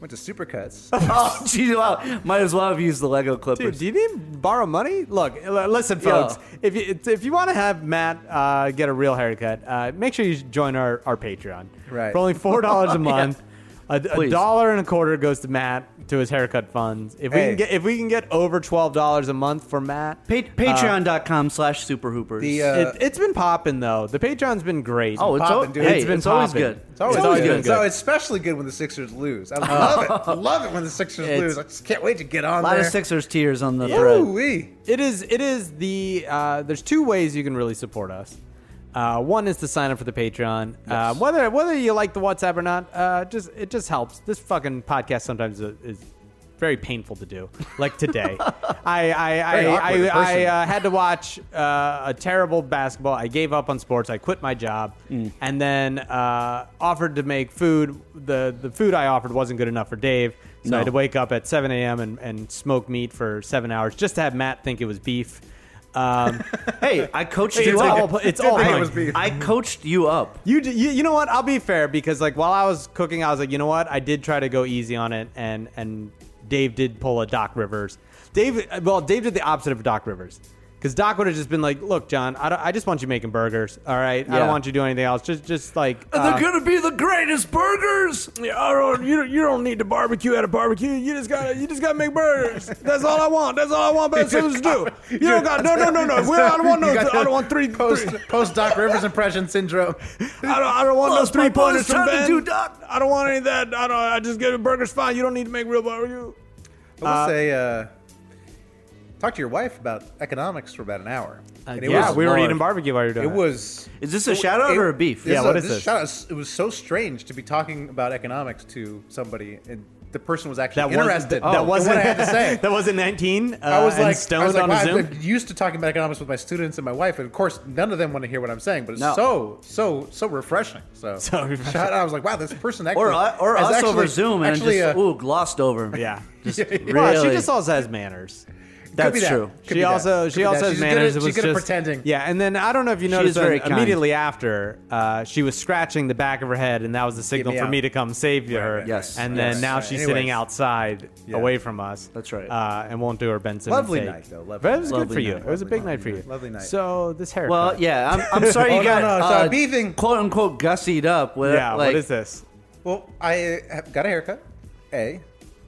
Speaker 3: went to supercuts.
Speaker 4: Oh, geez, wow. Might as well have used the Lego clippers.
Speaker 2: Dude, do you need to borrow money? Look, l- listen,
Speaker 4: Yo.
Speaker 2: folks. If you it's- if you want to have Matt uh, get a real haircut, uh, make sure you join our, our Patreon.
Speaker 3: Right.
Speaker 2: For only four dollars a month, a, a
Speaker 4: Please.
Speaker 2: dollar and a quarter goes to Matt to his haircut funds. If we
Speaker 3: Hey.
Speaker 2: can get if we can get over twelve dollars a month for Matt,
Speaker 4: Pa- Patreon.com slash superhoopers.
Speaker 3: The uh,
Speaker 2: it, it's been popping though. The Patreon's been great.
Speaker 4: oh, it's,
Speaker 3: popping,
Speaker 4: al-
Speaker 3: dude.
Speaker 4: hey,
Speaker 2: It's been
Speaker 4: it's always
Speaker 2: popping.
Speaker 4: good. Oh.
Speaker 3: it's always,
Speaker 2: it's always
Speaker 3: good.
Speaker 2: been
Speaker 3: It's
Speaker 2: good.
Speaker 3: always especially good when the Sixers lose. I love it. I love it when the Sixers
Speaker 4: It's-
Speaker 3: lose. I just can't wait to get on
Speaker 4: A lot
Speaker 3: there.
Speaker 4: of Sixers tears on the thread.
Speaker 3: Ooh-wee.
Speaker 2: It is. It is the. Uh, there's two ways you can really support us. Uh, one is to sign up for the Patreon. Uh, whether whether you like the WhatsApp or not, uh, just it just helps. This fucking podcast sometimes is, is very painful to do. Like today, I I I,
Speaker 3: Very awkward
Speaker 2: I,
Speaker 3: in
Speaker 2: I
Speaker 3: person.
Speaker 2: uh, had to watch uh, a terrible basketball. I gave up on sports. I quit my job,
Speaker 4: Mm.
Speaker 2: and then uh, offered to make food. the The food I offered wasn't good enough for Dave, so I
Speaker 4: No.
Speaker 2: had to wake up at 7 a.m. And, and smoke meat for seven hours just to have Matt think it was beef. Um,
Speaker 4: Hey, I coached you
Speaker 2: it's all,
Speaker 4: up.
Speaker 2: it's all
Speaker 3: think it
Speaker 2: mine.
Speaker 3: was beef.
Speaker 4: I coached you up.
Speaker 2: You, d- you you know what? I'll be fair because like while I was cooking, I was like, you know what? I did try to go easy on it, and and Dave did pull a Doc Rivers. Dave, well, Dave did the opposite of Doc Rivers. Because Doc would have just been like, "Look, John, I, don't, I just want you making burgers. All right, I don't
Speaker 4: Yeah.
Speaker 2: want you doing anything else. Just, just like uh,
Speaker 4: They're gonna be the greatest burgers.
Speaker 2: I don't, you, don't- you don't need to barbecue at a barbecue. You just gotta you just gotta make burgers. That's all I want. That's all I want Ben Simmons to do. You don't got no no no no. We- I don't want no.
Speaker 3: You got
Speaker 2: I don't
Speaker 3: the
Speaker 2: want three.
Speaker 3: post
Speaker 2: three-
Speaker 3: post Doc Rivers impression syndrome.
Speaker 2: I don't, I don't want
Speaker 4: Plus,
Speaker 2: no
Speaker 4: my
Speaker 2: three pointers
Speaker 4: boy's
Speaker 2: from
Speaker 4: trying to
Speaker 2: Ben.
Speaker 4: do Doc.
Speaker 2: I don't want any of that. I don't. I just get a burger's fine. You don't need to make real barbecue.
Speaker 3: I will say, uh, talk to your wife about economics for about an hour. And
Speaker 2: yeah,
Speaker 3: was,
Speaker 2: we were
Speaker 4: large.
Speaker 2: eating barbecue while you were doing
Speaker 3: It was.
Speaker 4: Is this a shout out
Speaker 3: it-
Speaker 4: or a beef?
Speaker 2: Yeah,
Speaker 3: is
Speaker 2: what
Speaker 3: a-
Speaker 2: is this?
Speaker 3: shout out- It was so strange to be talking about economics to somebody, and the person was actually
Speaker 2: That wasn't
Speaker 3: interested.
Speaker 2: that, that
Speaker 3: in
Speaker 2: wasn't
Speaker 3: oh, what I had to say.
Speaker 2: that wasn't 19. Uh,
Speaker 3: I was
Speaker 2: and
Speaker 3: like,
Speaker 2: stoned
Speaker 3: I was like,
Speaker 2: on
Speaker 3: wow,
Speaker 2: a Zoom.
Speaker 3: I've been used to talking about economics with my students and my wife, and of course, none of them want to hear what I'm saying. But it's
Speaker 4: No.
Speaker 3: so, so, so refreshing. So,
Speaker 2: So refreshing. uh,
Speaker 3: shout out. I was like, wow, this person actually,
Speaker 4: Or I- or
Speaker 3: has
Speaker 4: us
Speaker 3: actually,
Speaker 4: over Zoom and
Speaker 3: actually,
Speaker 4: just
Speaker 3: uh,
Speaker 4: ooh glossed over.
Speaker 2: yeah, just
Speaker 3: yeah.
Speaker 2: well, she
Speaker 4: really-
Speaker 2: just also has manners.
Speaker 4: that's
Speaker 3: that.
Speaker 4: true.
Speaker 3: Oh, Could be
Speaker 2: she
Speaker 3: that.
Speaker 2: also
Speaker 3: Could
Speaker 2: she
Speaker 3: be
Speaker 2: also
Speaker 3: that.
Speaker 2: has
Speaker 3: She's good at-
Speaker 2: manners. it
Speaker 3: she's
Speaker 2: was
Speaker 3: good at
Speaker 2: just-
Speaker 3: pretending.
Speaker 2: Yeah, and then I don't know if you
Speaker 4: is
Speaker 2: noticed
Speaker 4: very
Speaker 2: but
Speaker 4: kind.
Speaker 2: immediately after uh, she was scratching the back of her head, and that was the signal
Speaker 3: me
Speaker 2: for
Speaker 3: out.
Speaker 2: me to come save you
Speaker 3: Right,
Speaker 2: her.
Speaker 3: right,
Speaker 4: Yes,
Speaker 2: and
Speaker 4: right,
Speaker 2: then
Speaker 4: right,
Speaker 2: now
Speaker 3: right.
Speaker 2: she's
Speaker 3: Anyways.
Speaker 2: sitting outside
Speaker 3: Yeah.
Speaker 2: away from us.
Speaker 4: That's right.
Speaker 2: uh, and won't do her Ben Simmons.
Speaker 3: Lovely
Speaker 2: take.
Speaker 3: night, though. Lovely
Speaker 2: but it was
Speaker 4: night.
Speaker 2: good for
Speaker 4: Lovely
Speaker 2: you.
Speaker 4: night.
Speaker 2: It was a big night for you.
Speaker 3: Lovely night.
Speaker 2: So this haircut.
Speaker 4: Well, yeah, I'm, I'm sorry you
Speaker 3: Oh, no,
Speaker 4: got
Speaker 3: no, sorry,
Speaker 4: uh,
Speaker 3: beefing.
Speaker 4: quote unquote gussied up. With,
Speaker 2: yeah.
Speaker 4: like,
Speaker 2: what is this?
Speaker 3: Well, I uh, got a haircut. A.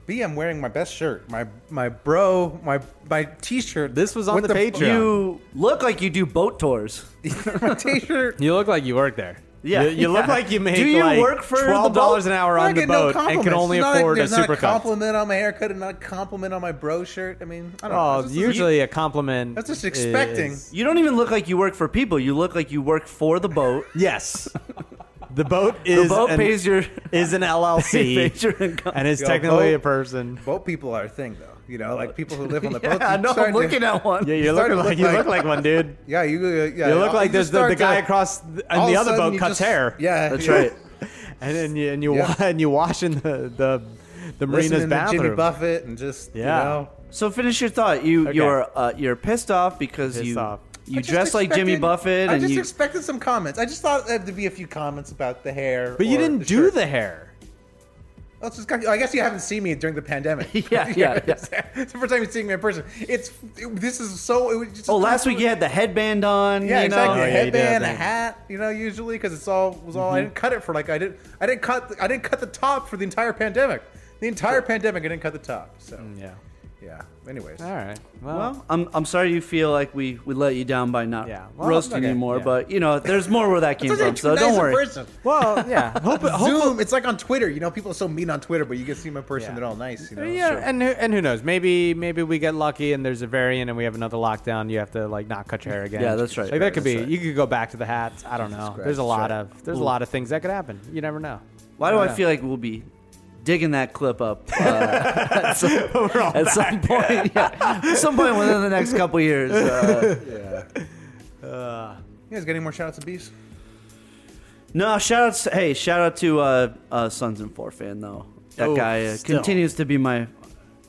Speaker 3: B. I'm wearing my best shirt. My my bro. My my T-shirt.
Speaker 2: This was on
Speaker 3: with
Speaker 2: the Patreon.
Speaker 4: You look like you do boat tours.
Speaker 3: my T-shirt.
Speaker 2: You look like you work there.
Speaker 4: Yeah.
Speaker 2: you, you look
Speaker 4: Yeah.
Speaker 2: like you make
Speaker 4: Do you
Speaker 2: like
Speaker 4: work for the
Speaker 2: twelve dollars
Speaker 4: boat?
Speaker 2: an hour
Speaker 3: I
Speaker 2: on the
Speaker 3: get no
Speaker 2: boat and
Speaker 3: compliments.
Speaker 2: can only
Speaker 3: It's not a-
Speaker 2: afford a,
Speaker 3: there's not
Speaker 2: super
Speaker 3: a compliment on my haircut and not a compliment on my bro shirt. I mean, I don't know.
Speaker 2: Oh,
Speaker 3: It's just-
Speaker 2: usually a compliment.
Speaker 3: That's just expecting.
Speaker 2: is-
Speaker 4: You don't even look like you work for people. You look like you work for the boat.
Speaker 2: Yes, the boat
Speaker 4: The
Speaker 2: is
Speaker 4: boat
Speaker 2: an,
Speaker 4: pays your
Speaker 2: is an
Speaker 4: pays
Speaker 2: LLC
Speaker 4: your income.
Speaker 2: and is
Speaker 3: Yo,
Speaker 2: technically
Speaker 3: boat.
Speaker 2: a person.
Speaker 3: boat people are a thing, though. You know, like people who live on the boat.
Speaker 4: yeah, I
Speaker 3: you
Speaker 4: know.
Speaker 3: start
Speaker 4: I'm
Speaker 3: to-
Speaker 4: looking at one.
Speaker 2: Yeah, you look
Speaker 3: starting to
Speaker 2: like,
Speaker 3: look
Speaker 2: you
Speaker 3: like-
Speaker 2: look like one dude.
Speaker 3: Yeah, you. uh, Yeah,
Speaker 2: You look like there's
Speaker 3: just
Speaker 2: the,
Speaker 3: start
Speaker 2: the guy
Speaker 3: to-
Speaker 2: across th-
Speaker 3: all
Speaker 2: and the
Speaker 3: of a
Speaker 2: other
Speaker 3: sudden
Speaker 2: boat
Speaker 3: you
Speaker 2: cuts
Speaker 3: just-
Speaker 2: hair.
Speaker 3: Yeah,
Speaker 4: That's
Speaker 3: yeah.
Speaker 4: right.
Speaker 2: and then you and you
Speaker 3: Yeah.
Speaker 2: wa- and you wash in the the, the marina's
Speaker 3: Listening to
Speaker 2: bathroom.
Speaker 3: Jimmy Buffett and just
Speaker 2: Yeah.
Speaker 3: you know,
Speaker 4: So finish your thought. You
Speaker 2: Okay.
Speaker 4: you're uh, you're pissed off because
Speaker 2: Pissed
Speaker 4: you
Speaker 2: off.
Speaker 4: you
Speaker 3: I just
Speaker 4: dress like Jimmy
Speaker 3: expected-
Speaker 4: Buffett
Speaker 3: I
Speaker 4: and
Speaker 3: just
Speaker 4: you
Speaker 3: expected some comments. I just thought there'd be a few comments about the hair.
Speaker 2: but you
Speaker 3: or
Speaker 2: didn't
Speaker 3: the
Speaker 2: do
Speaker 3: shirt.
Speaker 2: the hair.
Speaker 3: Oh, it's just got- I guess you haven't seen me during the pandemic.
Speaker 4: Yeah, yeah, yeah.
Speaker 3: it's the first time you're seeing me in person. It's it- this is so. It was just
Speaker 4: oh last week you had the headband on.
Speaker 3: Yeah,
Speaker 4: you Mm-hmm. know?
Speaker 3: exactly.
Speaker 2: Oh,
Speaker 3: a
Speaker 2: yeah, you did,
Speaker 3: headband, a
Speaker 2: thanks.
Speaker 3: hat. You know, usually because it's all was all. I didn't cut it for like I didn't. I didn't cut. the- I didn't cut the top for the entire pandemic. The entire pandemic, I didn't cut the top. So
Speaker 4: Mm.
Speaker 2: Yeah.
Speaker 3: yeah. Anyways,
Speaker 2: All right. Well,
Speaker 4: Well, I'm, I'm sorry you feel like we, we let you down by not
Speaker 2: Yeah, well,
Speaker 4: roasting
Speaker 2: okay,
Speaker 4: you more,
Speaker 2: yeah.
Speaker 4: but you know there's more where that came
Speaker 3: Such a
Speaker 4: from. So
Speaker 3: nice
Speaker 4: don't worry.
Speaker 3: person.
Speaker 2: well, yeah. Hope,
Speaker 3: Zoom. It's like on Twitter. You know, people are so mean on Twitter, but you get to see them in person.
Speaker 2: Yeah.
Speaker 3: They're all nice. You know.
Speaker 2: Yeah, and who, and who knows? Maybe maybe we get lucky and there's a variant and we have another lockdown. You have to like not cut your hair again.
Speaker 4: Yeah, that's right.
Speaker 2: Like that could
Speaker 4: That's
Speaker 2: be.
Speaker 4: right.
Speaker 2: You could go back to the hats. I don't know. there's a
Speaker 3: Christ,
Speaker 2: lot
Speaker 3: that's
Speaker 2: of there's a lot of things that could happen. You never know.
Speaker 4: Why do I
Speaker 2: Yeah.
Speaker 4: feel like we'll be digging that clip up uh, at, some, at some point? Yeah, at some point within the next couple years. Uh,
Speaker 3: You guys got any more shout outs to Beast?
Speaker 4: no, shout outs. Hey, shout out to uh, uh, Sons and Four fan though. That
Speaker 2: Oh,
Speaker 4: guy uh,
Speaker 2: still.
Speaker 4: continues to be my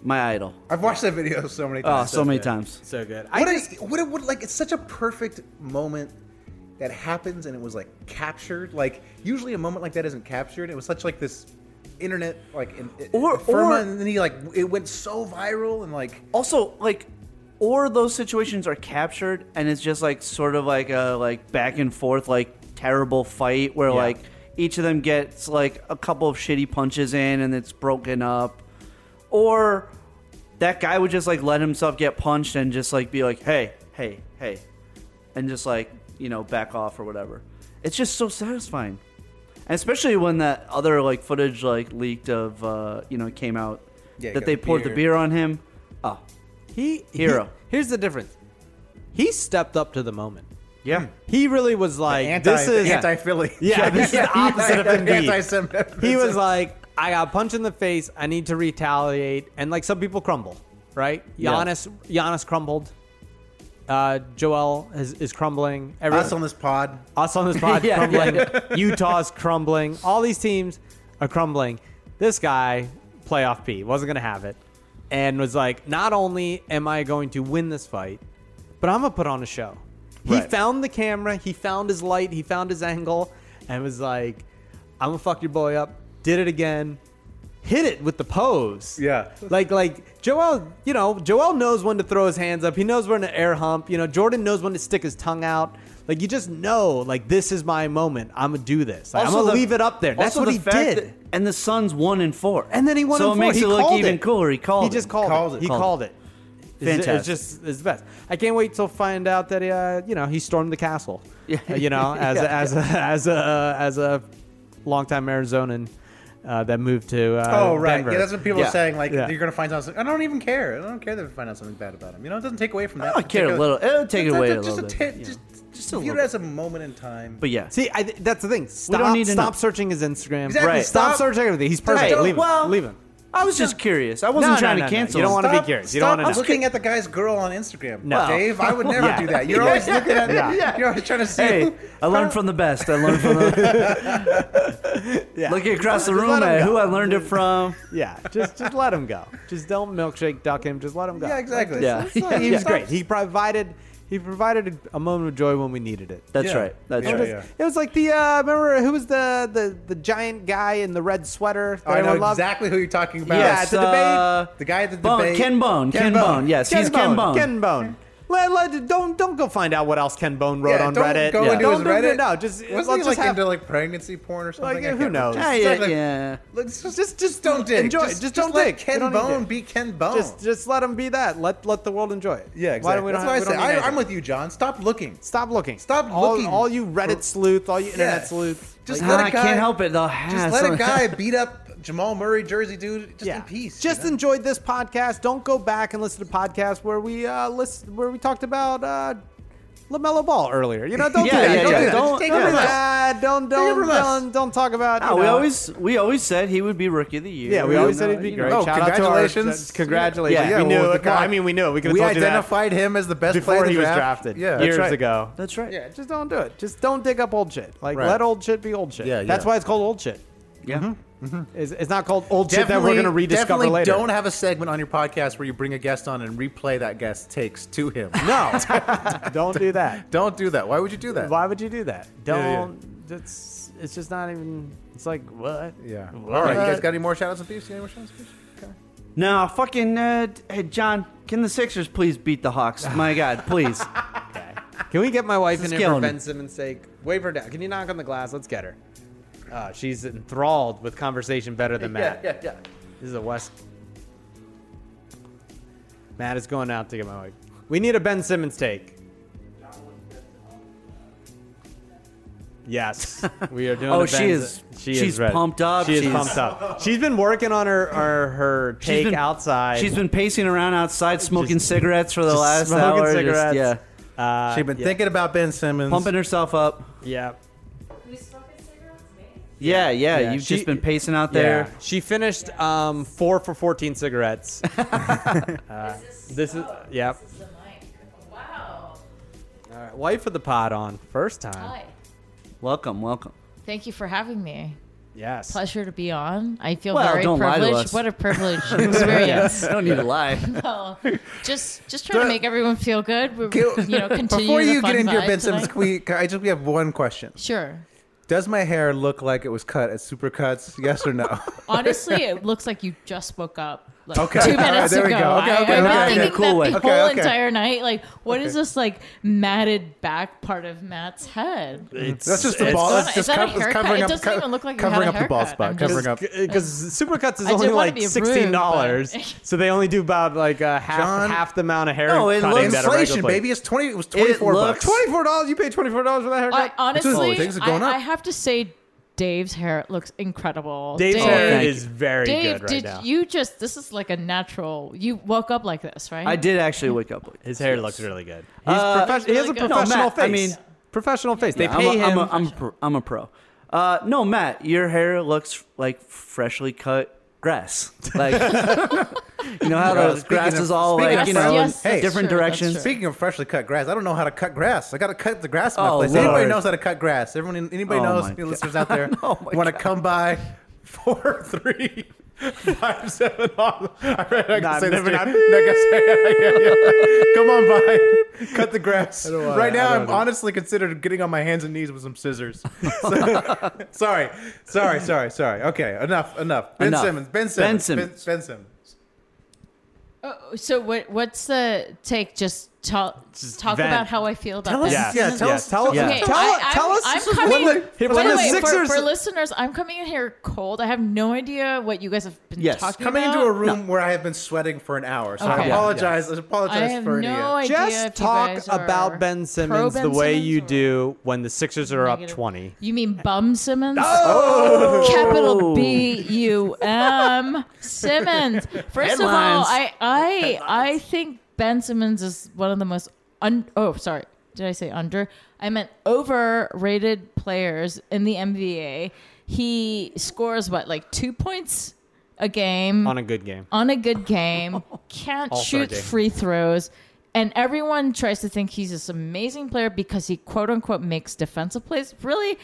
Speaker 4: my idol.
Speaker 3: I've watched that video so many
Speaker 4: Oh,
Speaker 3: times.
Speaker 4: so many times.
Speaker 2: So good. I
Speaker 3: What is what it would like? It's such a perfect moment that happens, and it was like captured. Like usually, a moment like that isn't captured. It was such like this internet like in,
Speaker 4: Or-
Speaker 3: firma,
Speaker 4: or-
Speaker 3: and then he like it went so viral and like
Speaker 4: also like or those situations are captured and it's just like sort of like a like back and forth like terrible fight where like each of them gets like a couple of shitty punches in and it's broken up or that guy would just like let himself get punched and just like be like hey hey hey and just like you know back off or whatever it's just so satisfying and especially when that other like footage like leaked of uh you know came out
Speaker 3: Yeah, you
Speaker 4: that
Speaker 3: got
Speaker 4: they
Speaker 3: the
Speaker 4: poured the
Speaker 3: beer.
Speaker 4: beer on him oh
Speaker 2: he
Speaker 4: Hero.
Speaker 2: he- here's the difference. He stepped up to the moment.
Speaker 4: yeah
Speaker 2: He really was like,
Speaker 3: hmm, anti
Speaker 2: this is
Speaker 3: anti Philly.
Speaker 2: Yeah, this is the opposite of Embiid.
Speaker 3: Anti-Semitic.
Speaker 2: he was like, I got punched in the face. I need to retaliate. And like some people crumble, right?
Speaker 4: Yeah.
Speaker 2: Giannis, Giannis crumbled. Uh, Joel is, is crumbling. Every,
Speaker 3: us on this pod.
Speaker 2: us on this pod
Speaker 4: Yeah,
Speaker 2: crumbling. Utah's crumbling. All these teams are crumbling. This guy, playoff P, wasn't going to have it, and was like, not only am I going to win this fight, but I'm gonna put on a show. He
Speaker 4: Right.
Speaker 2: found the camera. He found his light. He found his angle, and was like, I'm gonna fuck your boy up. Did it again. hit it with the pose.
Speaker 3: Yeah.
Speaker 2: Like like Joel, you know, Joel knows when to throw his hands up. He knows when to air hump. You know, Jordan knows when to stick his tongue out. Like you just know, like this is my moment. I'm gonna do this. Like, I'm
Speaker 4: Also
Speaker 2: gonna
Speaker 4: the-
Speaker 2: leave it up there. That's
Speaker 4: also
Speaker 2: what
Speaker 4: the
Speaker 2: he
Speaker 4: fact
Speaker 2: did.
Speaker 4: that- and the Suns won in four.
Speaker 2: and then he won. in
Speaker 4: So it
Speaker 2: four.
Speaker 4: makes
Speaker 2: He
Speaker 4: it look
Speaker 2: called
Speaker 4: even cooler. He called.
Speaker 2: He just called,
Speaker 3: Called
Speaker 2: it.
Speaker 3: it.
Speaker 2: He
Speaker 4: Called
Speaker 2: called it. It's- It's
Speaker 4: Fantastic.
Speaker 2: just it's the best. I can't wait till find out that he, uh, you know he stormed the castle.
Speaker 4: Yeah.
Speaker 2: Uh, you know as
Speaker 4: Yeah.
Speaker 2: as as a uh, as a longtime Arizonan uh, that moved to uh,
Speaker 3: Oh right,
Speaker 2: Denver.
Speaker 3: yeah. That's what people
Speaker 4: Yeah.
Speaker 3: are saying. Like
Speaker 2: Yeah.
Speaker 3: you're gonna find something. I don't even care. I don't care that they find out something bad about him. You know, it doesn't take away from that.
Speaker 4: I care a
Speaker 3: particular-
Speaker 4: little. It'll take it
Speaker 3: Just-
Speaker 4: away a
Speaker 3: just
Speaker 4: little bit.
Speaker 3: ti-
Speaker 4: yeah.
Speaker 3: Just, just
Speaker 4: a
Speaker 3: view it
Speaker 4: little
Speaker 3: as a moment in time.
Speaker 4: But yeah,
Speaker 2: See, I th- that's the thing. Stop,
Speaker 4: don't need to
Speaker 2: stop
Speaker 4: know.
Speaker 2: searching his Instagram.
Speaker 3: Exactly,
Speaker 2: Right. Stop,
Speaker 3: stop-
Speaker 2: searching everything. He's perfect.
Speaker 4: Hey,
Speaker 2: leave him.
Speaker 4: well-
Speaker 2: leave him.
Speaker 4: I was just curious. I
Speaker 2: No,
Speaker 4: wasn't
Speaker 2: no,
Speaker 4: trying
Speaker 2: no,
Speaker 4: to
Speaker 2: no.
Speaker 4: cancel.
Speaker 2: You don't
Speaker 4: him.
Speaker 2: want to be curious. You don't
Speaker 3: stop
Speaker 2: want to know.
Speaker 3: looking at the guy's girl on Instagram.
Speaker 2: No.
Speaker 3: Dave, I would never
Speaker 2: Yeah.
Speaker 3: do that. You're always
Speaker 2: Yeah.
Speaker 3: looking at.
Speaker 2: Yeah.
Speaker 3: You're always trying to see.
Speaker 4: Hey,
Speaker 3: who-
Speaker 4: I learned from the best. I learned from the. Looking across the room
Speaker 2: let him
Speaker 4: at
Speaker 2: go.
Speaker 4: who I learned it from.
Speaker 2: Yeah. Just just let him go. Just don't milkshake duck him. Just let him go.
Speaker 3: Yeah, exactly.
Speaker 4: Yeah.
Speaker 3: It's-
Speaker 2: He
Speaker 3: it's not-
Speaker 2: was
Speaker 3: it's not-
Speaker 2: great. He provided he provided a moment of joy when we needed it.
Speaker 4: That's
Speaker 3: Yeah.
Speaker 4: right. That's
Speaker 3: Yeah,
Speaker 4: right.
Speaker 3: yeah.
Speaker 2: It was like the uh, remember who was the, the the giant guy in the red sweater that
Speaker 3: I know
Speaker 2: everyone loved?
Speaker 3: exactly who you're talking about.
Speaker 2: Yeah, at the debate.
Speaker 4: uh,
Speaker 3: The guy at the
Speaker 4: Bone,
Speaker 3: debate.
Speaker 4: Ken Bone. Ken, Bone. Yes, he's Ken Bone.
Speaker 2: Ken Bone. Let, let, don't don't go find out what else Ken Bone wrote
Speaker 3: Yeah,
Speaker 2: on
Speaker 3: don't
Speaker 2: Reddit.
Speaker 3: Go
Speaker 2: yeah.
Speaker 3: into
Speaker 2: don't
Speaker 3: his
Speaker 2: do-
Speaker 3: Reddit.
Speaker 2: No, just
Speaker 3: Wasn't
Speaker 2: let's
Speaker 3: he
Speaker 2: just
Speaker 3: like
Speaker 2: have
Speaker 3: into like pregnancy porn or something?
Speaker 2: Like,
Speaker 3: I
Speaker 2: who
Speaker 3: can't-
Speaker 2: knows?
Speaker 4: Yeah,
Speaker 3: Just-
Speaker 4: yeah,
Speaker 3: like-
Speaker 4: yeah.
Speaker 3: Let's just,
Speaker 2: Just-
Speaker 3: just
Speaker 2: just
Speaker 3: don't dig.
Speaker 2: enjoy it. Just don't
Speaker 3: let
Speaker 2: dig. We
Speaker 3: Ken
Speaker 2: don't need
Speaker 3: Bone
Speaker 2: it.
Speaker 3: be Ken Bone.
Speaker 2: just just let him be that. Let let the world enjoy it.
Speaker 3: oh. yeah,
Speaker 2: Why do
Speaker 3: exactly.
Speaker 2: we
Speaker 3: That's
Speaker 2: not
Speaker 3: why I
Speaker 2: have- we
Speaker 3: said
Speaker 2: don't need
Speaker 3: I,
Speaker 2: anything?
Speaker 3: I'm with you, John. Stop looking.
Speaker 2: Stop looking.
Speaker 3: Stop
Speaker 2: all,
Speaker 3: looking
Speaker 2: All you Reddit sleuth, all you internet
Speaker 3: Yeah.
Speaker 2: sleuth.
Speaker 3: Just
Speaker 4: Nah,
Speaker 3: let
Speaker 4: Ah, I
Speaker 3: a guy.
Speaker 4: can't help it. though.
Speaker 3: Just let a guy beat up Jamal Murray jersey dude just in peace.
Speaker 2: Just
Speaker 3: you know?
Speaker 2: enjoyed this podcast. Don't go back and listen to podcasts where we uh, list where we talked about uh, Lamelo Ball earlier. You know, don't do
Speaker 4: Yeah,
Speaker 2: that.
Speaker 4: yeah,
Speaker 2: don't
Speaker 4: yeah.
Speaker 2: do that.
Speaker 4: Don't-
Speaker 2: Just take
Speaker 4: don't
Speaker 2: it
Speaker 4: do
Speaker 2: from
Speaker 3: that.
Speaker 2: us. don't
Speaker 3: it
Speaker 2: don't
Speaker 3: from us.
Speaker 2: don't, don't talk about.
Speaker 4: No,
Speaker 2: you
Speaker 4: Ah, we
Speaker 2: know.
Speaker 4: always we always said he would be rookie of the year.
Speaker 2: yeah, we always said
Speaker 4: And,
Speaker 2: he'd be
Speaker 4: uh, you
Speaker 2: great.
Speaker 4: know,
Speaker 3: Oh,
Speaker 2: Shout out to our-
Speaker 3: congratulations.
Speaker 2: congratulations.
Speaker 4: Yeah.
Speaker 2: we
Speaker 3: well,
Speaker 2: knew
Speaker 3: the
Speaker 2: it. Well,
Speaker 3: guy-
Speaker 2: I mean, we knew it. We could have
Speaker 3: we
Speaker 2: told you that
Speaker 3: identified him as the best player
Speaker 2: before
Speaker 3: in
Speaker 2: he
Speaker 3: the
Speaker 2: was
Speaker 3: draft.
Speaker 2: drafted
Speaker 3: Yeah,
Speaker 2: years
Speaker 3: that's right.
Speaker 2: ago.
Speaker 4: That's right.
Speaker 2: Yeah, just don't do it. Just don't dig up old shit. Like
Speaker 3: Right.
Speaker 2: let old shit be old shit.
Speaker 3: Yeah,
Speaker 2: That's
Speaker 3: yeah.
Speaker 2: why it's called old shit. Mm-hmm.
Speaker 4: Yeah.
Speaker 2: It's, it's not called old shit that we're going to rediscover
Speaker 3: definitely
Speaker 2: later.
Speaker 3: Don't have a segment on your podcast where you bring a guest on and replay that guest takes to him.
Speaker 2: no, don't do that.
Speaker 3: don't do that. Why would you do that?
Speaker 2: Why would you do that?
Speaker 3: Yeah, yeah.
Speaker 2: Don't. It's it's just not even. It's like what?
Speaker 3: Yeah.
Speaker 2: What?
Speaker 3: All right. You
Speaker 4: Uh,
Speaker 3: guys got any more shout outs and thieves? You got any more shout outs and thieves? Okay.
Speaker 4: No, fucking uh, d- hey, John. Can the Sixers please beat the Hawks? My God, please.
Speaker 2: Can we get my wife in
Speaker 4: is
Speaker 2: here for
Speaker 4: killing me.
Speaker 2: Ben Simmons' sake? Wave her down. Can you knock on the glass? Let's get her. Uh, she's enthralled with conversation better than Matt.
Speaker 4: yeah, yeah.
Speaker 2: This is a West. Matt is going out to get my wife. We need a Ben Simmons take. Yes, we are doing.
Speaker 4: Oh,
Speaker 2: a
Speaker 4: she
Speaker 2: Ben
Speaker 4: is-
Speaker 2: She
Speaker 4: she's
Speaker 2: is ready.
Speaker 4: pumped up.
Speaker 2: She is
Speaker 4: She's-
Speaker 2: pumped up. She's been working on her her, her
Speaker 4: She's
Speaker 2: take
Speaker 4: been-
Speaker 2: outside.
Speaker 4: She's been pacing around outside, smoking
Speaker 2: Just-
Speaker 4: cigarettes for the
Speaker 2: Just
Speaker 4: last
Speaker 2: smoking
Speaker 4: hour. just-
Speaker 2: cigarettes.
Speaker 4: yeah,
Speaker 2: Uh,
Speaker 3: She's been
Speaker 2: yeah,
Speaker 3: thinking about Ben Simmons.
Speaker 4: pumping herself up.
Speaker 2: Yeah,
Speaker 4: Yeah, yeah.
Speaker 2: Yeah,
Speaker 4: You've
Speaker 2: she-
Speaker 4: just been pacing out there.
Speaker 2: Yeah. She finished um, four for fourteen cigarettes. Uh, this is yeah.
Speaker 9: Wow.
Speaker 2: All right, wife of the pod on first time.
Speaker 9: Hi.
Speaker 4: Welcome, welcome.
Speaker 9: Thank you for having me.
Speaker 2: Yes.
Speaker 9: Pleasure to be on. I feel
Speaker 4: Well,
Speaker 9: very
Speaker 4: don't lie to
Speaker 9: privileged.
Speaker 4: us.
Speaker 9: What a privileged experience.
Speaker 4: I don't need to lie.
Speaker 9: Oh, just just trying to make everyone feel good. We're, you know, continue
Speaker 3: Before
Speaker 9: the
Speaker 3: you
Speaker 9: fun
Speaker 3: get into your
Speaker 9: vibe
Speaker 3: Ben Simmons,
Speaker 9: tonight.
Speaker 3: can we- can I just we have one question.
Speaker 9: Sure.
Speaker 3: Does my hair look like it was cut at Supercuts? Yes or no?
Speaker 9: Honestly, it looks like you just woke up. Like
Speaker 3: Okay.
Speaker 9: Two
Speaker 3: All right,
Speaker 9: minutes
Speaker 3: there we
Speaker 9: ago.
Speaker 3: go. Okay, okay,
Speaker 9: I, I've been
Speaker 3: okay, okay.
Speaker 9: thinking
Speaker 4: Cool
Speaker 9: that
Speaker 4: way.
Speaker 9: the
Speaker 3: Okay,
Speaker 9: whole
Speaker 3: okay.
Speaker 9: entire night. Like, what is this like matted back part of Matt's head?
Speaker 3: That's just the
Speaker 2: it's-
Speaker 3: ball.
Speaker 9: Is
Speaker 3: That's
Speaker 9: that
Speaker 3: just
Speaker 9: a
Speaker 3: cov-
Speaker 9: haircut?
Speaker 3: covering
Speaker 9: It
Speaker 3: up.
Speaker 9: doesn't even look like you
Speaker 3: covering
Speaker 9: had a
Speaker 3: up the ball
Speaker 9: haircut.
Speaker 3: spot.
Speaker 9: I'm
Speaker 3: Covering up.
Speaker 2: because supercuts is
Speaker 9: I
Speaker 2: only
Speaker 9: didn't wanna
Speaker 2: like
Speaker 9: be rude,
Speaker 2: sixteen dollars,
Speaker 9: but-
Speaker 2: so they only do about like uh, half
Speaker 3: John-
Speaker 2: half the amount of hair.
Speaker 4: No, it
Speaker 2: cutting
Speaker 4: looks-
Speaker 2: that a regular
Speaker 3: Inflation,
Speaker 2: place-
Speaker 3: baby. It's twenty. It was twenty-four
Speaker 4: looks-
Speaker 3: bucks.
Speaker 2: Twenty four dollars. You paid twenty four dollars for that haircut.
Speaker 9: I, honestly,
Speaker 3: things are
Speaker 9: I,
Speaker 3: going up.
Speaker 9: I have to say, Dave's hair looks incredible.
Speaker 2: Dave's
Speaker 9: Dave,
Speaker 2: hair
Speaker 4: thank
Speaker 2: is very
Speaker 9: Dave,
Speaker 2: good right
Speaker 9: did
Speaker 2: now.
Speaker 9: you just? This is like a natural. You woke up like this, right?
Speaker 4: I did actually wake up late.
Speaker 2: His hair looks really good. He's
Speaker 4: Uh,
Speaker 2: professional. He has a
Speaker 9: really good. No,
Speaker 2: professional
Speaker 4: Matt,
Speaker 2: face.
Speaker 4: I mean-
Speaker 2: professional face. They
Speaker 4: I'm
Speaker 2: pay
Speaker 4: a, I'm
Speaker 2: him.
Speaker 4: a, I'm a pro. I'm a pro. Uh, no, Matt, your hair looks like freshly cut grass. Like you know how
Speaker 3: Uh,
Speaker 4: the
Speaker 3: speaking
Speaker 4: grass
Speaker 3: of-
Speaker 4: is all
Speaker 3: speaking
Speaker 4: like
Speaker 9: of
Speaker 4: you know
Speaker 9: Yes,
Speaker 4: in
Speaker 3: hey,
Speaker 4: different
Speaker 9: true, that's
Speaker 4: directions.
Speaker 9: true.
Speaker 3: Speaking of freshly cut grass, I don't know how to cut grass. I got to cut the grass in my
Speaker 4: Oh,
Speaker 3: place. Anybody
Speaker 4: Lord.
Speaker 3: knows how to cut grass? Everyone, anybody
Speaker 4: Oh,
Speaker 3: knows?
Speaker 4: my
Speaker 3: Any
Speaker 4: God.
Speaker 3: listeners out there
Speaker 4: Oh, my
Speaker 3: want to
Speaker 4: God.
Speaker 3: come by four three Five seven. Awesome. I read. I can
Speaker 2: Nah,
Speaker 3: say
Speaker 2: never
Speaker 3: this.
Speaker 2: not-
Speaker 3: dude. I can say- yeah, yeah. Come on by. Cut the grass. right now, I'm honestly considered getting on my hands and knees with some scissors. So- sorry, sorry, sorry, sorry. Okay, enough, enough. Ben
Speaker 4: Enough.
Speaker 3: Simmons. Ben
Speaker 4: Ben
Speaker 3: Simmons.
Speaker 4: Simmons.
Speaker 3: Ben, ben Simmons.
Speaker 9: Oh, so what? What's the take? Just talk. Just talk
Speaker 2: vent.
Speaker 9: about how I feel about
Speaker 3: us-
Speaker 9: this.
Speaker 2: Yes.
Speaker 3: yeah, tell us-
Speaker 2: Tell,
Speaker 4: Yeah.
Speaker 9: Okay,
Speaker 2: tell,
Speaker 9: I, I'm,
Speaker 2: tell us.
Speaker 9: I'm
Speaker 2: this is
Speaker 9: coming.
Speaker 2: when the, when
Speaker 9: by
Speaker 2: the
Speaker 9: the way, for-
Speaker 2: Sixers.
Speaker 9: for, listeners, I'm coming in here cold. I have no idea what you guys have been
Speaker 4: Yes.
Speaker 9: talking
Speaker 3: Coming
Speaker 9: about.
Speaker 3: into a room where I have been sweating for an hour, so I
Speaker 9: Okay.
Speaker 3: apologize. I
Speaker 9: I
Speaker 3: apologize
Speaker 9: have
Speaker 3: for
Speaker 9: no
Speaker 3: any. uh,
Speaker 9: idea. if you
Speaker 2: just talk
Speaker 9: guys are
Speaker 2: about Ben
Speaker 9: pro
Speaker 2: Simmons
Speaker 9: Ben
Speaker 2: the way
Speaker 9: Simmons
Speaker 2: you
Speaker 9: or
Speaker 2: do when the Sixers are up
Speaker 9: negative?
Speaker 2: 20.
Speaker 9: You mean Bum Simmons? Oh, capital B U M Simmons. First of all,
Speaker 4: Headlines.
Speaker 9: I I I think Ben Simmons is one of the most un. Oh, sorry. Did I say under? I meant overrated players in the NBA. He scores what, like two points a game
Speaker 2: On a good game.
Speaker 9: on a good game, can't
Speaker 2: All-star
Speaker 9: shoot
Speaker 2: game.
Speaker 9: free throws, and everyone tries to think he's this amazing player because he quote unquote makes defensive plays. Really,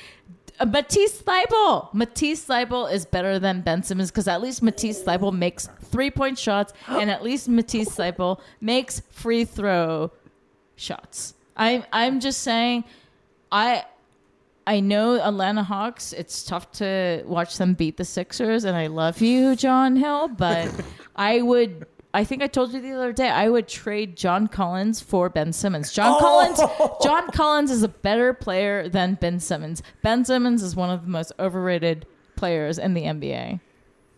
Speaker 9: uh, Matisse Thybul. Matisse Thybul is better than Ben Simmons because at least Matisse Thybul makes three point shots, and at least Matisse Thybul makes free throw shots. I'm I'm just saying, I I know Atlanta Hawks. It's tough to watch them beat the Sixers, and I love you, John Hill. But I would. I think I told you the other day. I would trade John Collins for Ben Simmons. John Collins. John Collins is a better player than Ben Simmons. Ben Simmons is one of the most overrated players in the NBA.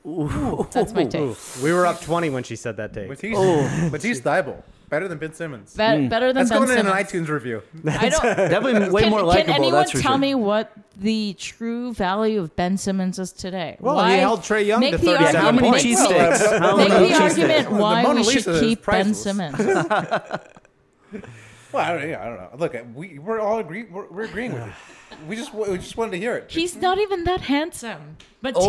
Speaker 9: That's my take.
Speaker 2: We were up 20 when she said that take.
Speaker 3: Matisse, Matisse Thybul, better than Ben Simmons.
Speaker 9: Be- Better than
Speaker 3: That's
Speaker 9: Ben
Speaker 3: going in an
Speaker 9: Simmons.
Speaker 3: iTunes review.
Speaker 9: I don't.
Speaker 4: Definitely way
Speaker 9: can,
Speaker 4: more
Speaker 9: can
Speaker 4: likable.
Speaker 9: anyone
Speaker 4: That's for
Speaker 9: tell
Speaker 4: sure.
Speaker 9: me what the true value of Ben Simmons is today?
Speaker 2: Well,
Speaker 9: Why
Speaker 2: he held Trae Young
Speaker 9: make
Speaker 2: to
Speaker 9: the
Speaker 2: 37
Speaker 4: How many
Speaker 9: argument-
Speaker 2: points.
Speaker 4: cheesesteaks? How
Speaker 9: Make
Speaker 4: many
Speaker 9: the argument
Speaker 4: cheesesteaks?
Speaker 9: why
Speaker 3: Mona
Speaker 9: we
Speaker 3: Lisa
Speaker 9: should
Speaker 3: is
Speaker 9: keep Ben
Speaker 3: priceless.
Speaker 9: Simmons.
Speaker 3: Well, I don't, yeah, I don't know. Look, I- we we're all agree. We're, we're agreeing with you. We just we just wanted to hear it.
Speaker 9: He's not even that handsome. But
Speaker 4: Oh.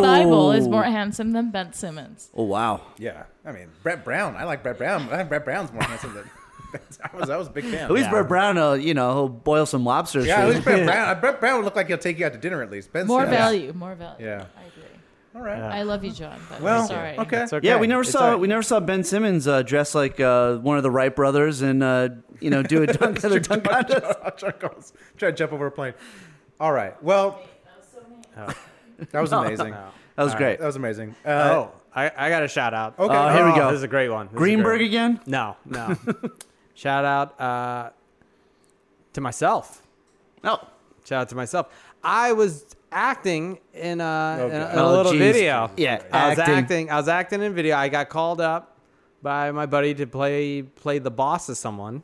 Speaker 9: Thybul is more handsome than Ben Simmons.
Speaker 4: Oh wow.
Speaker 3: Yeah, I mean Brett Brown. I like Brett Brown. but I think Brett Brown's more handsome than. I was I was a big fan.
Speaker 4: At least Brett Brown, uh, you know, he'll boil some lobsters.
Speaker 3: Yeah,
Speaker 4: for
Speaker 3: at
Speaker 4: you.
Speaker 3: least Brett Brown. Brett Brown would look like he'll take you out to dinner at least. Ben
Speaker 9: More
Speaker 3: Simmons.
Speaker 9: value, more value.
Speaker 3: Yeah.
Speaker 9: I agree.
Speaker 3: All right.
Speaker 9: I love you, John, but
Speaker 3: well,
Speaker 9: I'm sorry.
Speaker 3: okay.
Speaker 2: It's okay.
Speaker 4: Yeah, we never
Speaker 2: It's
Speaker 4: saw
Speaker 2: all right.
Speaker 4: we never saw Ben Simmons uh, dressed like uh, one of the Wright brothers and uh, you know do a dunk at a dunk contest.
Speaker 3: I'll try, to call- try to jump over a plane. All right. Well, that
Speaker 4: Oh.
Speaker 3: was amazing.
Speaker 4: That was great.
Speaker 3: That was amazing. Uh,
Speaker 2: Oh, I, I got a shout out.
Speaker 3: Okay.
Speaker 4: Uh, here we go.
Speaker 2: This is a great one. This is a great
Speaker 4: Greenberg
Speaker 2: one.
Speaker 4: again.
Speaker 2: No, no. Shout out uh, to myself.
Speaker 4: No,
Speaker 2: Shout out to myself. I was acting in a, in a, in a
Speaker 4: Oh,
Speaker 2: little
Speaker 4: geez.
Speaker 2: video.
Speaker 4: Yeah,
Speaker 2: I was
Speaker 4: acting.
Speaker 2: acting. I was acting in video. I got called up by my buddy to play play the boss of someone.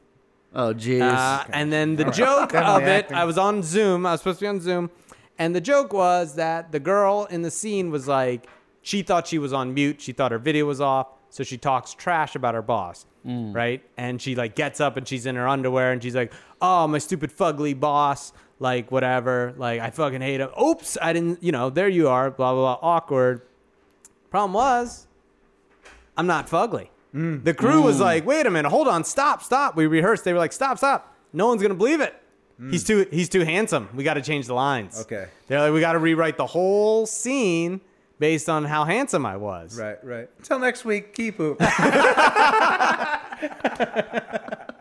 Speaker 4: oh jeez.
Speaker 2: Uh, and then the joke of
Speaker 3: Definitely
Speaker 2: it,
Speaker 3: acting.
Speaker 2: I was on Zoom. I was supposed to be on Zoom, and the joke was that the girl in the scene was like, she thought she was on mute. She thought her video was off, so she talks trash about her boss, right? And she like gets up and she's in her underwear and she's like, "Oh, my stupid fugly boss." Like whatever, like I fucking hate him. Oops, I didn't. You know, there you are. Blah blah blah. Awkward. Problem was, I'm not fugly.
Speaker 3: Mm.
Speaker 2: The crew was like, wait a minute, hold on, stop, stop. We rehearsed. They were like, stop, stop. No one's gonna believe it. He's too he's too handsome. We gotta change the lines.
Speaker 3: Mm. Okay.
Speaker 2: They're like, we gotta rewrite the whole scene based on how handsome I was.
Speaker 3: right, right. Until next week, keep poop.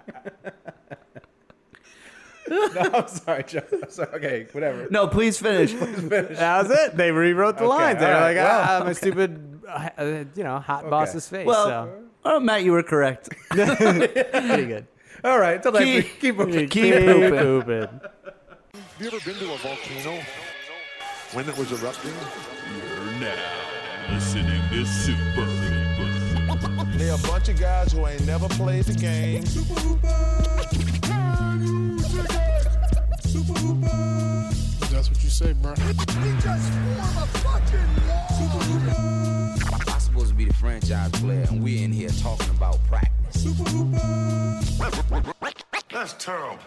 Speaker 3: no, I'm sorry, Joe. I'm sorry. Okay, whatever.
Speaker 4: no, please finish.
Speaker 2: That was it. They rewrote the
Speaker 3: Okay,
Speaker 2: lines. They were
Speaker 3: all
Speaker 2: like,
Speaker 3: right,
Speaker 2: ah,
Speaker 3: well,
Speaker 2: my stupid uh, uh, you know, hot boss's face.
Speaker 4: well,
Speaker 2: so.
Speaker 4: oh Matt, you were correct.
Speaker 2: pretty good.
Speaker 3: All right, until next
Speaker 4: Keep-
Speaker 3: week, keep poop.
Speaker 4: Keep pooping.
Speaker 2: pooping.
Speaker 5: Have you ever been to a volcano when it was erupting?
Speaker 6: You're now listening to Super Hooper.
Speaker 5: They're a bunch of guys who ain't never played the game. Super Hooper! Can you dig it? Super Hooper! That's what you say, bro.
Speaker 8: I'm supposed to be the franchise player, and we're in here talking about practice.
Speaker 7: That's terrible.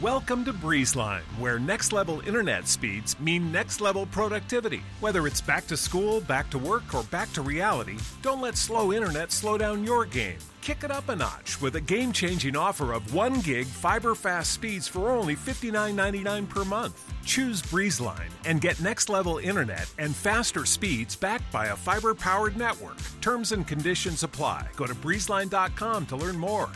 Speaker 10: Welcome to BreezeLine, where next level internet speeds mean next level productivity. Whether it's back to school, back to work, or back to reality, don't let slow internet slow down your game. Kick it up a notch with a game changing offer of 1 gig fiber fast speeds for only $59.99 per month. Choose BreezeLine and get next level internet and faster speeds backed by a fiber powered network. Terms and conditions apply. Go to breezeline.com to learn more.